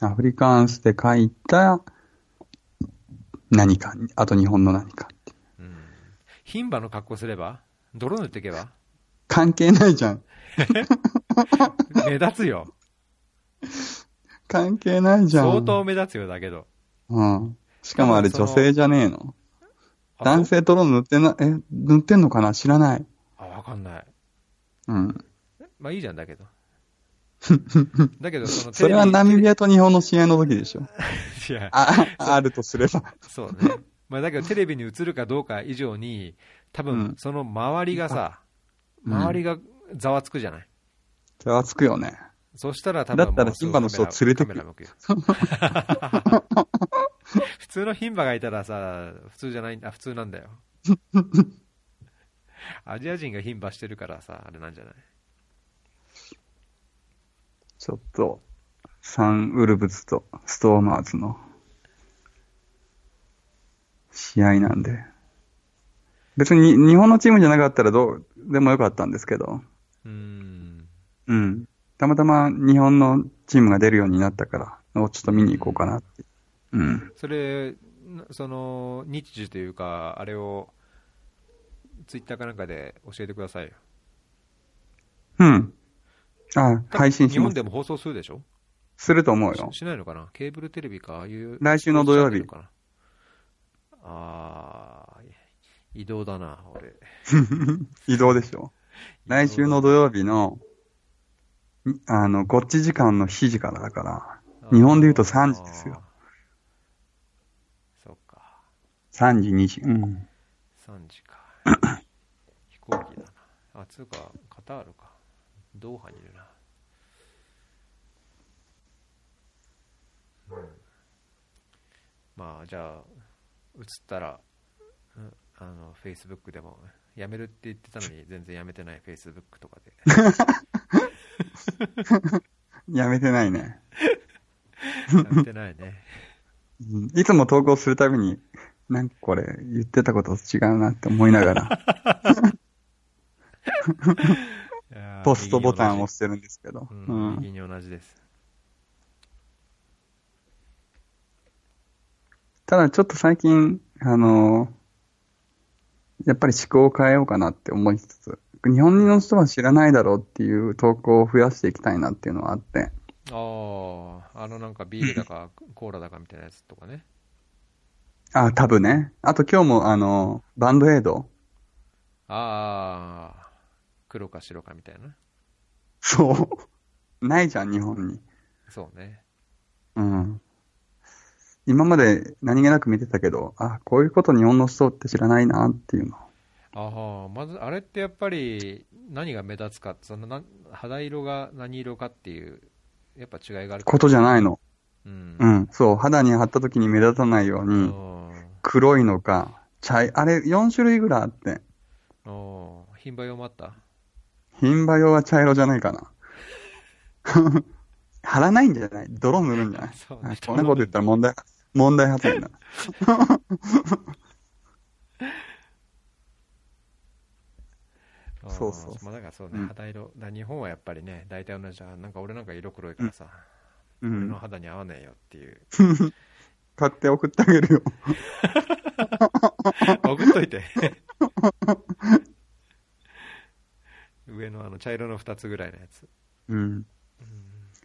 [SPEAKER 1] アフリカンスで書いた何か、あと日本の何かって。
[SPEAKER 2] うん。牝馬の格好すれば泥塗っていけば
[SPEAKER 1] 関係ないじゃん。
[SPEAKER 2] 目立つよ。
[SPEAKER 1] 関係ないじゃん。
[SPEAKER 2] 相当目立つよ、だけど。
[SPEAKER 1] うん。しかもあれ
[SPEAKER 2] だから
[SPEAKER 1] 女
[SPEAKER 2] その
[SPEAKER 1] 性じゃねえの。
[SPEAKER 2] あ
[SPEAKER 1] 男性とロ塗ってな、え、塗ってんのかな知らない。
[SPEAKER 2] あ、わかんない。
[SPEAKER 1] うん。
[SPEAKER 2] まあいいじゃんだけ ど。だけど、その
[SPEAKER 1] それはナミビアと日本の試合の時で しょ。
[SPEAKER 2] いや、
[SPEAKER 1] あ、あるとすれば。
[SPEAKER 2] そうね。まあだけどテレビに映るかどうか以上に、多
[SPEAKER 1] う
[SPEAKER 2] 分
[SPEAKER 1] ん
[SPEAKER 2] その周りがさ、
[SPEAKER 1] うん
[SPEAKER 2] 周りがざわつくじゃない。
[SPEAKER 1] 手はつくよね。
[SPEAKER 2] そしたら多分
[SPEAKER 1] だったら
[SPEAKER 2] もうすぐ
[SPEAKER 1] 牝馬の人を連れてく
[SPEAKER 2] カメラ向よ 普通の牝馬がいたらさ、普通じゃないんだ、普通なんだ よ。アジア人が牝馬してるからさ、あれなんじゃない
[SPEAKER 1] ちょっと、サンウルブズとストーマーズの試合なんで。別に日本のチームじゃなかったらどうでもよかったんですけど、
[SPEAKER 2] うーん。
[SPEAKER 1] うん。たまたま日本のチームが出るようになったから、ちょっと見に行こうかなって。うん。
[SPEAKER 2] それ、なその日時というか、あれをツイッターかなんかで教えてくださいよ。
[SPEAKER 1] うん。あ、配信し
[SPEAKER 2] 日
[SPEAKER 1] ま
[SPEAKER 2] 本
[SPEAKER 1] す。
[SPEAKER 2] でも放送するでしょ
[SPEAKER 1] すると思うよ
[SPEAKER 2] し。しないのかなケーブルテレビか、ああいう。
[SPEAKER 1] 来週の土曜日
[SPEAKER 2] かなあー、移動だな、俺。
[SPEAKER 1] 移動でしょ。来週の土曜日の、んあの、こっち時間の7時からだから、日本で言うと3時ですよ
[SPEAKER 2] あー。そっか、
[SPEAKER 1] 3時、2時。うん。
[SPEAKER 2] 3時 か。飛行機だな。あ、つうか、カタールか。ドーハにいるな。うんまあ、じゃあ、映ったら、うんあの、Facebook でも、やめるって言ってたの に、全然やめてない Facebook とか で。
[SPEAKER 1] やめてないね。
[SPEAKER 2] やめてないね。
[SPEAKER 1] うんいつも投稿するたびに、なんかこれ言ってたことと違うなって思いな がら、 ポストボタンを押
[SPEAKER 2] す。
[SPEAKER 1] してるんですけど。
[SPEAKER 2] う
[SPEAKER 1] うんん。
[SPEAKER 2] 右に同じです。
[SPEAKER 1] ただちょっと最近、あのーやっぱり思考を変えようかなって思いつつ、日本の人は知らないだろうっていう投稿を増やしていきたいなっていうのはあって、
[SPEAKER 2] ああ、あのなんかビールだかコーラだかみたいなやつとかね。
[SPEAKER 1] あ、多分ね。あと今日もあのーバンドエイド
[SPEAKER 2] ああ、黒か白かみたいな。
[SPEAKER 1] そう。ないじゃん、日本に。
[SPEAKER 2] そうね。
[SPEAKER 1] うん。今まで何気なく見てたけど、あ、こういうこと日本の人って知らないなっていうの。
[SPEAKER 2] ああ、まずあれってやっぱり何が目立つか、そのな肌色が何色かっていう、やっぱ違いがあるか
[SPEAKER 1] ことじゃないの。
[SPEAKER 2] うん
[SPEAKER 1] う。ん、そう、肌に貼った時に目立たないよう
[SPEAKER 2] う
[SPEAKER 1] に、
[SPEAKER 2] ん。
[SPEAKER 1] 黒いのか、茶い、あれ、4種類ぐらいあって、
[SPEAKER 2] おー品売用もあった
[SPEAKER 1] 牝馬用は茶色じゃないかな。 貼らないんじゃない泥塗るんじゃない
[SPEAKER 2] そう
[SPEAKER 1] あこんなこと言ったら問題、問題発言だ。
[SPEAKER 2] あー
[SPEAKER 1] そうそう
[SPEAKER 2] まあ、だからそうね、
[SPEAKER 1] うん
[SPEAKER 2] 肌色。だから日本はやっぱりね、大体同じだ。なんか俺なんか色黒いからさ、
[SPEAKER 1] う
[SPEAKER 2] 俺の
[SPEAKER 1] ん。
[SPEAKER 2] 肌に合わねえよっていう。
[SPEAKER 1] 買って送ってあげるよ。
[SPEAKER 2] 送っと いて。上のあの茶色の2つぐらいのやつ。
[SPEAKER 1] うん。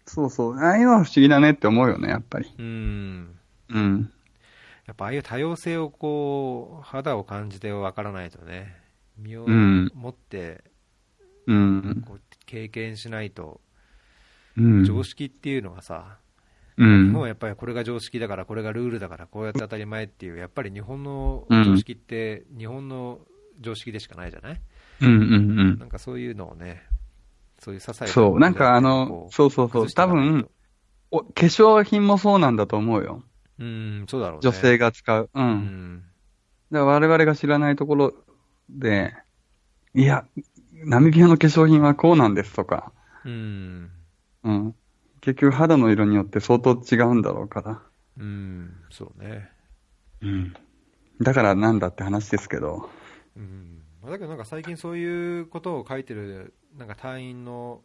[SPEAKER 1] そうそう。ああいうのは不思議だねって思うよね、やっぱり。
[SPEAKER 2] うん。
[SPEAKER 1] うん。
[SPEAKER 2] やっぱああいう多様性をこう、肌を感じてわからないとね、身を
[SPEAKER 1] うん
[SPEAKER 2] 持って
[SPEAKER 1] うん。
[SPEAKER 2] こう経験しないと、
[SPEAKER 1] うん。
[SPEAKER 2] 常識っていうのがさ、
[SPEAKER 1] う
[SPEAKER 2] 日
[SPEAKER 1] ん
[SPEAKER 2] 本は。やっぱりこれが常識だから、これがルールだから、こうやって当たり前っていう、やっぱり日本の
[SPEAKER 1] うん
[SPEAKER 2] 常識って、日本の常識でしかないじゃない、
[SPEAKER 1] うんうんうん
[SPEAKER 2] なんかそういうのをね、そういう些細な
[SPEAKER 1] そう、なんかあの
[SPEAKER 2] こ、う
[SPEAKER 1] そうそうそう、
[SPEAKER 2] 崩してい
[SPEAKER 1] 多
[SPEAKER 2] かないと
[SPEAKER 1] 分、お化粧品もそうなんだと思うよ。
[SPEAKER 2] うん、そうだろうね。
[SPEAKER 1] 女性が使う。うん。
[SPEAKER 2] うん、
[SPEAKER 1] だから我々が知らないところで、いや、ナミビアの化粧品はこうなんですとか、
[SPEAKER 2] うん、
[SPEAKER 1] うん。結局肌の色によって相当違うんだろうから。
[SPEAKER 2] うん、そうね。
[SPEAKER 1] うん。だからなんだって話ですけど。
[SPEAKER 2] うん、だけどなんか最近そういうことを書いてる、なんか隊員の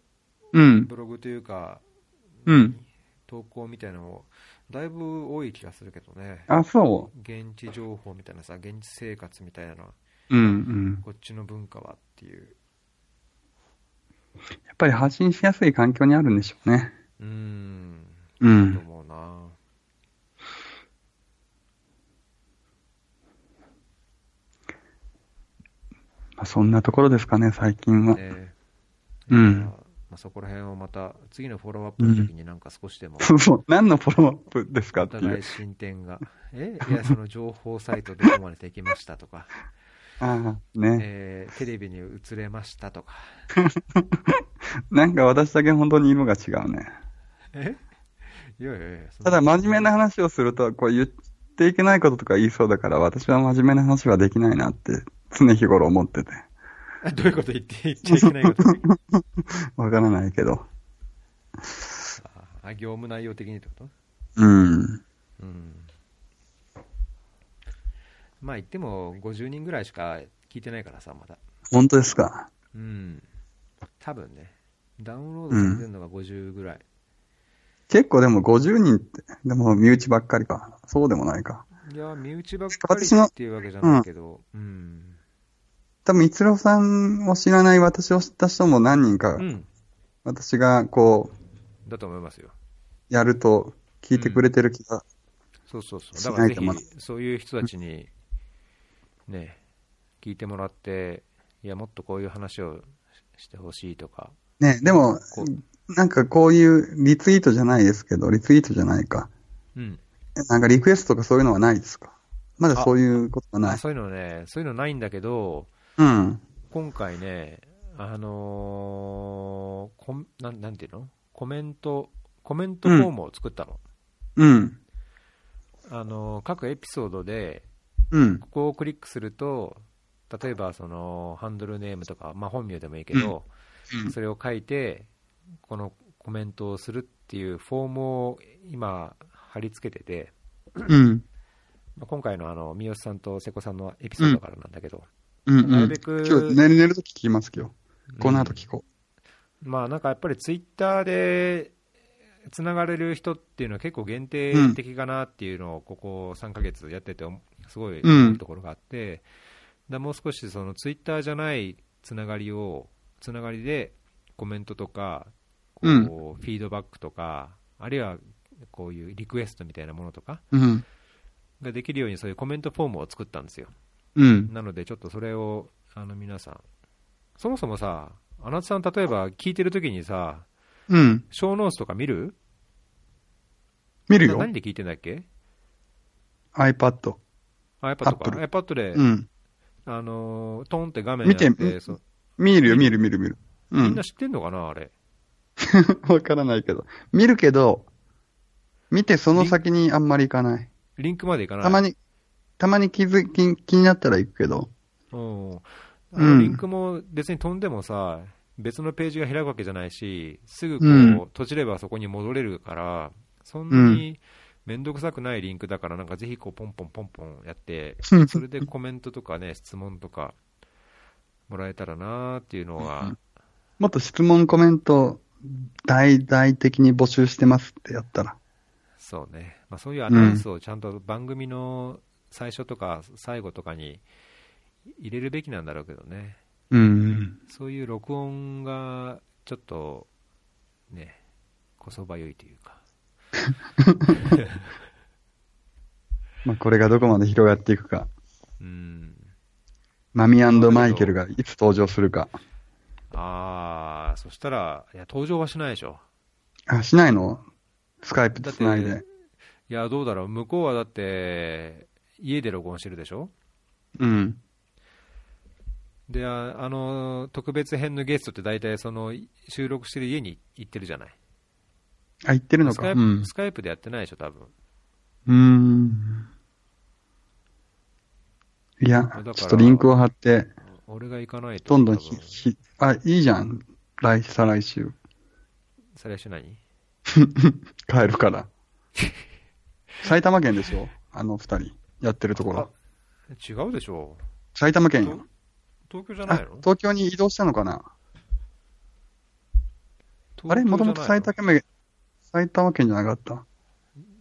[SPEAKER 1] うん。
[SPEAKER 2] ブログというか、
[SPEAKER 1] うん。
[SPEAKER 2] 投稿みたいなのも、だいぶ多い気がするけどね。
[SPEAKER 1] あ、そ
[SPEAKER 2] 現地情報みたいなさ、現地生活みたいなのは、
[SPEAKER 1] う。うんうん。
[SPEAKER 2] こっちの文化はっていう。
[SPEAKER 1] やっぱり発信しやすい環境にあるんでしょうね。
[SPEAKER 2] うーん、
[SPEAKER 1] う
[SPEAKER 2] と
[SPEAKER 1] ん。
[SPEAKER 2] 思うな。
[SPEAKER 1] まあ、そんなところですかね、最近は。
[SPEAKER 2] ね
[SPEAKER 1] うん
[SPEAKER 2] まあまあ、そこら辺をまた、次のフォローアップの時になんか少しでも、
[SPEAKER 1] そうそう。何のフォローアップですか
[SPEAKER 2] お
[SPEAKER 1] ってい
[SPEAKER 2] 互
[SPEAKER 1] う
[SPEAKER 2] い。進展が、えいや、その情報サイトどこまでできましたとか、
[SPEAKER 1] ああ、ね。
[SPEAKER 2] えーテレビに映れましたとか、
[SPEAKER 1] なんか私だけ本当に色が違うね。
[SPEAKER 2] え いやいやいや、そん
[SPEAKER 1] た
[SPEAKER 2] な
[SPEAKER 1] だ真面目な話をすると、こう言っていけないこととか言いそうだから、私は真面目な話はできないなって常日頃思ってて。
[SPEAKER 2] あ どういうこと言って、言っちゃいけないこと
[SPEAKER 1] わからないけど。
[SPEAKER 2] あ業務内容的にってこと
[SPEAKER 1] うん。
[SPEAKER 2] うんまあ言っても50人ぐらいしか聞いてないからさ、まだ。
[SPEAKER 1] 本当ですか。
[SPEAKER 2] うん。多分ね。ダウンロードされてるのが50ぐらい。
[SPEAKER 1] 結構でも50人って、でも身内ばっかりか。そうでもないか。
[SPEAKER 2] いや、身内ばっかり
[SPEAKER 1] 私の
[SPEAKER 2] っていうわけじゃないけど、うん。
[SPEAKER 1] 多分、逸郎さんを知らない私を知った人も何人か
[SPEAKER 2] う、ん。
[SPEAKER 1] 私がこう、
[SPEAKER 2] だと思いますよ。
[SPEAKER 1] やると聞いてくれてる気が。
[SPEAKER 2] そうそうそう。
[SPEAKER 1] し
[SPEAKER 2] だか
[SPEAKER 1] な
[SPEAKER 2] ら
[SPEAKER 1] い
[SPEAKER 2] ぜ
[SPEAKER 1] と思う
[SPEAKER 2] ひ、そういう人たちに、ね、聞いてもらって、いや、もっとこういう話をししてほしいとか、
[SPEAKER 1] ね、でも、
[SPEAKER 2] こ
[SPEAKER 1] なんかこういうリツイートじゃないですけど、リツイートじゃないか。
[SPEAKER 2] う、うん。
[SPEAKER 1] なんかリクエストとかそういうのはないですかまだそういうことはな
[SPEAKER 2] あ
[SPEAKER 1] い。
[SPEAKER 2] そういうのね、そういうのないんだけど、
[SPEAKER 1] うん。
[SPEAKER 2] 今回ね、あのーコンなん、なんていうのコメント、コメントフォームを作ったの。
[SPEAKER 1] うん。
[SPEAKER 2] あのー各エピソードで、
[SPEAKER 1] うん。
[SPEAKER 2] ここをクリックすると、例えばそのハンドルネームとか、まあ、本名でもいいけど、それを書いて、このコメントをするっていうフォームを今、貼り付けてて、
[SPEAKER 1] うん。
[SPEAKER 2] まあ今回のあの三好さんと瀬古さんのエピソードからなんだけど、
[SPEAKER 1] うん。うん。
[SPEAKER 2] なるべく
[SPEAKER 1] 今日寝る寝るとき聞きますけど、
[SPEAKER 2] うん
[SPEAKER 1] この後聞こ
[SPEAKER 2] まあなんかやっぱりツイッターでつながれる人っていうのは結構限定的かなっていうのをここ3ヶ月やってて思うすごい
[SPEAKER 1] うん
[SPEAKER 2] 思うところがあって、だもう少しそのツイッターじゃないつながりをつながりでコメントとかこう
[SPEAKER 1] うん
[SPEAKER 2] フィードバックとかあるいはこういうリクエストみたいなものとか
[SPEAKER 1] う。うん。
[SPEAKER 2] ができるようにそういうコメントフォームを作ったんですよ
[SPEAKER 1] うん。
[SPEAKER 2] なので、ちょっとそれを、あの、皆さん、そもそもさ、あなたさん、例えば聞いてるときにさ、
[SPEAKER 1] うん。
[SPEAKER 2] 小ノースとか見る
[SPEAKER 1] 見る
[SPEAKER 2] な
[SPEAKER 1] よ。
[SPEAKER 2] 何で聞いてんだっけ
[SPEAKER 1] iPad。
[SPEAKER 2] あ ?iPad とか。
[SPEAKER 1] Apple
[SPEAKER 2] iPad で、
[SPEAKER 1] うん。
[SPEAKER 2] あのー、トンって画面になっ
[SPEAKER 1] 見てう
[SPEAKER 2] て、
[SPEAKER 1] ん
[SPEAKER 2] そう
[SPEAKER 1] 見るよ、見る見る見る。う
[SPEAKER 2] みん
[SPEAKER 1] ん
[SPEAKER 2] な。知ってんのかな、あれ。
[SPEAKER 1] わからないけど。見るけど、見てその先にあんまり行かない。
[SPEAKER 2] リンクまでいかない。
[SPEAKER 1] たまに、たまに気づき、気になったら行くけど。
[SPEAKER 2] うん。あ
[SPEAKER 1] う
[SPEAKER 2] の
[SPEAKER 1] ん
[SPEAKER 2] リンクも別に飛んでもさ、別のページが開くわけじゃないし、すぐこ
[SPEAKER 1] うん
[SPEAKER 2] う、閉じればそこに戻れるから、そんなに面倒くさくないリンクだから、なんかぜひこう、ポンポンポンポンやって、それでコメントとかね、質問とかもらえたらなーっていうの
[SPEAKER 1] う
[SPEAKER 2] は
[SPEAKER 1] ん、もっと質問、コメント、大々的に募集してますってやったら。
[SPEAKER 2] そうね、まあ、そういうアナウンスをちゃんと番組の最初とか最後とかに入れるべきなんだろうけどね。
[SPEAKER 1] うん。
[SPEAKER 2] そういう録音がちょっとね、こそばゆいというか、
[SPEAKER 1] まあ、これがどこまで広がっていくか。
[SPEAKER 2] うん、
[SPEAKER 1] マミマイケルがいつ登場するか。
[SPEAKER 2] ああ、そしたら、いや、登場はしないでしょ、
[SPEAKER 1] あ、しないのスカイプつない
[SPEAKER 2] だっ
[SPEAKER 1] で。
[SPEAKER 2] いや、どうだろう、向こうはだって、家で録音してるでしょ、
[SPEAKER 1] うん。
[SPEAKER 2] で、ああの、特別編のゲストって大体、その、収録してる家に行ってるじゃない、
[SPEAKER 1] あ、行ってるの
[SPEAKER 2] スカ
[SPEAKER 1] か。
[SPEAKER 2] イ
[SPEAKER 1] う
[SPEAKER 2] プ、
[SPEAKER 1] ん
[SPEAKER 2] ス。カイプでやってないでしょ、多分
[SPEAKER 1] うん。いや
[SPEAKER 2] だから、
[SPEAKER 1] ちょっとリンクを貼って、
[SPEAKER 2] 俺が行かないと、
[SPEAKER 1] どんどん
[SPEAKER 2] 多
[SPEAKER 1] ひ、
[SPEAKER 2] 分
[SPEAKER 1] ひ、あ、いいじゃん。来、再来週。
[SPEAKER 2] 再来週何
[SPEAKER 1] 帰る から。埼玉県でしょあの二人。やってるところ。
[SPEAKER 2] 違うでしょ、
[SPEAKER 1] 埼玉県
[SPEAKER 2] 東
[SPEAKER 1] よ。
[SPEAKER 2] 東京じゃない
[SPEAKER 1] あ
[SPEAKER 2] の、
[SPEAKER 1] 東京に移動したのかなあれもともと埼
[SPEAKER 2] 最
[SPEAKER 1] 玉県、埼玉県じゃなかった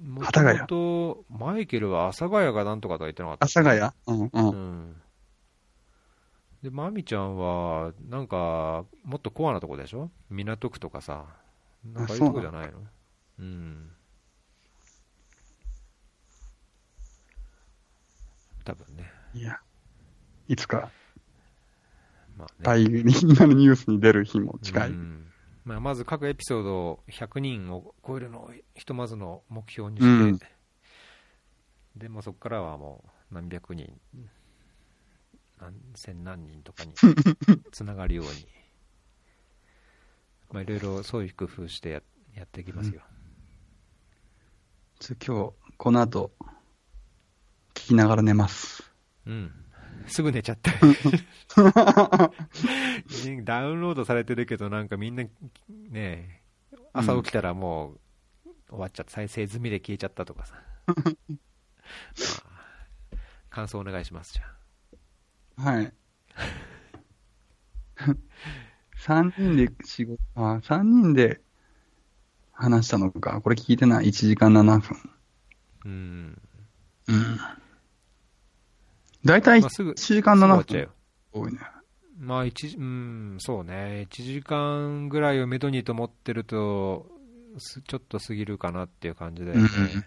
[SPEAKER 2] もと
[SPEAKER 1] 幡ヶ谷
[SPEAKER 2] もとマイケルは阿佐ヶ谷がなんとかとは言ってなかった。
[SPEAKER 1] 阿佐ヶ谷うんう。
[SPEAKER 2] うんん。で、マミちゃんは、なんか、もっとコアなとこでしょ港区とかさ。なんかいいとこじゃないのうん。多分ね。
[SPEAKER 1] いや。いつか、
[SPEAKER 2] まあね。
[SPEAKER 1] 大みんなのニュースに出る日も近い。
[SPEAKER 2] うんまあ、まず各エピソードを100人を超えるのをひとまずの目標にして、
[SPEAKER 1] うん
[SPEAKER 2] でもうそこからはもう何百人、何千何人と かにつながるように、まあ、いろいろそういう工夫してややっていきますよ。
[SPEAKER 1] ちょ今日、この後、聞きながら寝ます。
[SPEAKER 2] うん。すぐ寝ちゃ った。ダウンロードされてるけど、なんかみんな、ねえ、朝起きたらもう終わっちゃった、再生済みで消えちゃったと かさ。まあ感想お願いします、じゃあ。
[SPEAKER 1] はい。 三人で仕事、あ、三人で話したのか。これ聞いてない。1時間7分。
[SPEAKER 2] うん。
[SPEAKER 1] うん。だいたい
[SPEAKER 2] まあすぐ
[SPEAKER 1] 1時間
[SPEAKER 2] 終わ
[SPEAKER 1] 7
[SPEAKER 2] っちゃう
[SPEAKER 1] 分
[SPEAKER 2] よ。。
[SPEAKER 1] 多いね。
[SPEAKER 2] まあ、一時、うん、そうね、1時間ぐらいをめどにと思ってると、すちょっと過ぎるかなっていう感じだよね。
[SPEAKER 1] うんうん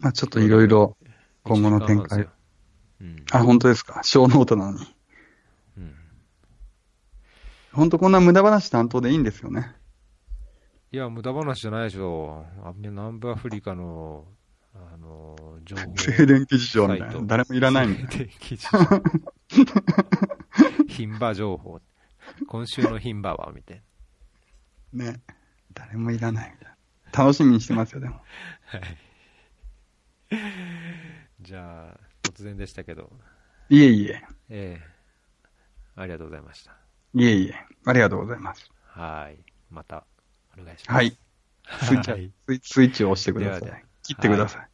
[SPEAKER 1] まあちょっといろいろ今後の展開。
[SPEAKER 2] うん。
[SPEAKER 1] あ、本当ですか。小ノートなのに。
[SPEAKER 2] うん
[SPEAKER 1] 本当こんな無駄話担当でいいんですよね。
[SPEAKER 2] いや、無駄話じゃないでしょ。あ南部アフリカの、あの、情報。
[SPEAKER 1] 静 電気事情みたいな。誰もいらない みたいな。
[SPEAKER 2] 静電気事情。牝馬情報。今週の牝馬は、みたい
[SPEAKER 1] ね。誰もいらないみたいな。楽しみにしてますよ、でも。
[SPEAKER 2] な。はい。じゃあ、突然でしたけど、
[SPEAKER 1] いえいえ。
[SPEAKER 2] ええありがとうございました。
[SPEAKER 1] いえいえ。ありがとうございます。
[SPEAKER 2] はい。また、お願いします。
[SPEAKER 1] はい。スイッチ、
[SPEAKER 2] はい
[SPEAKER 1] スイッチスイッチを押してくださ
[SPEAKER 2] ではいでは。
[SPEAKER 1] 切ってください。